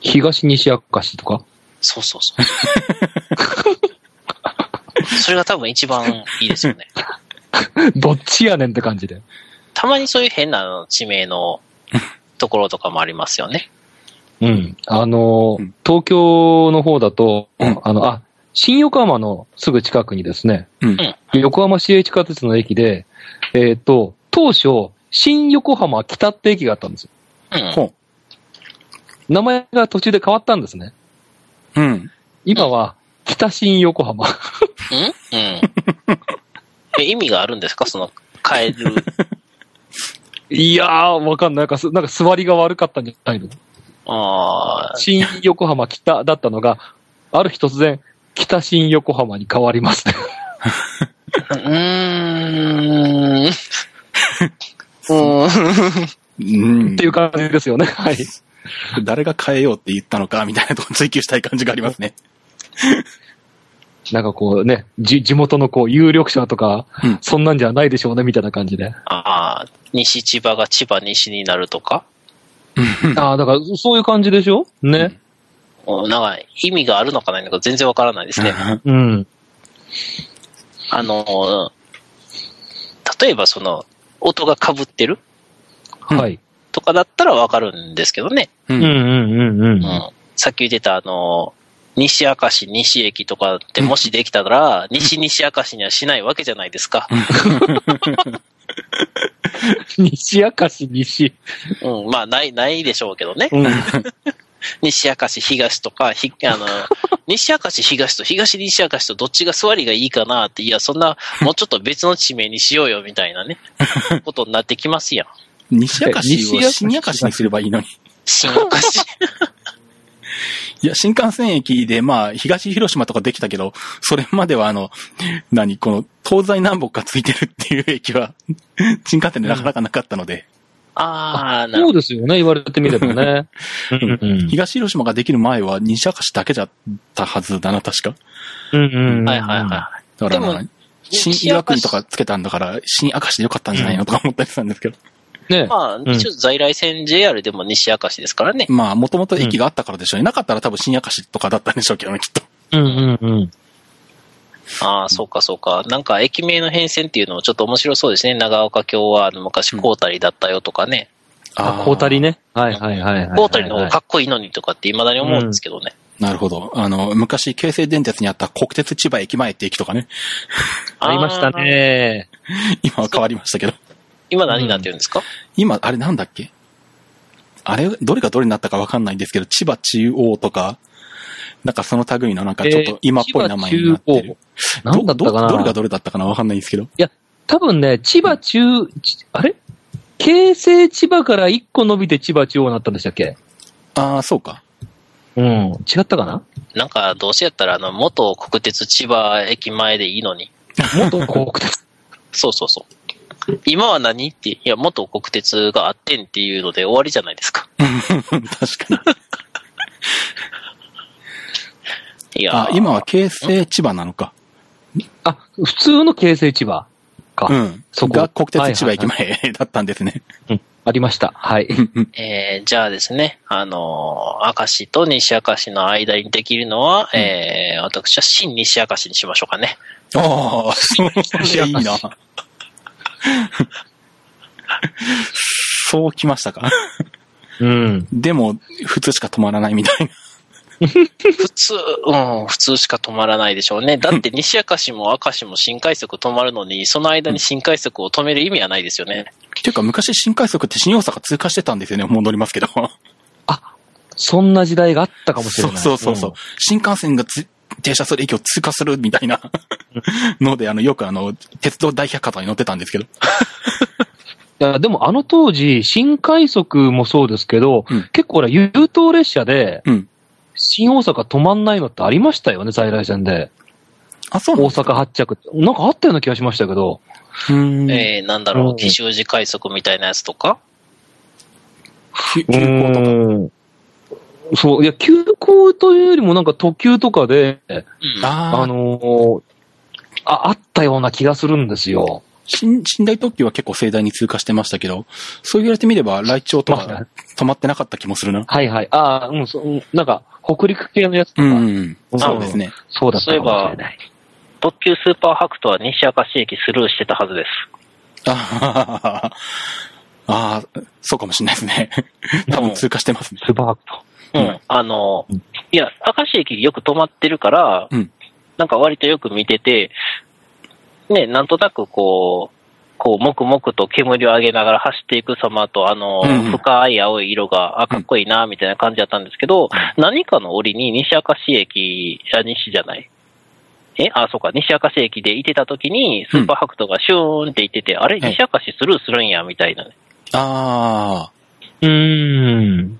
Speaker 3: 東西明石とか
Speaker 2: そうそうそう。それが多分一番いいですよね。
Speaker 3: どっちやねんって感じで。
Speaker 2: たまにそういう変な地名のところとかもありますよね。
Speaker 3: うん。あのー
Speaker 1: うん
Speaker 3: 東京の方だと、
Speaker 1: うん
Speaker 3: あの、あ、新横浜のすぐ近くにですね、
Speaker 1: うん
Speaker 3: 横浜市営地下鉄の駅で、えっ、と、当初、新横浜北って駅があったんですよ。
Speaker 2: うん。
Speaker 1: ほ
Speaker 3: 名前が途中で変わったんですね。
Speaker 1: う。うん。
Speaker 3: 今は、北新横
Speaker 2: う
Speaker 3: 浜。
Speaker 2: んうん。え、意味があるんですかその、変える。
Speaker 3: いやー、わかんない。なんかす、なんか座りが悪かったんじゃないの
Speaker 2: ああ、
Speaker 3: 新横浜北だったのが、ある日突然、北新横浜に変わりますね。
Speaker 2: うーん。うーん。
Speaker 1: うん。
Speaker 3: っていう感じですよね。はい。
Speaker 1: 誰が変えようって言ったのか、みたいなとこ追求したい感じがありますね。
Speaker 3: なんかこうね、じ地元のこう有力者とか、
Speaker 1: うん
Speaker 3: そんなんじゃないでしょうね、みたいな感じで。
Speaker 2: ああ、西千葉が千葉西になるとか。
Speaker 3: ああ、だからそういう感じでしょね。
Speaker 2: うんなんか、意味があるのかないのか全然わからないですね。
Speaker 3: うん。
Speaker 2: あの、例えばその、音が被ってる
Speaker 3: はい。
Speaker 2: とかだったらわかるんですけどね。
Speaker 1: う。
Speaker 3: うんんう
Speaker 1: うん。
Speaker 3: んうんうん。
Speaker 2: うんさっき言ってたあの、西明石西駅とかってもしできたら、西西明石にはしないわけじゃないですか。
Speaker 3: 西明石西。
Speaker 2: うん、まあ、ない、ないでしょうけどね。
Speaker 3: うん。
Speaker 2: 西明石東とか、ひ、 あの、西明石東と東西明石とどっちが座りがいいかなって、いや、そんな、もうちょっと別の地名にしようよみたいな ね、ことになってきますやん。
Speaker 1: 西明石を
Speaker 3: 西
Speaker 1: 新
Speaker 3: 明石
Speaker 1: 明石にすればいいのに。
Speaker 2: 新明 石。
Speaker 1: いや、新幹線駅で、まあ、東広島とかできたけど、それまではあの、何、この、東西南北がついてるっていう駅は、 新幹線でなかなかなかったので、
Speaker 2: あー、なる
Speaker 3: そ
Speaker 2: ほ
Speaker 3: うですよね、言われてみればね。 うんうん
Speaker 1: 東広島ができる前は西明石だけだったはずだな、確か。
Speaker 3: うんうんう
Speaker 2: ど。
Speaker 3: ん。
Speaker 2: はいはいはい。
Speaker 1: だから、
Speaker 2: でも
Speaker 1: まあ新医
Speaker 2: 西明石
Speaker 1: 学院とかつけたんだから、新明石でよかったんじゃないのとか思ったりしたんですけど。
Speaker 3: い。ね。
Speaker 2: まあ、一応在来線 JR でも西明石ですからね。
Speaker 1: まあ、もともと駅があったからでしょうね。なかったら多分新明石とかだったんでしょうけどね、きっと。
Speaker 3: うんうんうん。
Speaker 2: ああ、そうかそうか。なんか駅名の変遷っていうのもちょっと面白そうですね。長岡京はあの昔
Speaker 1: うん
Speaker 2: コータリだったよとかね。
Speaker 3: あ、コータリ。ね。はいはいはいはいはい。
Speaker 2: コータリの方がかっこいいのにとかって未だに思うんですけどね。
Speaker 1: なるほど。あの、昔、京成電鉄にあった国鉄千葉駅前って駅とかね。
Speaker 3: ありました
Speaker 2: あー。
Speaker 3: ね。
Speaker 1: 今は変わりましたけど。
Speaker 2: 今何になってるんですか、
Speaker 1: 今、あれなんだっけあれ、どれがどれになったかわかんないんですけど、千葉中央とか、なんかその類のなんかちょっと今っぽい名前になってる。
Speaker 3: 千葉中央なんだったか
Speaker 1: どど
Speaker 3: な
Speaker 1: どれがどれだったかなわかんないんですけど。
Speaker 3: 多分ね、千葉中、ちあれ京成千葉から1個伸びて千葉中央になったんでしたっけ
Speaker 1: ああ、そうか。
Speaker 3: うん。違ったかな
Speaker 2: なんかどうせやったらあの元国鉄千葉駅前でいいのに。
Speaker 3: 元国鉄。
Speaker 2: そうそうそう。今は何って、いや、元国鉄があってんっていうので終わりじゃないですか。
Speaker 1: 確かに。
Speaker 2: いや
Speaker 1: あ
Speaker 2: ー、
Speaker 1: 今は京成千葉なのか。
Speaker 3: あ、普通の京成千葉か。
Speaker 1: うん。
Speaker 3: そこ
Speaker 1: が国鉄千葉駅
Speaker 3: は
Speaker 1: 前だったんですね。
Speaker 3: ありました。はい。
Speaker 2: えーじゃあですね、あのー、明石と西明石の間にできるのは、えー私は新西明石にしましょうかね。
Speaker 1: ああ、そう、いやいいな。そうきましたか。
Speaker 3: うん。
Speaker 1: でも、普通しか止まらないみたいな。
Speaker 2: 普通、うん、普通しか止まらないでしょ うね。だって西明石も明石も新快速止まるのに、その間に新快速を止める意味はないですよね。
Speaker 1: っていうか、昔新快速って新大阪通過してたんですよね。戻りますけど。
Speaker 3: そんな時代があったかもしれない。
Speaker 1: そうそうそうそう、新幹線がつ停車する駅を通過するみたいなので、あの、よくあの、鉄道大百科とかに乗ってたんですけど。
Speaker 3: うんいや、でもあの当時、新快速もそうですけど、
Speaker 1: うん
Speaker 3: 結構ほら、優等列車で、
Speaker 1: うん
Speaker 3: 新大阪止まんないのってありましたよね、在来線で。
Speaker 1: あ、そうな
Speaker 3: 大
Speaker 1: の
Speaker 3: 阪発着って。なんかあったような気がしましたけど。
Speaker 1: うん
Speaker 2: えーなんだ
Speaker 3: う
Speaker 2: ろ
Speaker 3: ん
Speaker 2: う、奇襲時快速みたいなやつとか。
Speaker 1: 急急行とか。
Speaker 3: うんそう、いや、急行というよりもなんか特急とかで、
Speaker 2: うん、
Speaker 1: あ
Speaker 3: あ
Speaker 1: あ、
Speaker 3: のーあ、あったような気がするんですよ。
Speaker 1: 寝寝台特急は結構盛大に通過してましたけど、そう言われてみれば、来庁と
Speaker 3: まあ
Speaker 1: か止まってなかった気もするな。
Speaker 3: はいはい。ああ、うん、そうんなんか、北陸系のやつとか、
Speaker 1: うん、うん。そうですね。
Speaker 3: そうだったかもしれない。
Speaker 2: 特急スーパーハクトは西明石駅スルーしてたはずです。
Speaker 1: あははははあー、そうかもしれないですね。多分通過してますね。
Speaker 3: スーパーハク
Speaker 2: う
Speaker 1: うん
Speaker 2: ん。あの
Speaker 3: うん、
Speaker 2: いや、明石駅よく止まってるから、
Speaker 1: うん
Speaker 2: なんか割とよく見てて、ね、なんとなくこう、こう、もくもくと煙を上げながら走っていく様と、あの、
Speaker 1: うんうん
Speaker 2: 深い青い色が、あ、かっこいいな、みたいな感じだったんですけど、何かの折に西明石駅、あ、西じゃない。え、あ、そうか、西明石駅でいてた時に、スーパーハクトがシューンって行ってて、あれ、
Speaker 1: はい
Speaker 2: 西明石スルーするんや、みたいなね、
Speaker 1: あ
Speaker 3: ト。うーん。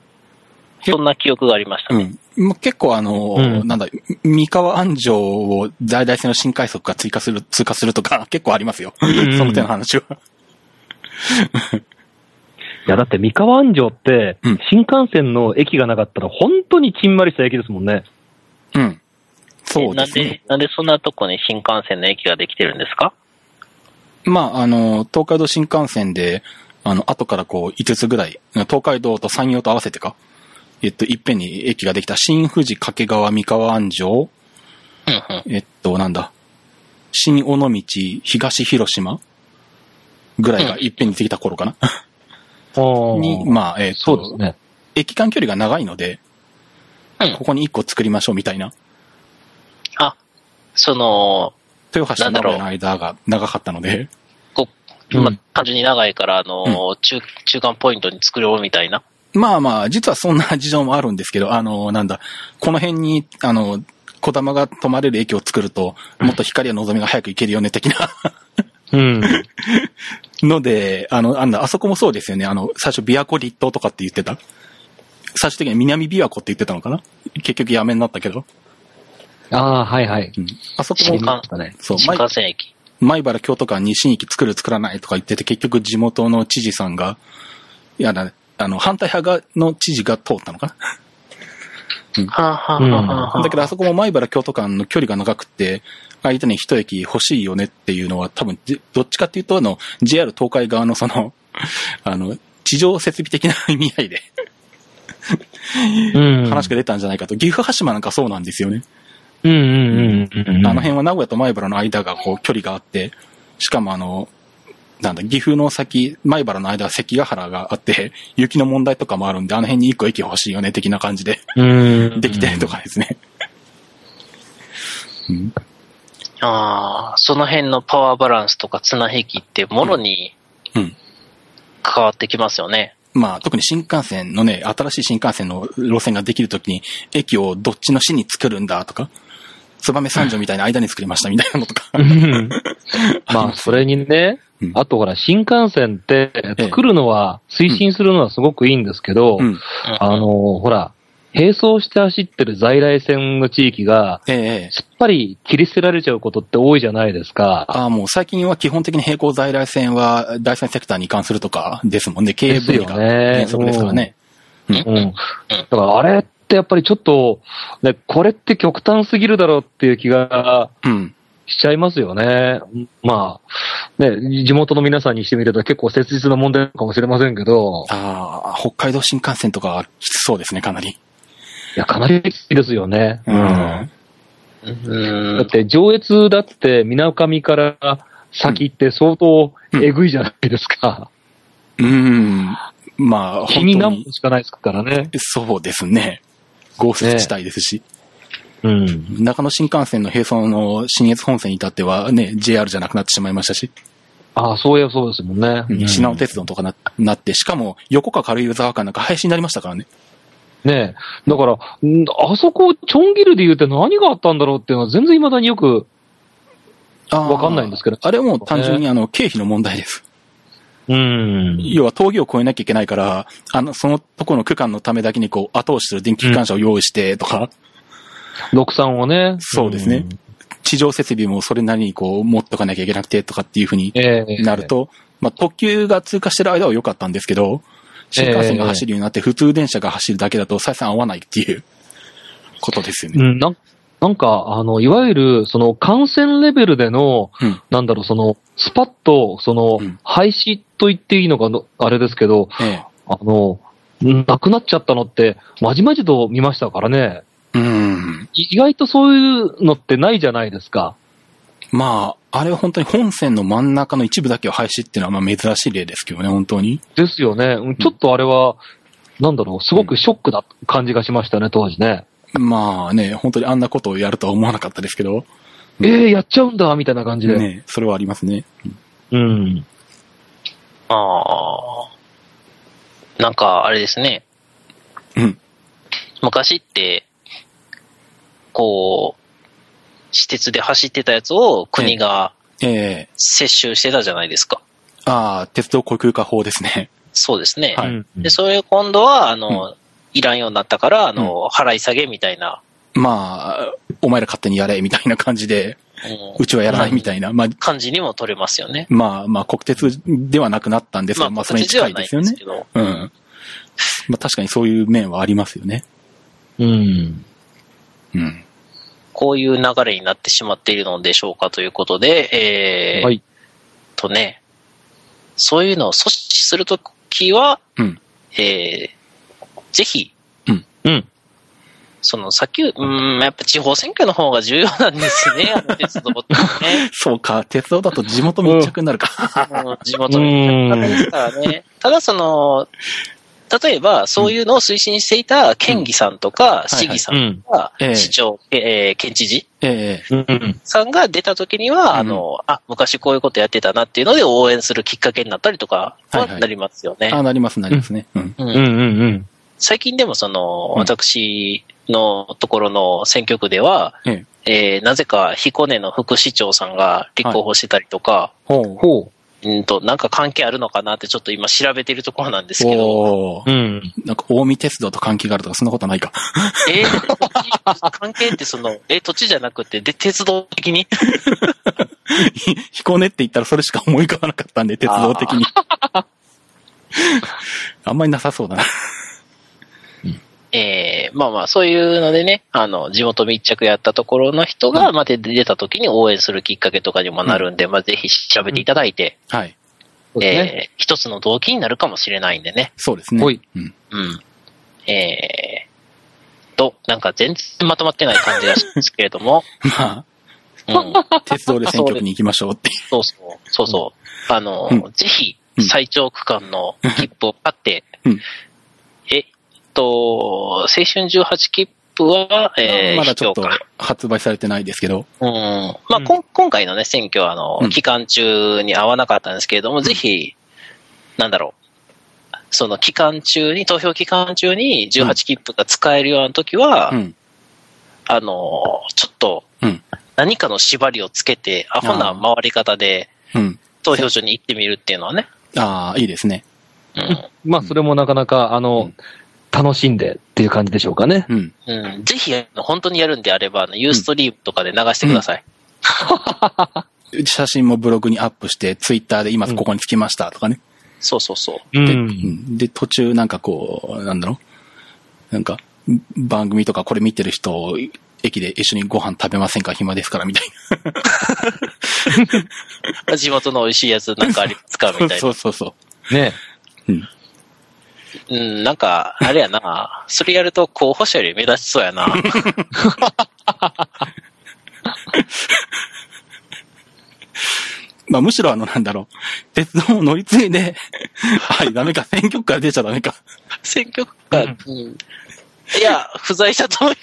Speaker 1: け
Speaker 2: そんな記憶がありました
Speaker 1: あ、うん。もう結構あの、
Speaker 3: うん
Speaker 1: なんだ、三河安城を在来線の新快速が追加する、通過するとか、結構ありますよ。その手の話は。
Speaker 3: いや、だって三河安城って、
Speaker 1: うん
Speaker 3: 新幹線の駅がなかったら、本当にちんまりした駅ですもんね。
Speaker 1: うん。そうです
Speaker 2: えなんで
Speaker 1: ね。、
Speaker 2: なんでそんなとこに新幹線の駅ができてるんですか
Speaker 1: まあ、あの、東海道新幹線で、あの、後からこう、5つぐらい、東海道と山陽と合わせてか、えっと、いっぺんに駅ができた、新富士、掛川、三河安城、
Speaker 2: うんうん。
Speaker 1: えっと、なんだ、新尾道、東広島ぐらいがいっぺんにできた頃かな。に、まあ、えっと、
Speaker 3: そうですね。
Speaker 1: 駅間距離が長いので、
Speaker 2: うん
Speaker 1: ここに1個作りましょうみたいな。
Speaker 2: あ、その、
Speaker 1: 豊橋と名古屋の間が長かったので、
Speaker 2: こ
Speaker 3: うん
Speaker 2: まあ、単純に長いから、あの、中、中間ポイントに作ろうみたいな。
Speaker 1: まあまあ、実はそんな事情もあるんですけど、あの、なんだ、この辺に、あの、小玉が止まれる駅を作ると、もっと光や望みが早く行けるよね、的な。
Speaker 3: うん。
Speaker 1: ので、あの、あんだ、あそこもそうですよね。あの、最初、琵琶湖立東とかって言ってた。最終的には南琵琶湖って言ってたのかな結局やめになったけど。
Speaker 3: ああ、はいはい。
Speaker 1: うん。あそこ
Speaker 2: 新
Speaker 1: も
Speaker 2: 幹、
Speaker 3: ね。
Speaker 1: そう、
Speaker 2: 新
Speaker 1: 前
Speaker 2: 幹線駅。
Speaker 1: 前原京都間に新駅作る作らないとか言ってて、結局地元の知事さんが、いやだ、あの、反対派が、の知事が通ったのかな
Speaker 2: はあ、はあ
Speaker 3: うん
Speaker 2: はあはあはあ
Speaker 1: だけど、あそこも前原京都間の距離が長くて、相手に一駅欲しいよねっていうのは、多分、じどっちかっていうと、あの、JR 東海側のその、 あの、地上設備的な意味合いで
Speaker 3: うん。
Speaker 1: 話が出たんじゃないかと。岐阜羽島なんかそうなんですよね。
Speaker 3: うんうんうんうん。
Speaker 1: あの辺は名古屋と前原の間がこう距離があって、しかもあの、なんだ、岐阜の先、前原の間は関ヶ原があって、雪の問題とかもあるんで、あの辺に一個駅欲しいよね、的な感じで
Speaker 3: うん。
Speaker 1: できたりとかですね。うん
Speaker 2: ああ、その辺のパワーバランスとか綱引きってもろに
Speaker 1: うん。
Speaker 2: 関わってきますよね。
Speaker 1: まあ、特に新幹線のね、新しい新幹線の路線ができるときに、駅をどっちの市に作るんだとか、燕三条みたいな間に作りましたみたいなのとか。
Speaker 3: うん。 まあ、それにね
Speaker 1: うん、
Speaker 3: あとほら、新幹線って
Speaker 1: え
Speaker 3: 作るのは、推進するのはすごくいいんですけど
Speaker 1: う、ん。
Speaker 2: うん
Speaker 3: あの、ほら、並走して走ってる在来線の地域が、
Speaker 1: ええ
Speaker 3: すっぱり切り捨てられちゃうことって多いじゃないですか。
Speaker 1: ああ、もう最近は基本的に並行在来線は、第三セクターに移管するとかですもんね。経営
Speaker 3: です
Speaker 1: 分離
Speaker 3: よ
Speaker 1: が
Speaker 3: ね。
Speaker 1: 原則ですからね。
Speaker 3: うん。うん。だからあれってやっぱりちょっと、ね、これって極端すぎるだろうっていう気が
Speaker 1: うん。
Speaker 3: しちゃいますよね。まあ、ね、地元の皆さんにしてみれば結構切実な問題かもしれませんけど、
Speaker 1: ああ、北海道新幹線とかはきつそうですね、かなり。
Speaker 3: いや、かなりきついですよね。
Speaker 1: うん。
Speaker 2: うん
Speaker 3: だって上越だって水上から先行って相当えぐいじゃないですか。
Speaker 1: うん。まあ、
Speaker 3: 気
Speaker 1: 本
Speaker 3: に
Speaker 1: 当
Speaker 3: 何
Speaker 1: に
Speaker 3: 本。しかないですからね。
Speaker 1: そうですね。豪雪地帯ですし。
Speaker 3: うん。
Speaker 1: 中野新幹線の並走の新越本線に至ってはね、JR じゃなくなってしまいましたし、
Speaker 3: ああ、そういえばそうですもんね。
Speaker 1: うん
Speaker 3: うん
Speaker 1: 信濃鉄道とかななって、しかも横川軽井沢間なんか廃止になりましたからね。
Speaker 3: ねえ。だから、んあそこ、ちょんぎるで言うて何があったんだろうっていうのは全然未だによく、わ
Speaker 1: わ
Speaker 3: かんないんですけど
Speaker 1: あれはもう単純にあの、経費の問題です。
Speaker 3: うん。
Speaker 1: 要は峠を越えなきゃいけないから、あの、そのとこの区間のためだけにこう、後押しする電気機関車を用意してとか、
Speaker 3: 63をね。
Speaker 1: そうですね地上設備もそれなりにこう、持っとかなきゃいけなくてとかっていうふうに
Speaker 3: うん。ええ
Speaker 1: なる。と、まあ、特急が通過してる間は良かったんですけど、新幹線が走るようになって、普通電車が走るだけだと採算合わないっていうことですよ
Speaker 3: う
Speaker 1: ね。
Speaker 3: ん、なんなんか、あの、いわゆる、その、感染レベルでの、
Speaker 1: うん
Speaker 3: なんだろう、その、スパッと、その
Speaker 1: うん、
Speaker 3: 廃止と言っていいのかの、あれですけど、
Speaker 1: え
Speaker 3: あの、なくなっちゃったのって、まじまじと見ましたからね。
Speaker 1: え。うん。
Speaker 3: 意外とそういうのってないじゃないですか。
Speaker 1: まあ、あれは本当に本線の真ん中の一部だけを廃止っていうのはまあ珍しい例ですけどね、本当に。
Speaker 3: ですよね。うんちょっとあれは、なんだろう、すごくショックな感じがしましたね、当時ね。
Speaker 1: まあね、本当にあんなことをやるとは思わなかったですけど、うん
Speaker 3: えー、やっちゃうんだ、みたいな感じで。
Speaker 1: ね、それはありますね。
Speaker 3: うん。
Speaker 2: ああ。なんか、あれですね。
Speaker 1: うん。
Speaker 2: 昔って、こう、私鉄で走ってたやつを国が
Speaker 1: ええ。
Speaker 2: 接収してたじゃないですか。
Speaker 1: ああ、鉄道航空化法ですね。
Speaker 2: そうですね。
Speaker 1: はい
Speaker 3: うん
Speaker 2: で、それ今度は、あの、いらんようになったから、あの、払い下げみたいな、
Speaker 1: まあ、お前ら勝手にやれ、みたいな感じで、
Speaker 2: うん
Speaker 1: うちはやらないみたいな。まあ、
Speaker 2: 感じにも取れますよね。
Speaker 1: まあ、まあ、国鉄ではなくなったんですが、まあ、それに
Speaker 2: 形で
Speaker 1: 近で
Speaker 2: はいない
Speaker 1: すよ
Speaker 2: んです
Speaker 1: ね。
Speaker 2: けど。
Speaker 1: うん。まあ、確かにそういう面はありますよね。
Speaker 3: うん。
Speaker 1: うん。
Speaker 2: こういう流れになってしまっているのでしょうかということで、えー、
Speaker 3: はい。
Speaker 2: とね、そういうのを阻止するときは、
Speaker 1: うん。。
Speaker 2: えー、ぜひ、
Speaker 3: うん。
Speaker 2: その先、うん、やっぱ地方選挙の方が重要なんですね、あの鉄道ってね
Speaker 1: そうか、鉄道だと地元密着になるか。
Speaker 2: もう地元の方ですからね。ただその、例えば、そういうのを推進していた県議さんとか、
Speaker 1: いはい
Speaker 2: 市議さ
Speaker 3: うんん。
Speaker 2: とか、
Speaker 1: ええ
Speaker 2: 市長、えー県知事
Speaker 1: ええ
Speaker 3: うん。
Speaker 2: さんが出た時には、あの、あ、昔こういうことやってたなっていうので応援するきっかけになったりとかは
Speaker 1: はいはい
Speaker 2: なりますよね。
Speaker 1: ああ、なります、なりますね。うん。
Speaker 2: うん
Speaker 3: うん。うん。
Speaker 2: 最近でもその、
Speaker 1: うん
Speaker 2: 私のところの選挙区では、
Speaker 1: ええ
Speaker 2: えーなぜか彦根の副市長さんが立候補してたりとか、
Speaker 1: ほう。
Speaker 3: ほ
Speaker 2: うんと、なんか関係あるのかなってちょっと今調べてるところなんですけど、
Speaker 1: お
Speaker 3: う。
Speaker 1: ー
Speaker 3: うん。
Speaker 1: なんか、大見鉄道と関係があるとか、そんなことはないか。
Speaker 2: えー土地関係ってその、えー土地じゃなくて、で、鉄道的に
Speaker 1: ひ彦根って言ったらそれしか思い浮かばなかったんで、鉄道 的に。あんまりなさそうだな。
Speaker 2: えーまあまあ、そういうのでね、あの、地元密着やったところの人が、まあ、で出た時に応援するきっかけとかにもなるんで、まあ、ぜひ調べていただいて、
Speaker 1: はい。
Speaker 3: そうですね。
Speaker 2: えー一つの動機になるかもしれないんでね。
Speaker 1: そうですね。
Speaker 3: ほい。
Speaker 1: うん。
Speaker 2: うん。えー、と、なんか全然まとまってない感じがしますけれど も、
Speaker 1: ま
Speaker 2: うん、
Speaker 1: あ、 鉄道で選挙区に行きましょうっていう。
Speaker 2: そうそう、そうそう、あの、
Speaker 1: う
Speaker 2: ぜひ
Speaker 1: うん、
Speaker 2: 最長区間の切符を買って、
Speaker 1: うん
Speaker 2: えっと、青春18切符は、 えー、
Speaker 1: まだちょっ
Speaker 2: 必
Speaker 1: と
Speaker 2: 要か
Speaker 1: 発売されてないですけど。
Speaker 2: うん。まあ、こん今回のね、選挙は、あの、
Speaker 1: うん
Speaker 2: 期間中に合わなかったんですけれども、ぜひ、なんだろう。その期間中に、投票期間中に18切符が使えるような時は、
Speaker 1: うん。
Speaker 2: あの、ちょっと
Speaker 1: うん。
Speaker 2: 何かの縛りをつけて、アホな回り方で
Speaker 1: うん。
Speaker 2: 投票所に行ってみるっていうのはね。
Speaker 1: ああ、いいですね。
Speaker 2: うん
Speaker 3: まあ、それもなかなか、あ
Speaker 1: う
Speaker 3: の
Speaker 1: ん、
Speaker 3: 楽しんでっていう感じでしょうかね。
Speaker 1: うん。
Speaker 2: うん、ぜひ、あの本当にやるんであれば、あのユーストリームとかで流してください。
Speaker 1: 写真もブログにアップして、ツイッターで今
Speaker 3: うん
Speaker 1: ここに着きましたとかね。
Speaker 2: そうそうそう。
Speaker 3: う
Speaker 1: で、うんで、途中なんかこう、なんだろう。なんか、番組とかこれ見てる人、駅で一緒にご飯食べませんか暇ですからみたい
Speaker 2: 地元の美味しいやつなんかありますかみたい
Speaker 1: な。
Speaker 2: な。
Speaker 1: そうそうそ
Speaker 3: ね。
Speaker 1: う。うん。
Speaker 2: うん、なんか、あれやな。それやると候補者より目立ちそう やな。
Speaker 1: まあ、むしろあの、なんだろう。鉄道を乗り継いで、 はい、ダメか。選挙区から出ちゃダメか。
Speaker 2: 選挙区が、うん。いや、不在者投票で。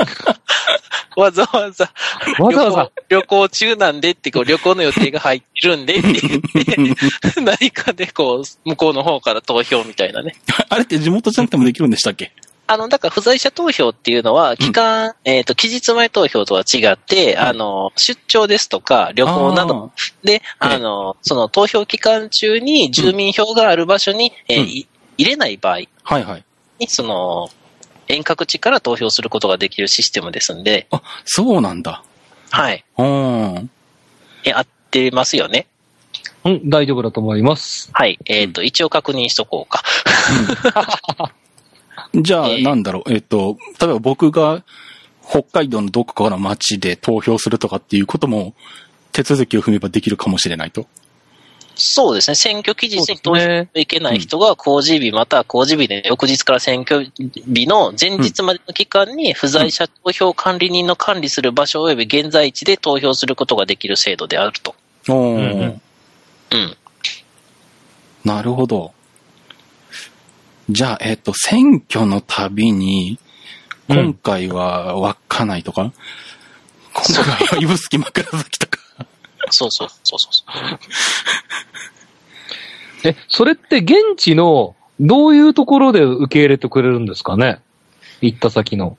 Speaker 2: わざわざ。
Speaker 3: わざ
Speaker 2: 旅
Speaker 3: わざ
Speaker 2: 行。旅行中なんでって、こう、旅行の予定が入ってるんでって言って、何かでこう、向こうの方から投票みたいなね。
Speaker 1: あれって地元じゃなくてもできるんでしたっけ
Speaker 2: あの、だから不在者投票っていうのは、期間、えっ、と、期日前投票とは違って、あの、出張ですとか、旅行など、で、あの、その投票期間中に住民票がある場所に、えー
Speaker 1: うん
Speaker 2: い入れない場合
Speaker 1: はいはい。
Speaker 2: に、その、遠隔地から投票することができるシステムですんで、
Speaker 1: あ、そうなんだ。
Speaker 2: はい。
Speaker 1: うーん。
Speaker 2: え、合ってますよね。
Speaker 3: うん、大丈夫だと思います。
Speaker 2: はい。えっ、と、一応確認しとこうか。
Speaker 1: じゃあ、
Speaker 2: えー
Speaker 1: なんだろう。えっと、例えば僕が北海道のどこかの町で投票するとかっていうことも、手続きを踏めばできるかもしれないと。
Speaker 2: そうですね。選挙期日
Speaker 3: そう
Speaker 2: に
Speaker 3: です
Speaker 2: 投票
Speaker 3: ね
Speaker 2: いけない人が、公示日または公示日で翌日から選挙日の前日までの期間に、不在者投票管理人の管理する場所及び現在地で投票することができる制度であると。
Speaker 1: おー
Speaker 3: うんうん
Speaker 2: うん。
Speaker 1: なるほど。じゃあ、えっ、と、選挙のたびに、
Speaker 3: うん
Speaker 1: 今回は稚内とか、今回は指宿枕崎とか。
Speaker 2: そうそうそうそうそう。
Speaker 3: え、それって現地の、どういうところで受け入れてくれるんですかね行った先の。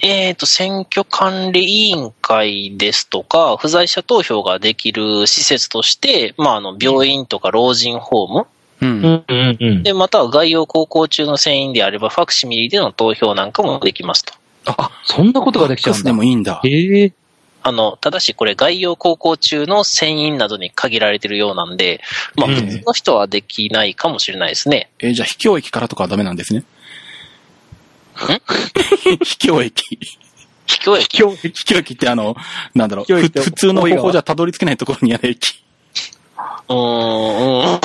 Speaker 2: えっ、と、選挙管理委員会ですとか、不在者投票ができる施設として、まあ、あの、病院とか老人ホーム、
Speaker 1: うん。
Speaker 3: んうんうん
Speaker 2: で、または外洋高校中の船員であれば、ファクシミリでの投票なんかもできますと。
Speaker 3: あ、そんなことができち
Speaker 1: ファ
Speaker 3: ゃ
Speaker 1: ック
Speaker 3: うん
Speaker 1: スで
Speaker 3: だ。
Speaker 1: もいいんだ。
Speaker 3: へえ。
Speaker 2: あの、ただしこれ外洋高校中の船員などに限られてるようなんで、まあ、
Speaker 3: うん
Speaker 2: 普通の人はできないかもしれないですね。
Speaker 1: えーじゃあ、秘境駅からとかはダメなんですね。 秘境 駅。
Speaker 2: 秘境駅
Speaker 3: 卑怯
Speaker 1: 秘境駅ってあの、なんだろう、
Speaker 3: 秘境
Speaker 1: ふ
Speaker 3: 駅って
Speaker 1: 普通の
Speaker 3: 大井
Speaker 1: 方
Speaker 3: 川
Speaker 1: 法じゃたどり着けないところにある 駅。
Speaker 2: うーん、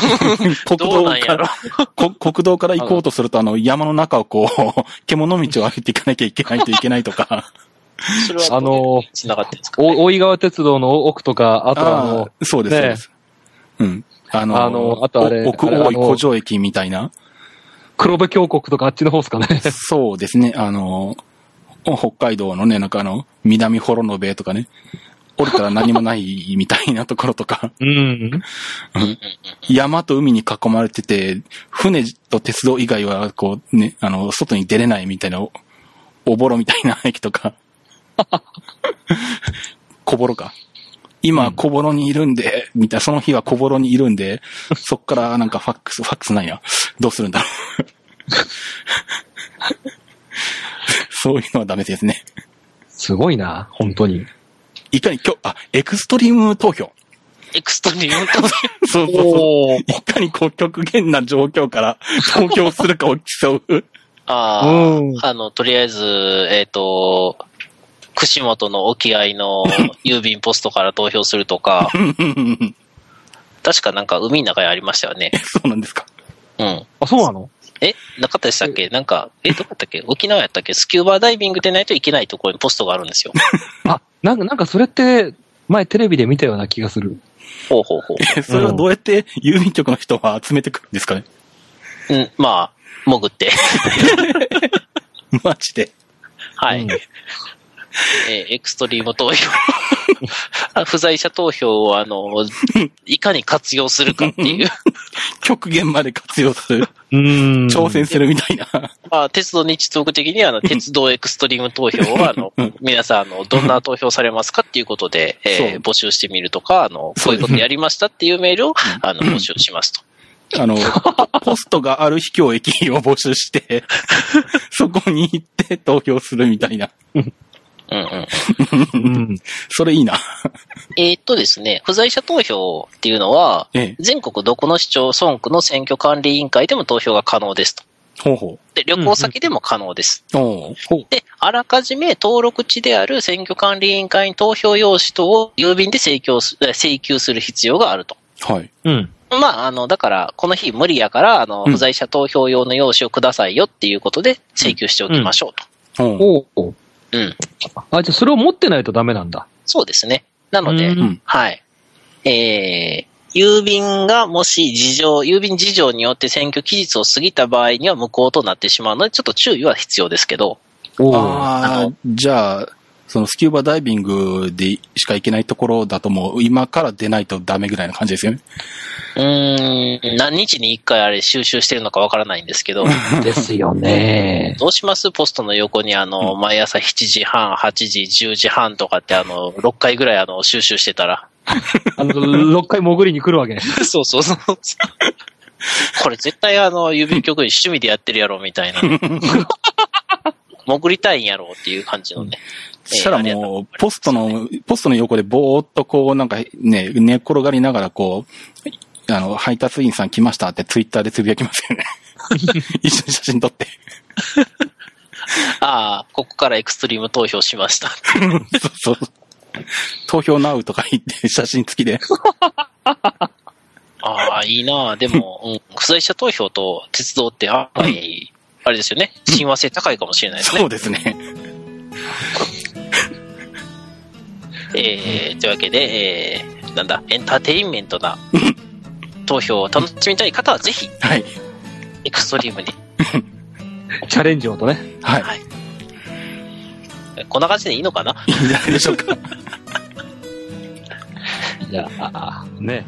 Speaker 1: 国
Speaker 2: ど
Speaker 1: 道
Speaker 2: うなん
Speaker 1: か
Speaker 2: やろ
Speaker 1: ら、。 こ国道から行こうとすると、あの、山の中をこう、 獣道を歩いていかなきゃいけないといけないとか。
Speaker 2: それは、
Speaker 3: あのー
Speaker 2: 繋がってるんですか、ね、
Speaker 3: お大井川鉄道の奥とか、 あとあの、
Speaker 1: ーそうです、
Speaker 3: ね
Speaker 1: そうです。うん。あの、
Speaker 3: あのあとあれ
Speaker 1: お奥
Speaker 3: あれあの
Speaker 1: 大井古城駅みたいな。
Speaker 3: 黒部峡谷とかあっちの方ですかね。
Speaker 1: そうですね、あの、北海道のね、なんかあの、南幌のべとかね。降りたら何もないみたいなところとか。
Speaker 3: うん。
Speaker 1: 山と海に囲まれてて、船と鉄道以外は、こうね、あの、外に出れないみたいな、おおぼろみたいな駅とか。 小ぼろか。今、小ぼろにいるんで、みたいな、その日は小ぼろにいるんで、そっからなんかファックス、ファックスないや。どうするんだろう。 そういうのはダメですね。
Speaker 3: すごいな、本当に。
Speaker 1: いかに今日、あ、エクストリーム投票。
Speaker 2: エクストリーム投票。
Speaker 1: そうそうそう。
Speaker 3: おー。
Speaker 1: いかにこう極限な状況から投票するかを競う。
Speaker 2: ああ、
Speaker 3: うん。
Speaker 2: あの、とりあえず、えっ、と、串本の沖合 の郵便ポストから投票するとか、確かなんか海の中にありましたよね。
Speaker 1: そうなんですか。
Speaker 2: うん。
Speaker 3: あ、そうなの
Speaker 2: え、なかったでしたっけなんか、え、どこだったっけ沖縄やったっけスキューバーダイビングでないといけないところにポストがあるんですよ。
Speaker 3: あ、なんか、なんかそれって、前テレビで見たような気がする。
Speaker 2: ほうほうほ
Speaker 1: それはどうやって郵便局の人は集めてくるんですかね。
Speaker 2: う。うん、まあ、潜って。
Speaker 1: マジで。
Speaker 2: はい。
Speaker 3: うん
Speaker 2: えーエクストリーム投票。 あ不在者投票を、あ の、いかに活用するかっていう。
Speaker 1: 極限まで活用する。
Speaker 3: うん
Speaker 1: 挑戦するみたいな。
Speaker 2: まあ、鉄道日特的には、あの、鉄道エクストリーム投票を、あの、皆さん、あの、どんな投票されますかっていうことで、え
Speaker 1: そう
Speaker 2: ー募集してみるとか、あの、こういうことやりましたっていうメールを、あの、募集しますと。
Speaker 1: あの、ポストがある秘境駅を募集して、そこに行って投票するみたいな。
Speaker 2: うんうん。
Speaker 3: うん。
Speaker 1: それいいな。
Speaker 2: えーっとですね、不在者投票っていうのは、
Speaker 1: ええ。
Speaker 2: 全国どこの市町村区の選挙管理委員会でも投票が可能ですと。
Speaker 1: ほうほ
Speaker 2: で、旅行先でも可能です。
Speaker 1: う。おう
Speaker 2: で、あらかじめ登録地である選挙管理委員会に投票用紙等を郵便で請求す請求する必要があると。
Speaker 1: はい。
Speaker 3: うん。
Speaker 2: まあ、あの、だから、この日無理やから、あの、
Speaker 1: うん
Speaker 2: 不在者投票用の用紙をくださいよっていうことで請求しておきましょうと。
Speaker 1: おう
Speaker 3: おお。
Speaker 2: うん。
Speaker 3: あ、じゃあそれを持ってないとダメなんだ。
Speaker 2: そうですね。なので、
Speaker 3: うん
Speaker 2: はい。えー、郵便がもし事情、郵便事情によって選挙期日を過ぎた場合には無効となってしまうので、ちょっと注意は必要ですけど、
Speaker 3: おー
Speaker 1: ああ、じゃあ、そのスキューバダイビングでしか行けないところだともう今から出ないとダメぐらいな感じですよね。
Speaker 2: うーん、何日に一回あれ収集してるのかわからないんですけ ど、
Speaker 3: ですよね。
Speaker 2: どうしますポストの横にあの、毎朝7時半、8時、10時半とかってあの、6回ぐらいあの、収集してたら。
Speaker 3: あの、6回潜りに来るわけね。
Speaker 2: そうそうそう。これ絶対あの、郵便局に趣味でやってるやろ、みたい な。潜りたいんやろ、っていう感じのね。
Speaker 1: そしたら
Speaker 2: えーありがとう
Speaker 1: もう、ポストの、ポストの横でぼーっとこう、なんかね、寝っ転がりながらこう、あの、配達員さん来ましたってツイッター でつぶやきますよね。一緒に写真撮って。
Speaker 2: ああ、ここからエクストリーム投票しました。
Speaker 1: そうそう。投票ナウとか言って、写真付きで。
Speaker 2: ああ、いいなあでも、うん、不在者投票と鉄道って、あ、はい、あれですよね。親和性高いかもしれないです
Speaker 1: そ
Speaker 2: ね。
Speaker 1: うですね。
Speaker 2: えー、というわけで、えー、なんだ、エンターテインメントな投票を楽しみたい方は、ぜひ、
Speaker 1: はい。
Speaker 2: エクストリームに。
Speaker 3: チャレンジをとね。
Speaker 1: はい。
Speaker 2: はい。こんな感じでいいのかない
Speaker 1: いんじゃないでしょうか。
Speaker 3: いや、ああね。